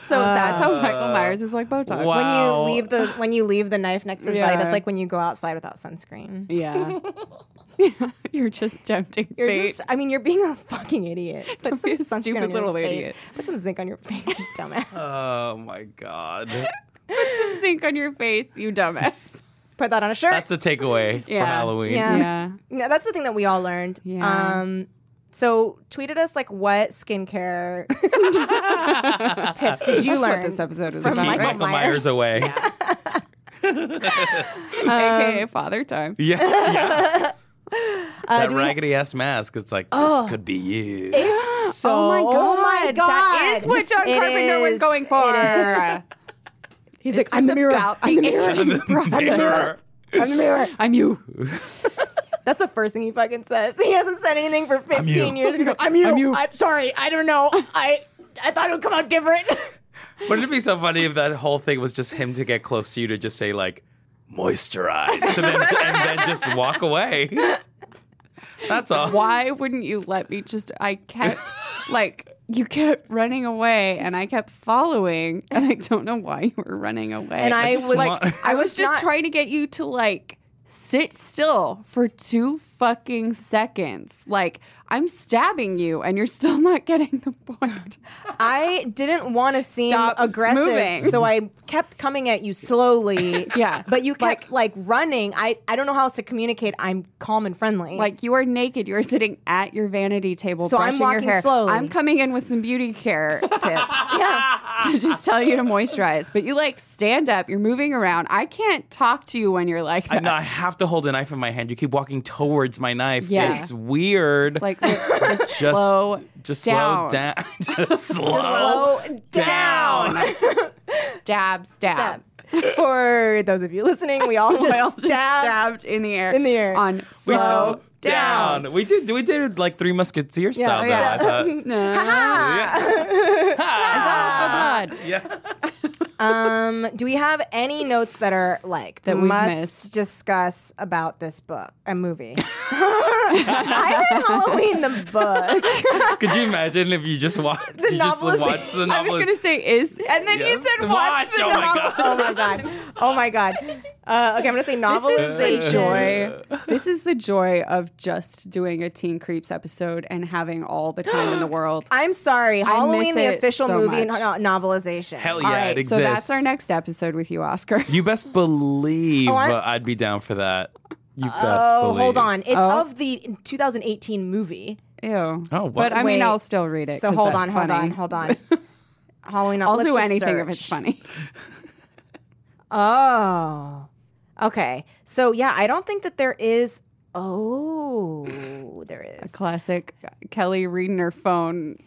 So that's how Michael Myers is like Botox. Wow. When you leave the when you leave the knife next to his body, Yeah. that's like when you go outside without sunscreen. Yeah. You're just tempting You're fate. just I mean, you're being a fucking idiot. Put Don't some be a sunscreen stupid on your little face. idiot. Uh, Put some zinc on your face, you dumbass. Oh my god. Put some zinc on your face, you dumbass. Put that on a shirt. That's the takeaway Yeah. for Halloween. Yeah. Yeah, that's the thing that we all learned. Yeah. Um, so tweeted us like what skincare tips did you That's learn? what this episode is from Keep about. Michael, Michael Myers. Myers, away. AKA father time. Yeah. yeah. that Uh, do we ha- Oh. raggedy ass mask. It's like, this could be you. So, Oh my god. oh my god, That is what John It Carpenter was is. going for. He's like, I'm the mirror. about I'm the the mirror. aging Mirror. I'm the mirror. I'm you. That's the first thing he fucking says. He hasn't said anything for 15 you. years. He's like, I'm you. I'm sorry. I don't know. I I thought it would come out different. Wouldn't it be so funny if that whole thing was just him to get close to you to just say like moisturize to then and then just walk away? That's all. Why wouldn't you let me just I kept like you kept running away and I kept following and I don't know why you were running away. And I, just was want- like, I was just not- trying to get you to like sit still for two fucking seconds. Like I'm stabbing you and you're still not getting the point. I didn't want to seem Stop aggressive, moving. so I kept coming at you slowly. Yeah, but you kept like, running. I I don't know how else to communicate. I'm calm and friendly. Like you are naked. You are sitting at your vanity table. So I'm brushing walking your hair. slowly. I'm coming in with some beauty care tips. yeah, to just tell you to moisturize. But you like stand up. You're moving around. I can't talk to you when you're like I that. know I have to hold a knife in my hand. You keep walking towards my knife. Yeah. It's weird. Like look, just, just slow just down. slow down. just slow, slow down. Stab, stab. For those of you listening, we all just, Well, just stabbed. stabbed in the air. in the air. On We slow down. down. We did we did it like three musketeer style though. yeah. I thought. Ah. Blood. Yeah. Um, do we have any notes that are like That we've must missed. discuss about this book, a movie? I read Halloween the book. Could you imagine if you just watched you just novelist- watched the I was novel? gonna say is, and then Yeah. you said Watch, watch. the oh my novel. God. Oh my god. Oh my god. Uh, okay, I'm gonna say novelization. This is the joy. This is the joy of just doing a Teen Creeps episode and having all the time in the world. I'm sorry, Halloween the it official so movie much. no- novelization. Hell yeah, All it right, exists. so that's our next episode with you, Oscar. You best believe Oh, I- uh, I'd be down for that. You best Oh, believe. hold on. It's Oh. of the 2018 movie. Ew. Oh, what? But I mean, Wait. I'll still read it. So 'cause hold that's on, hold funny. on, hold on. Halloween. I'll let's do just anything if it's search. funny. Oh. Okay. So yeah, I don't think that there is Oh, there is. Classic Kelly reading her phone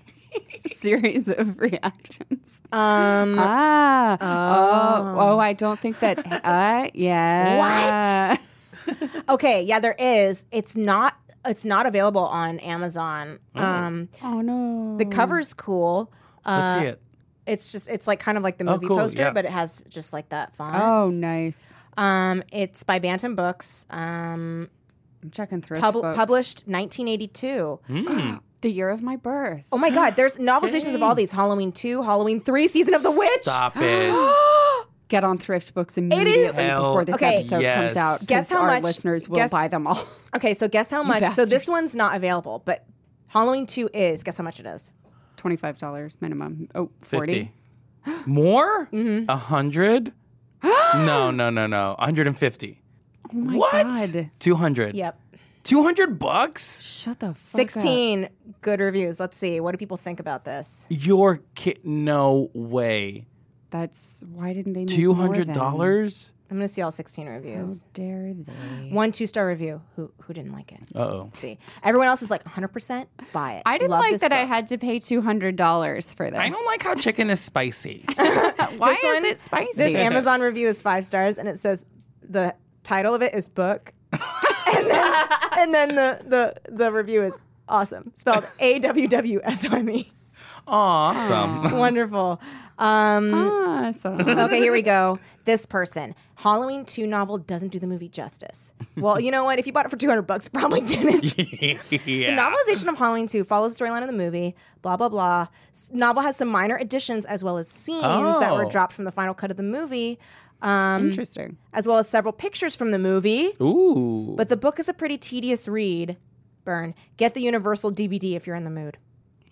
series of reactions. Um Ah. Oh. Oh, I don't think that. Uh, yeah. What? okay, yeah, there is. It's not it's not available on Amazon. Um Oh, no. the cover's cool. Mm. Let's Uh, see it. It's just it's like kind of like the Oh, movie cool, poster, yeah. but it has just like that font. Oh, nice. Um, it's by Bantam Books. Um, I'm checking thrift pub- books. published 1982. Hmm. the year of my birth. Oh my God! There's novelizations of all these: Halloween two, Halloween three, Season of the Witch. Stop it. Get on thrift books immediately Hell before this Okay. episode yes. comes out. 'cause Guess how our much- listeners will guess- buy them all. Okay, so guess how much? So this bastards. one's not available, but Halloween two is. Guess how much it is? Twenty five dollars minimum. Oh, 40 50. More? Mm-hmm. A hundred? no, no, no, no. 150. Oh my what? god. 200. Yep, 200 bucks? Shut the fuck up. sixteen good reviews. Let's see. What do people think about this? Your kid. No way. That's why didn't they make more than- $200? I'm gonna see all sixteen How reviews. dare they? One two star review. Who who didn't like it? Uh oh. See, everyone else is like 100 percent buy it. I didn't Love like this that I book. had to pay two hundred dollars for that. I don't like how chicken is spicy. Why This is one- it spicy? This Amazon review is five stars, and it says the title of it is book, and then, and then the, the the review is awesome, spelled A W W S I M E. Awesome. Wonderful. Um, Awesome. okay, here we go. This person, Halloween two novel doesn't do the movie justice. Well, you know what? If you bought it for two hundred bucks, it probably didn't. The yeah. novelization of Halloween 2 follows the storyline of the movie, blah, blah, blah. S- Novel has some minor additions as well as scenes that were Oh. dropped from the final cut of the movie, um, Interesting. as well as several pictures from the movie. Ooh. But the book is a pretty tedious read. Burn. Get the Universal DVD if you're in the mood.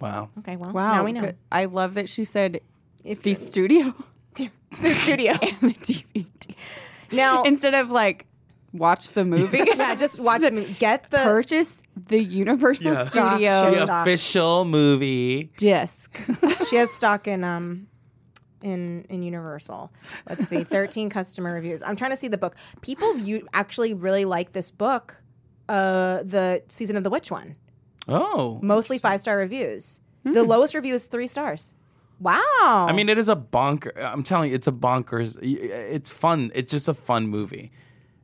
wow. Okay, well, Wow. now we know. good. I love that she said If the you- studio the studio. and the DVD now, instead of like watch the movie. yeah, just watch it. Get the. Purchase the Universal Yeah. Studios Stock. The Yeah. official movie. disc. she has stock in um in in Universal. Let's see, thirteen customer reviews. I'm trying to see the book. People you actually really like this book. Uh, the season of the witch one. Oh. Mostly five star reviews. The lowest review is three stars. Wow. I Oh. mean, it is a bonker. I'm telling you, it's a bonkers. It's fun. It's just a fun movie.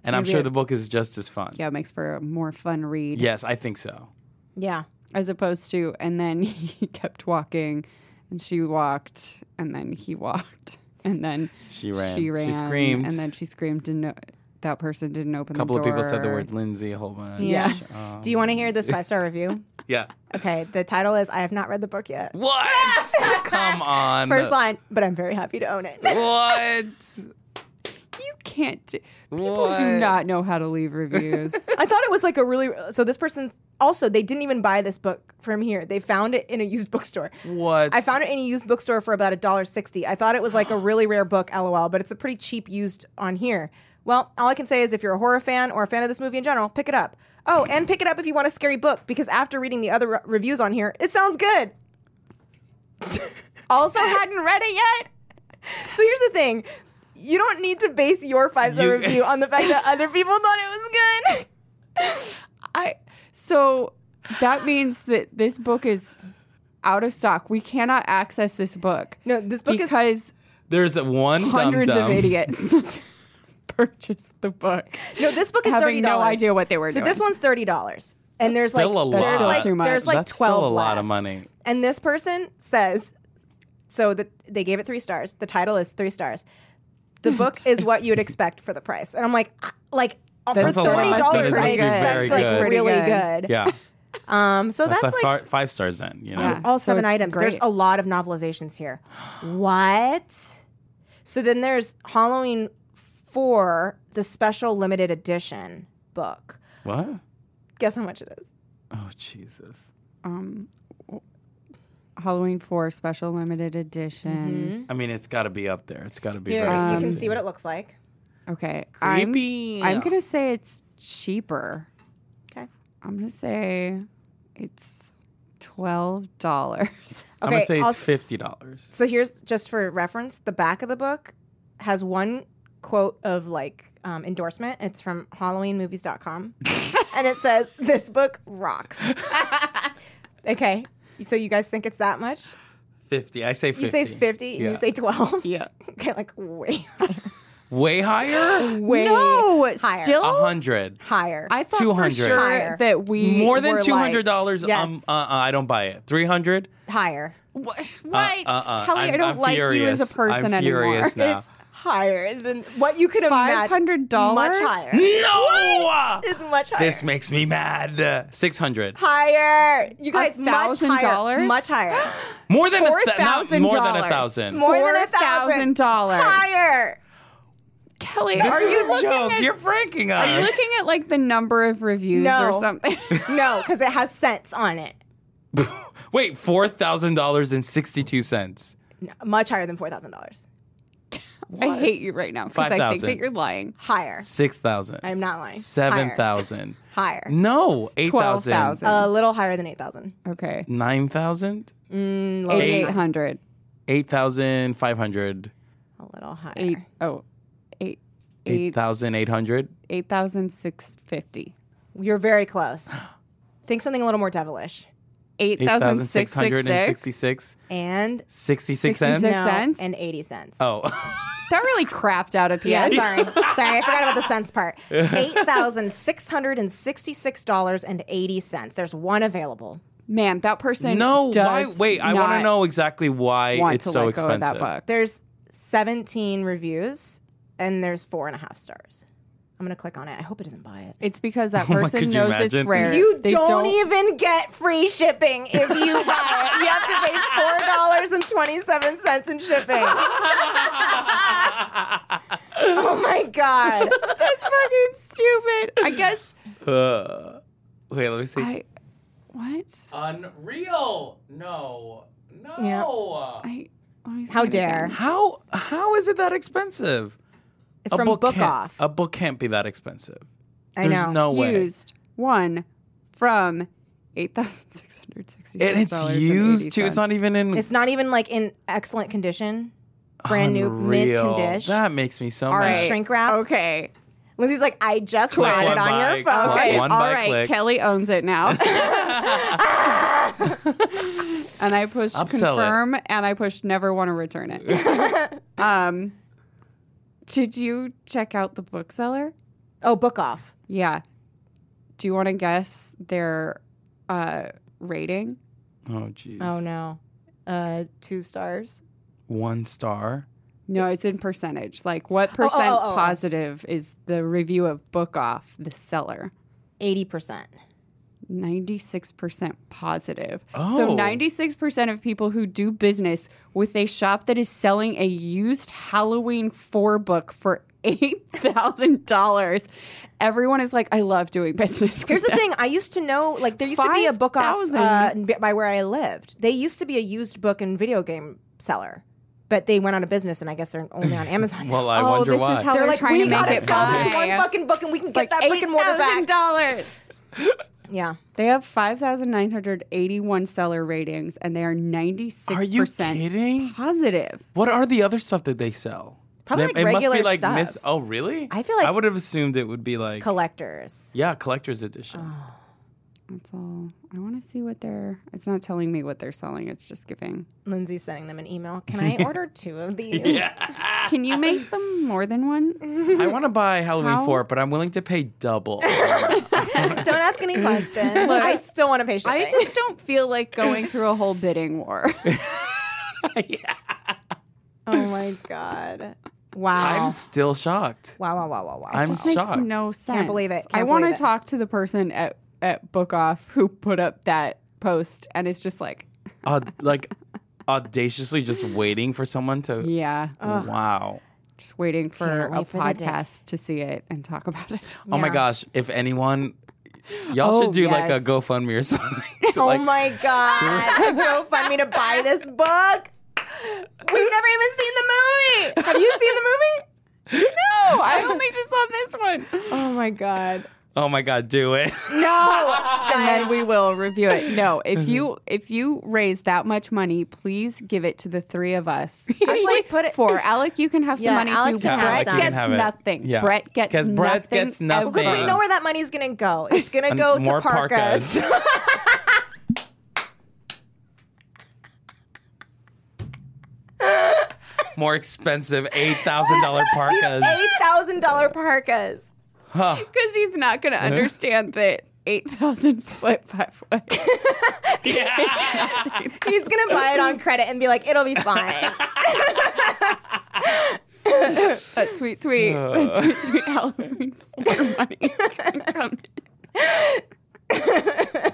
And I'm sure the book is just as fun. yeah, it makes for a more fun read Yes, I think so. yeah. as opposed to. And then he kept walking, and she walked, and then he walked, and then She ran. She She ran. screamed. and then she screamed, and no, that person didn't open. A couple the of door. people said the word Lindsay a whole bunch. Yeah. Um, Do you want to hear this five star review? yeah. Okay. The title is I have not read the book yet. What? Come on. First line, but I'm very happy to own it. What? You can't. Do, people What? do not know how to leave reviews. I thought it was like a really so this person also they didn't even buy this book from here. They found it in a used bookstore. What? I found it in a used bookstore for about a dollar sixty. I thought it was like a really rare book, lol, but it's a pretty cheap used on here. Well, all I can say is if you're a horror fan or a fan of this movie in general, pick it up. Oh, and pick it up if you want a scary book because after reading the other re- reviews on here, it sounds good. also hadn't read it yet. So here's the thing. You don't need to base your five star You- review on the fact that other people thought it was good. I so that means that this book is out of stock. We cannot access this book. No, this book is because There's one hundreds dum-dum. of idiots purchased the book. no. This book is having thirty no dollars. idea what they were So doing. this one's thirty dollars, and there's Still like a there's lot. Still like too much. there's like That's twelve still a lot of left. money. And this person says, so that they gave it three stars. The title is three stars. The book is what you'd expect for the price, and I'm like, ah, like oh, for That's a lot. thirty dollars, That I must be very expect like good. really Pretty good. good. Yeah. Um, so that's, That's, a like fi- five stars then, you know? Yeah. all So seven it's items. There's great. a lot of novelizations here. What? So then there's Halloween Four, the special limited edition book. What? Guess how much it is? Oh, Jesus. um, Halloween Four Special Limited Edition. I mean, it's got to be up there. It's got to be Here, very you can Um, busy. see what it looks like. Mm-hmm. Okay, Creepy. I'm, I'm gonna say it's cheaper. Okay. I'm gonna say it's twelve dollars. I'm Okay, going to say I'll- it's $50. So here's just for reference, the back of the book has one quote of like um, endorsement. It's from HalloweenMovies.com, and it says, "This book rocks." okay, so you guys think it's that much? 50. I say 50. You say fifty, and Yeah. you say twelve. Yeah. okay, like way, Way higher? way no, higher. still. A 100. higher. I thought 200. for sure Higher. that we More than were $200. Like, Yes. um, uh, uh, I don't buy it. 300 higher, what? uh, uh, Kelly, I'm, I do not I'm like you furious. as a person I'm anymore. furious now. It's higher than what you could imagine. $500? much higher. No! It's much higher. This makes me mad. 600. higher. You guys, much thousand higher. dollars? Much higher. More than a th- not $4,000. more than a thousand. More than a thousand. $4,000. Higher. Kelly, this are is you a looking joke. at You're pranking us. are you looking at like the number of reviews No. or something? No, because it has cents on it. Wait, four thousand dollars and sixty-two cents. No, much higher than four thousand dollars. I hate you right now because I think 5,000. that you're lying. Higher. Six thousand. I'm not lying. Seven Mm. thousand. Higher. Higher. No, eight thousand. 12,000. A little higher than eight thousand. Okay. Nine thousand. Eighty-eight hundred. Eight thousand five hundred. A little higher. Eight. Oh, eight. Eight Eight. thousand eight hundred. Eight thousand six fifty. You're very close. Think something a little more devilish. Eight Eight thousand thousand six six hundred and sixty-six. sixty-six. And Sixty-six cents. Sixty-six. no, cents? and eighty cents. Oh, That really crapped out at the Yeah, end. sorry. sorry, I forgot about the cents part. $8,666.80. There's one available. man, that person. No, why? does Wait, I want to not know exactly why Want it's to so let go of expensive. that book. There's 17 reviews and there's four and a half stars. I'm gonna click on it. I hope it doesn't buy it. It's because that my- person could you knows it's imagine? rare. You They don't, e- even get free shipping if you buy it. You have to pay four dollars and twenty-seven cents in shipping. oh my god, that's fucking stupid. I guess. Uh, wait, let me see. I. What? Unreal. No. No. I. Let me see How it dare. again. How how is it that expensive? It's from Book, can't- Off. A book can't be that expensive. I There's know. no way. used one from eight thousand six hundred sixty. And it's used too. It's not even in It's not even like in excellent condition. Brand new, mint Unreal. condition. That makes me so mad. right. Shrink wrap. Okay. Lindsay's like, I just Click had one it on your by- phone. click Okay. All one by right. click. Kelly owns it now. and I pushed Upsell it. confirm, and I pushed never want to return it. um, did you check out the bookseller? Oh, book off. Yeah. Do you want to guess their uh, rating? Oh jeez. Oh no. Uh, two stars. One star. No, it's in percentage. Like, what percent oh, oh, oh. positive is the review of Book Off, the seller? Eighty percent. 96% positive. Oh. So 96% of people who do business with a shop that is selling a used Halloween 4 book for $8,000. Everyone is like, I love doing business. with Here's the them." thing. I used to know, like, there used to be a book off 5,000. uh, b- by where I lived. They used to be a used book and video game seller, but they went out of business, and I guess they're only on Amazon. now. Well, uh, I Oh, wonder this why. is how they're they're, like, trying we to make gotta it sell buy. this one fucking book and we can get like that brick and mortar back. $8,000. Yeah, They have 5,981 seller ratings and they are 96% Are you kidding? positive. What are the other stuff that they sell? Probably, They- like, it must be regular like stuff. miss. Oh really? I feel like- I would have assumed it would be like collectors. yeah, collector's edition. uh. That's all. I want to see what they're. It's not telling me what they're selling. It's just giving. Lindsay's sending them an email. Can I order two of these? Ah, Can you make them more than Mm-hmm. one? I want to buy Halloween How- four, but I'm willing to pay double. Don't ask any questions. I still want to pay shipping. I just don't feel like going through a whole bidding war. oh my god! Wow! I'm still shocked. wow! Wow! Wow! Wow! Wow! I'm Just makes shocked. no sense. believe it. I Can't want believe to it. talk to the person at at Book Off who put up that post, and it's just like, Au- like audaciously just waiting for someone to. yeah, Wow. just waiting for Can't a wait for the day. podcast to see it and talk about it. Oh my gosh. If anyone, y'all Oh, should do like a yes. GoFundMe or something. to, Oh like- my god! GoFundMe to buy this book. We've never even seen the movie. Have you seen the movie? No, I only just saw this one. Oh my god! Oh my God, do it. No. and then we will review it. No, if you if you raise that much money, please give it to the three of us. Just like, put it- for Alec. You can have some Yeah, money Alec too. can have Brett some. Alec can gets have it. nothing. Yeah. Brett gets 'Cause nothing. Brett gets nothing. Because we ever. know where that money's gonna go. It's gonna go And to more parkas. parkas. More expensive $8,000 parkas. Eight thousand dollar parkas. because he's not Uh-huh. going to understand that eight thousand split five ways. He's gonna buy it on credit and be like, "It'll be fine." That sweet, sweet, that Uh. sweet, sweet Halloween for money. is gonna come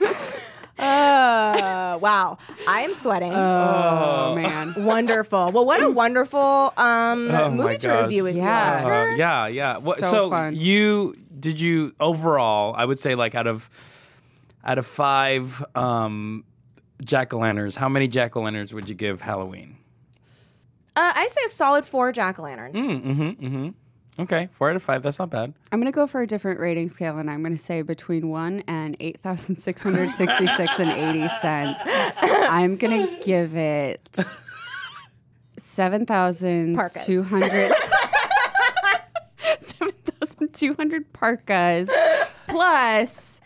in. Uh, wow, I am sweating. Uh. Oh man. wonderful. Well, what a wonderful um, Oh my movie to gosh. review with Yeah. you, Uh, Oscar. yeah, yeah. Wha- So so fun. you did you overall? I would say like out of out of five um, jack o' lanterns, how many jack o' lanterns would you give Halloween? Uh, I say a solid four jack o' lanterns. Mm. Okay, four out of five. That's not bad. I'm gonna go for a different rating scale, and I'm gonna say between one and eight thousand six hundred sixty-six and eighty cents. I'm gonna give it seven thousand two hundred. 7,200 parkas plus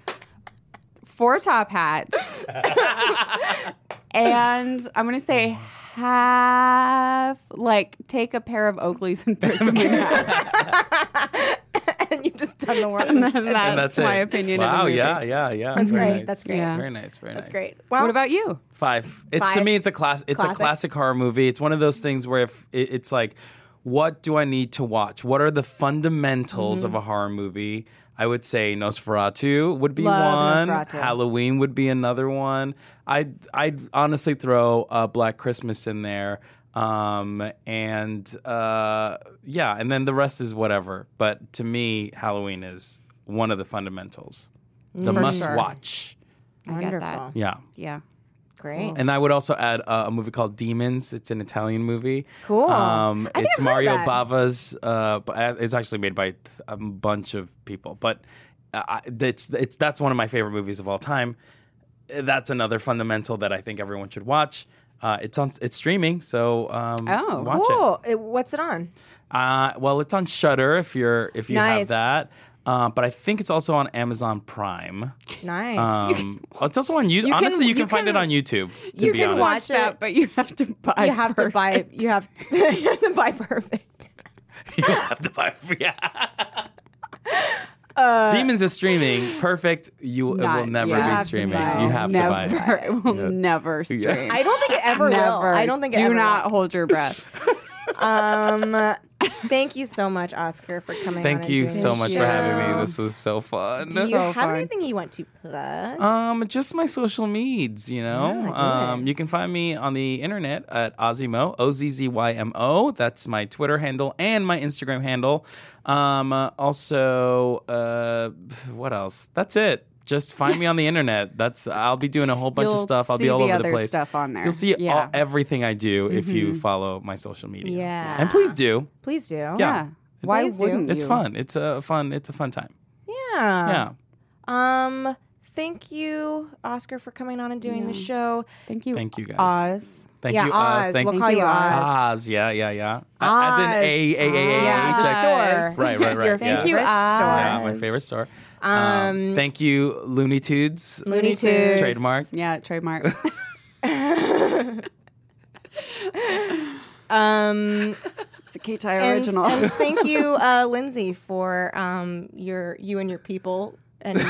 four top hats. and I'm going to say half, like, take a pair of Oakleys and put them in half. and You've just done the world. And then that's, And that's my it. opinion. of the Wow. movie. Yeah. Yeah. Yeah. That's Very great. nice. That's great. Yeah. Very nice. Very That's nice. great. Well, What about you? Five. It, Five. To me, it's a class. It's Classic. a classic horror movie. It's one of those things where if it, it's like, what do I need to watch? What are the fundamentals Mm-hmm. of a horror movie? I would say Nosferatu would be Love one. Nosferatu. Halloween would be another one. I'd I'd honestly throw uh, Black Christmas in there. Um and uh yeah, and then the rest is whatever. But to me, Halloween is one of the fundamentals. The must sure. watch. get wonderful. that. Yeah. Yeah. Great. And I would also add uh, a movie called Demons. It's an Italian movie. Cool. Um, I think I've heard it's of Mario that. Bava's. Uh, b- uh, it's actually made by th- a bunch of people, but uh, I- it's, it's that's one of my favorite movies of all time. Uh, That's another fundamental that I think everyone should watch. Uh, it's on. It's streaming, so um, Oh, watch it. cool. It- what's it on? Uh, well, it's on Shutter if you're if you Nice. have that. Uh, but I think it's also on Amazon Prime. Nice. Um, it's also on YouTube. can- Honestly, you you can find can- it on YouTube. To you be can honest, watch it. That, but you have to buy. you have to buy. You have. you have to buy perfect. you have to buy free. Demons is streaming. Perfect. You it will Not- never you be have to streaming. buy. You have never, to buy. It will never stream. I don't think it ever will. Never. I don't think it Do ever not will. hold your breath. Um, thank you so much, Oscar, for coming. on Thank and you doing so this much show. for having me. This was so fun. Do you so have fun. anything you want to plug? Um, just my social meds, you know. Yeah, do um, it. you can find me on the internet at Ozzymo, O Z Z Y M O. That's my Twitter handle and my Instagram handle. Um, uh, also, uh, what else? That's it. Just find me on the internet. That's I'll be doing a whole bunch of You'll stuff. I'll see be all the over other the place. stuff on there. You'll see Yeah. Mm-hmm. all, everything I do if you follow my social media. Yeah. and please do. Please do. Yeah. Why Please do. wouldn't It's you? fun. It's a fun. It's a fun time. Yeah. Yeah. Um, thank you, Oscar, for coming on and doing the show. Thank you. Thank you, guys. Oz. Thank yeah, you. Oz. Oz. Thank we'll you. call you you, Oz. Oz, yeah, yeah, yeah. A- As in Oz. A A A A Yeah, H. Ah, the Oz. store. Right, right, right, Your yeah. Thank you, favorite Oz. store. Yeah, my favorite store. Um, thank you, Looney Tunes. Looney Tunes. Trademark. Yeah, trademark. Um, it's a K Tire and, original. and thank you, uh, Lindsay, for um your you and your people and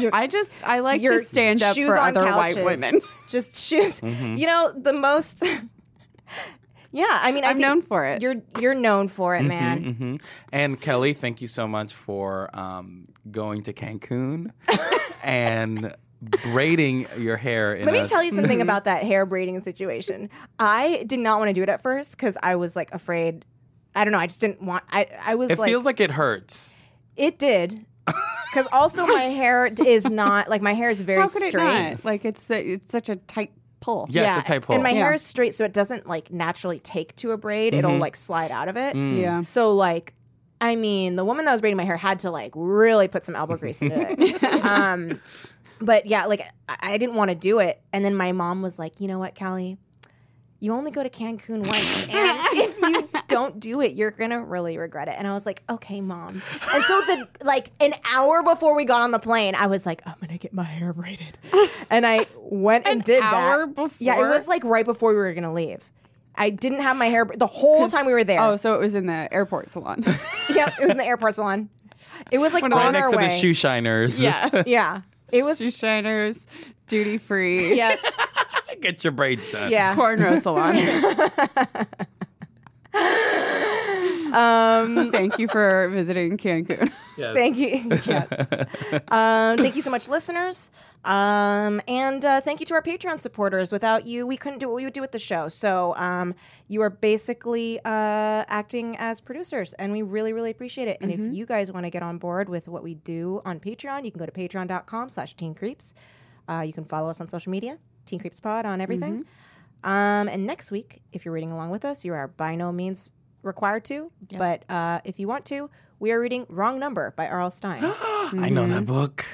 your, I just I like your to stand up shoes for on other couches. white women. Mm-hmm. Just shoes. You know the most. yeah, I mean, I I'm think known for it. Mm-hmm, You're you're known for it, man. hmm And Kelly, thank you so much for um, going to Cancun and braiding your hair. In Let a- me tell you Mm-hmm. something about that hair braiding situation. I did not want to do it at first because I was like afraid. I don't know. I just didn't want. I I was It like, feels like it hurts. it did. Because also my hair d- is not like my hair is very How could it straight. not? Like it's a, it's such a tight pull. Yeah, it's a tight pull. and my hair Yeah. is straight, so it doesn't like naturally take to a braid. It'll Mm-hmm. like slide out of it. Yeah. So like, I mean, the woman that was braiding my hair had to like really put some elbow grease into it. um, but yeah, like I, I didn't want to do it, and then my mom was like, "You know what, Callie? You only go to Cancun once, and if you don't do it, you're gonna really regret it." And I was like, "Okay, mom." And so the like an hour before we got on the plane, I was like, "I'm gonna get my hair braided," and I went and did hour that. Yeah, it before? was like right before we were gonna leave. I didn't have my hair bra- the whole time we were there. Oh, so it was in the airport salon. Yep, it was in the airport salon. It was like One of on those- Next our to way. the shoe shiners. yeah. Yeah, it was. Shoe shiners, duty free, yeah, Get your braids done. yeah. cornrow salon. um, thank you for visiting Cancun. Thank you. Yes. um, thank you so much, listeners. Um, and uh, thank you to our Patreon supporters. Without you, we couldn't do what we would do with the show. So um, you are basically uh, acting as producers, and we really, really appreciate it. And Mm-hmm. if you guys want to get on board with what we do on Patreon, you can go to patreon.com slash teen creeps. Uh, you can follow us on social media, Teen Creeps Pod on Mm-hmm. everything. Um, and next week, if you're reading along with us, you are by no means required to, but uh, if you want to, we are reading Wrong Number by R.L. Stein. I know that Mm-hmm. book.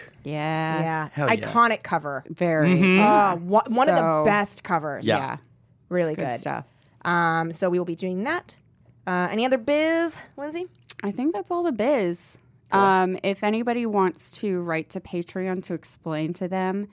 Yeah. yeah. Hell yeah. Iconic cover. Very. Uh, one one of the So- best covers. Yeah. Mm-hmm. Yeah. Really Good good. stuff. Um, so we will be doing that. Uh, any other biz, Lindsay? I think that's all the biz. Um, if anybody wants to write to Patreon to explain to them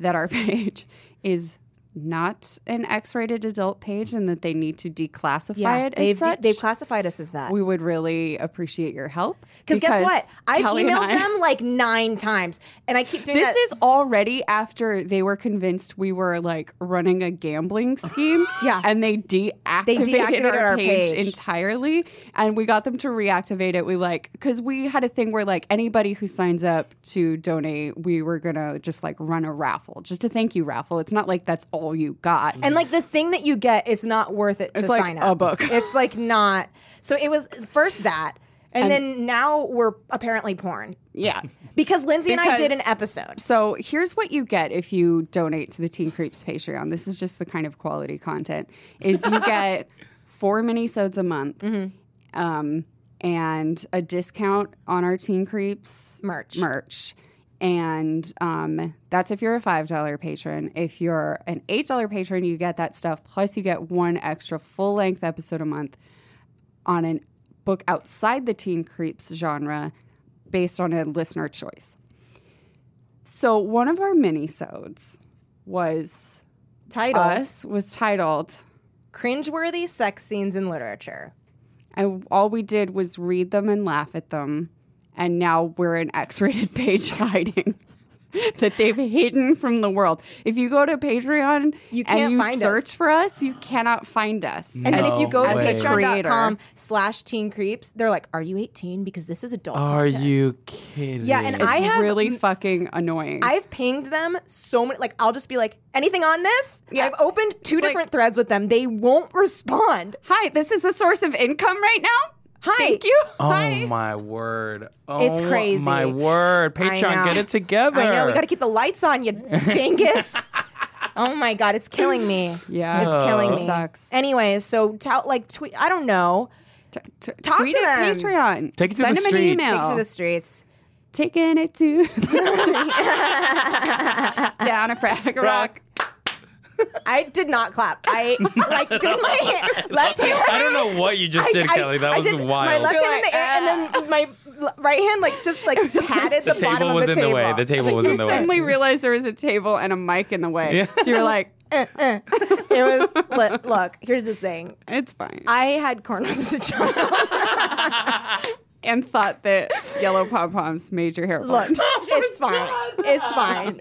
that our page is not an X-rated adult page and that they need to declassify Yeah, it they've as such, they've classified us as that. we would really appreciate your help. Because guess what? I've Kelly and emailed I- them like nine times, and I keep doing This that. is already after they were convinced we were like running a gambling scheme. Yeah. And they deactivated, deactivated our, our page, page. entirely. And we got them to reactivate it. We like, because we had a thing where like anybody who signs up to donate, we were going to just like run a raffle, just a thank you raffle. It's not like that's all you got. and like the thing that you get is not worth it to like sign a up. book. It's like not. So it was first that, and, then now we're apparently porn yeah. because Lindsay and I Because- did an episode. So here's what you get if you donate to the Teen Creeps Patreon. This is just the kind of quality content. Is you get four minisodes a month, um, and a discount on our Teen Creeps Merch. Merch. And um, that's if you're a $5 patron. If you're an $8 patron, you get that stuff. Plus, you get one extra full length episode a month on a book outside the teen creeps genre based on a listener choice. So one of our minisodes was Titled us was titled "Cringeworthy Sex Scenes in Literature." and all we did was read them and laugh at them and now we're an x-rated page hiding that they've hidden from the world. If you go to Patreon You can't and you find us. search for us, you cannot find us. And then No if you go to way. patreon.com slash teen creeps, they're like, Are you 18? Because this is adult. Are content." you kidding? Yeah, and I I have really fucking annoying. I've pinged them so many. Like, I'll just be like, anything on this? Yeah. I've opened two like- different threads with them. They won't respond. Hi, this is a source of income right now. Hi. Thank you. Oh Hi. my word! Oh, It's crazy. My word, I Patreon, know. get it together. I know. We got to keep the lights on, you dingus. oh my God. It's killing me. Yeah. It's killing It me. sucks. Anyway, so, tell like, tweet, I don't know. T- Talk tweet to at them. Patreon. Take it to Send the them streets. An email. Take to the streets. Taking it to the street. down a frag rock. I did not clap. I like did my hand, left hand. I don't know what you just did, Kelly. That was did My wild. left hand in the air, and then my l- right hand like just like patted the, the table bottom was of the in table. the way. The table was in the way. Suddenly realized there was a table and a mic in the way. So you're like, It was li- look. Here's the thing. it's fine. I had cornrows as a child. and thought that yellow pom poms made your hair. Look, blonde. Oh it's fine. It's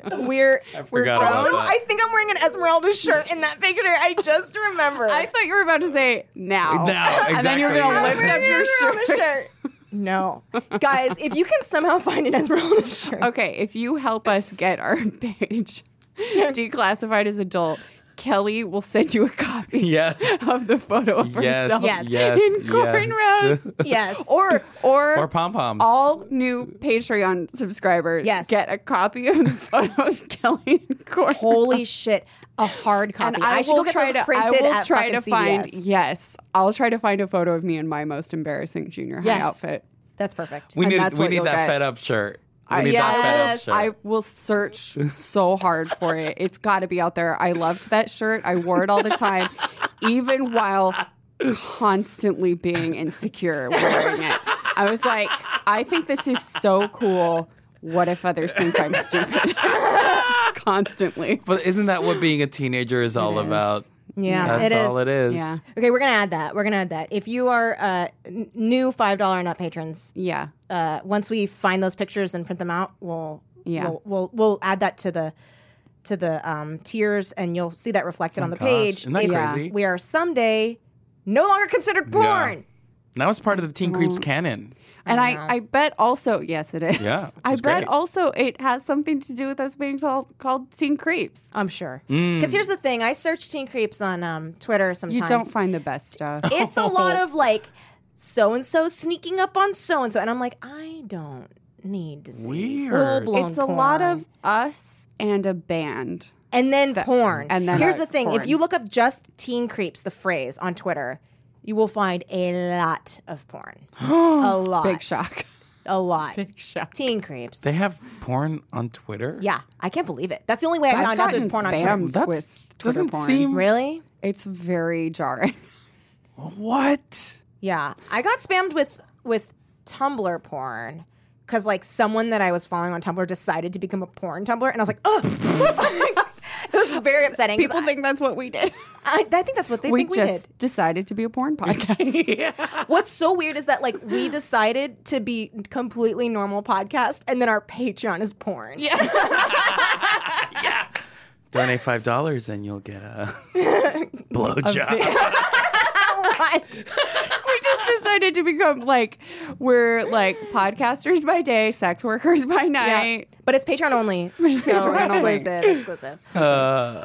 fine. We're we're forgot about also. that. I think I'm wearing an Esmeralda shirt in that picture. I just remember. I thought you were about to say now. Now, And then you're going to exactly. lift up your shirt. shirt. No, guys, if you can somehow find an Esmeralda shirt, Okay, if you help us get our page declassified as adult, Kelly will send you a copy Yes. of the photo of Yes, herself yes, in cornrows. yes, or Or or, or pom poms. all new Patreon subscribers Yes. get a copy of the photo of Kelly in cornrows. Holy shit, a hard copy. and I, I, should go will get try those to. I printed will at try to fucking find. CVS. Yes, I'll try to find a photo of me in my most embarrassing junior high Yes. outfit. That's perfect. we And need that's we what need you'll that get. Uh, fed up shirt. We I- need that yes, fed up I shirt. will search so hard for it. It's got to be out there. I loved that shirt. I wore it all the time, even while constantly being insecure wearing it. I was like, I think this is so cool. What if others think I'm stupid? Just constantly. But isn't that what being a teenager is all about? Yeah, That's it is. all it is. Yeah. Okay, we're gonna add that. We're gonna add that. If you are uh, n- new five dollar not patrons, Yeah. uh, once we find those pictures and print them out, we'll Yeah. we'll, we'll we'll add that to the to the um, tiers, and you'll see that reflected on the Oh gosh. page. Isn't that if crazy? We are someday no longer considered Yeah. porn. Now it's part of the Teen Creeps canon. And I, I bet also, yes, it is. Yeah, which I is bet great. also it has something to do with us being called, called teen creeps. I'm sure. Mm. Because here's the thing: I search teen creeps on um, Twitter sometimes. You don't find the best stuff. it's a lot of like so and so sneaking up on so and so, and I'm like, I don't need to see Weird. full blown. It's a lot of us and a band. and then porn. and then here's that the thing: if porn. you look up just teen creeps, the phrase on Twitter, you will find a lot of porn. a lot. Big shock. A lot. shock. Teen creeps. They have porn on Twitter. yeah, I can't believe it. That's the only way I I've found out gotten there's porn on Twitter. spammed That's- with Twitter doesn't porn. seem- Really? It's very jarring. What? Yeah, I got spammed with with Tumblr porn because like someone that I was following on Tumblr decided to become a porn Tumblr, and I was like, ugh. it was very upsetting. 'cause People I- think that's what we did. I, I think that's what they we think we just did. decided to be a porn podcast. What's so weird is that like we decided to be completely normal podcast, and then our Patreon is porn. Yeah, Donate five dollars and you'll get a blowjob. what? we just decided to become like we're like podcasters by day, sex workers by night. But it's Patreon only. so Patreon only. exclusive, exclusive.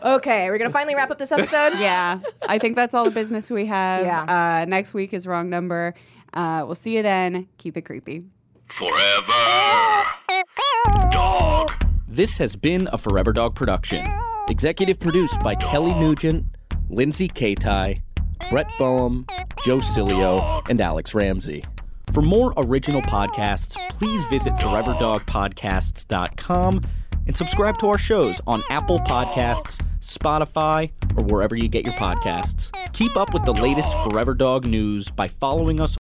okay, we're gonna finally wrap up this episode. Yeah. I think that's all the business we have. Yeah. Uh, next week is wrong number. Uh, we'll see you then. Keep it creepy. Forever. Dog. This has been a Forever Dog production. Executive produced by Kelly Nugent, Lindsay Katai, Brett Boehm, Joe Cilio, and Alex Ramsey. For more original podcasts, please visit foreverdogpodcasts.com and subscribe to our shows on Apple Podcasts, Spotify, or wherever you get your podcasts. Keep up with the latest Forever Dog news by following us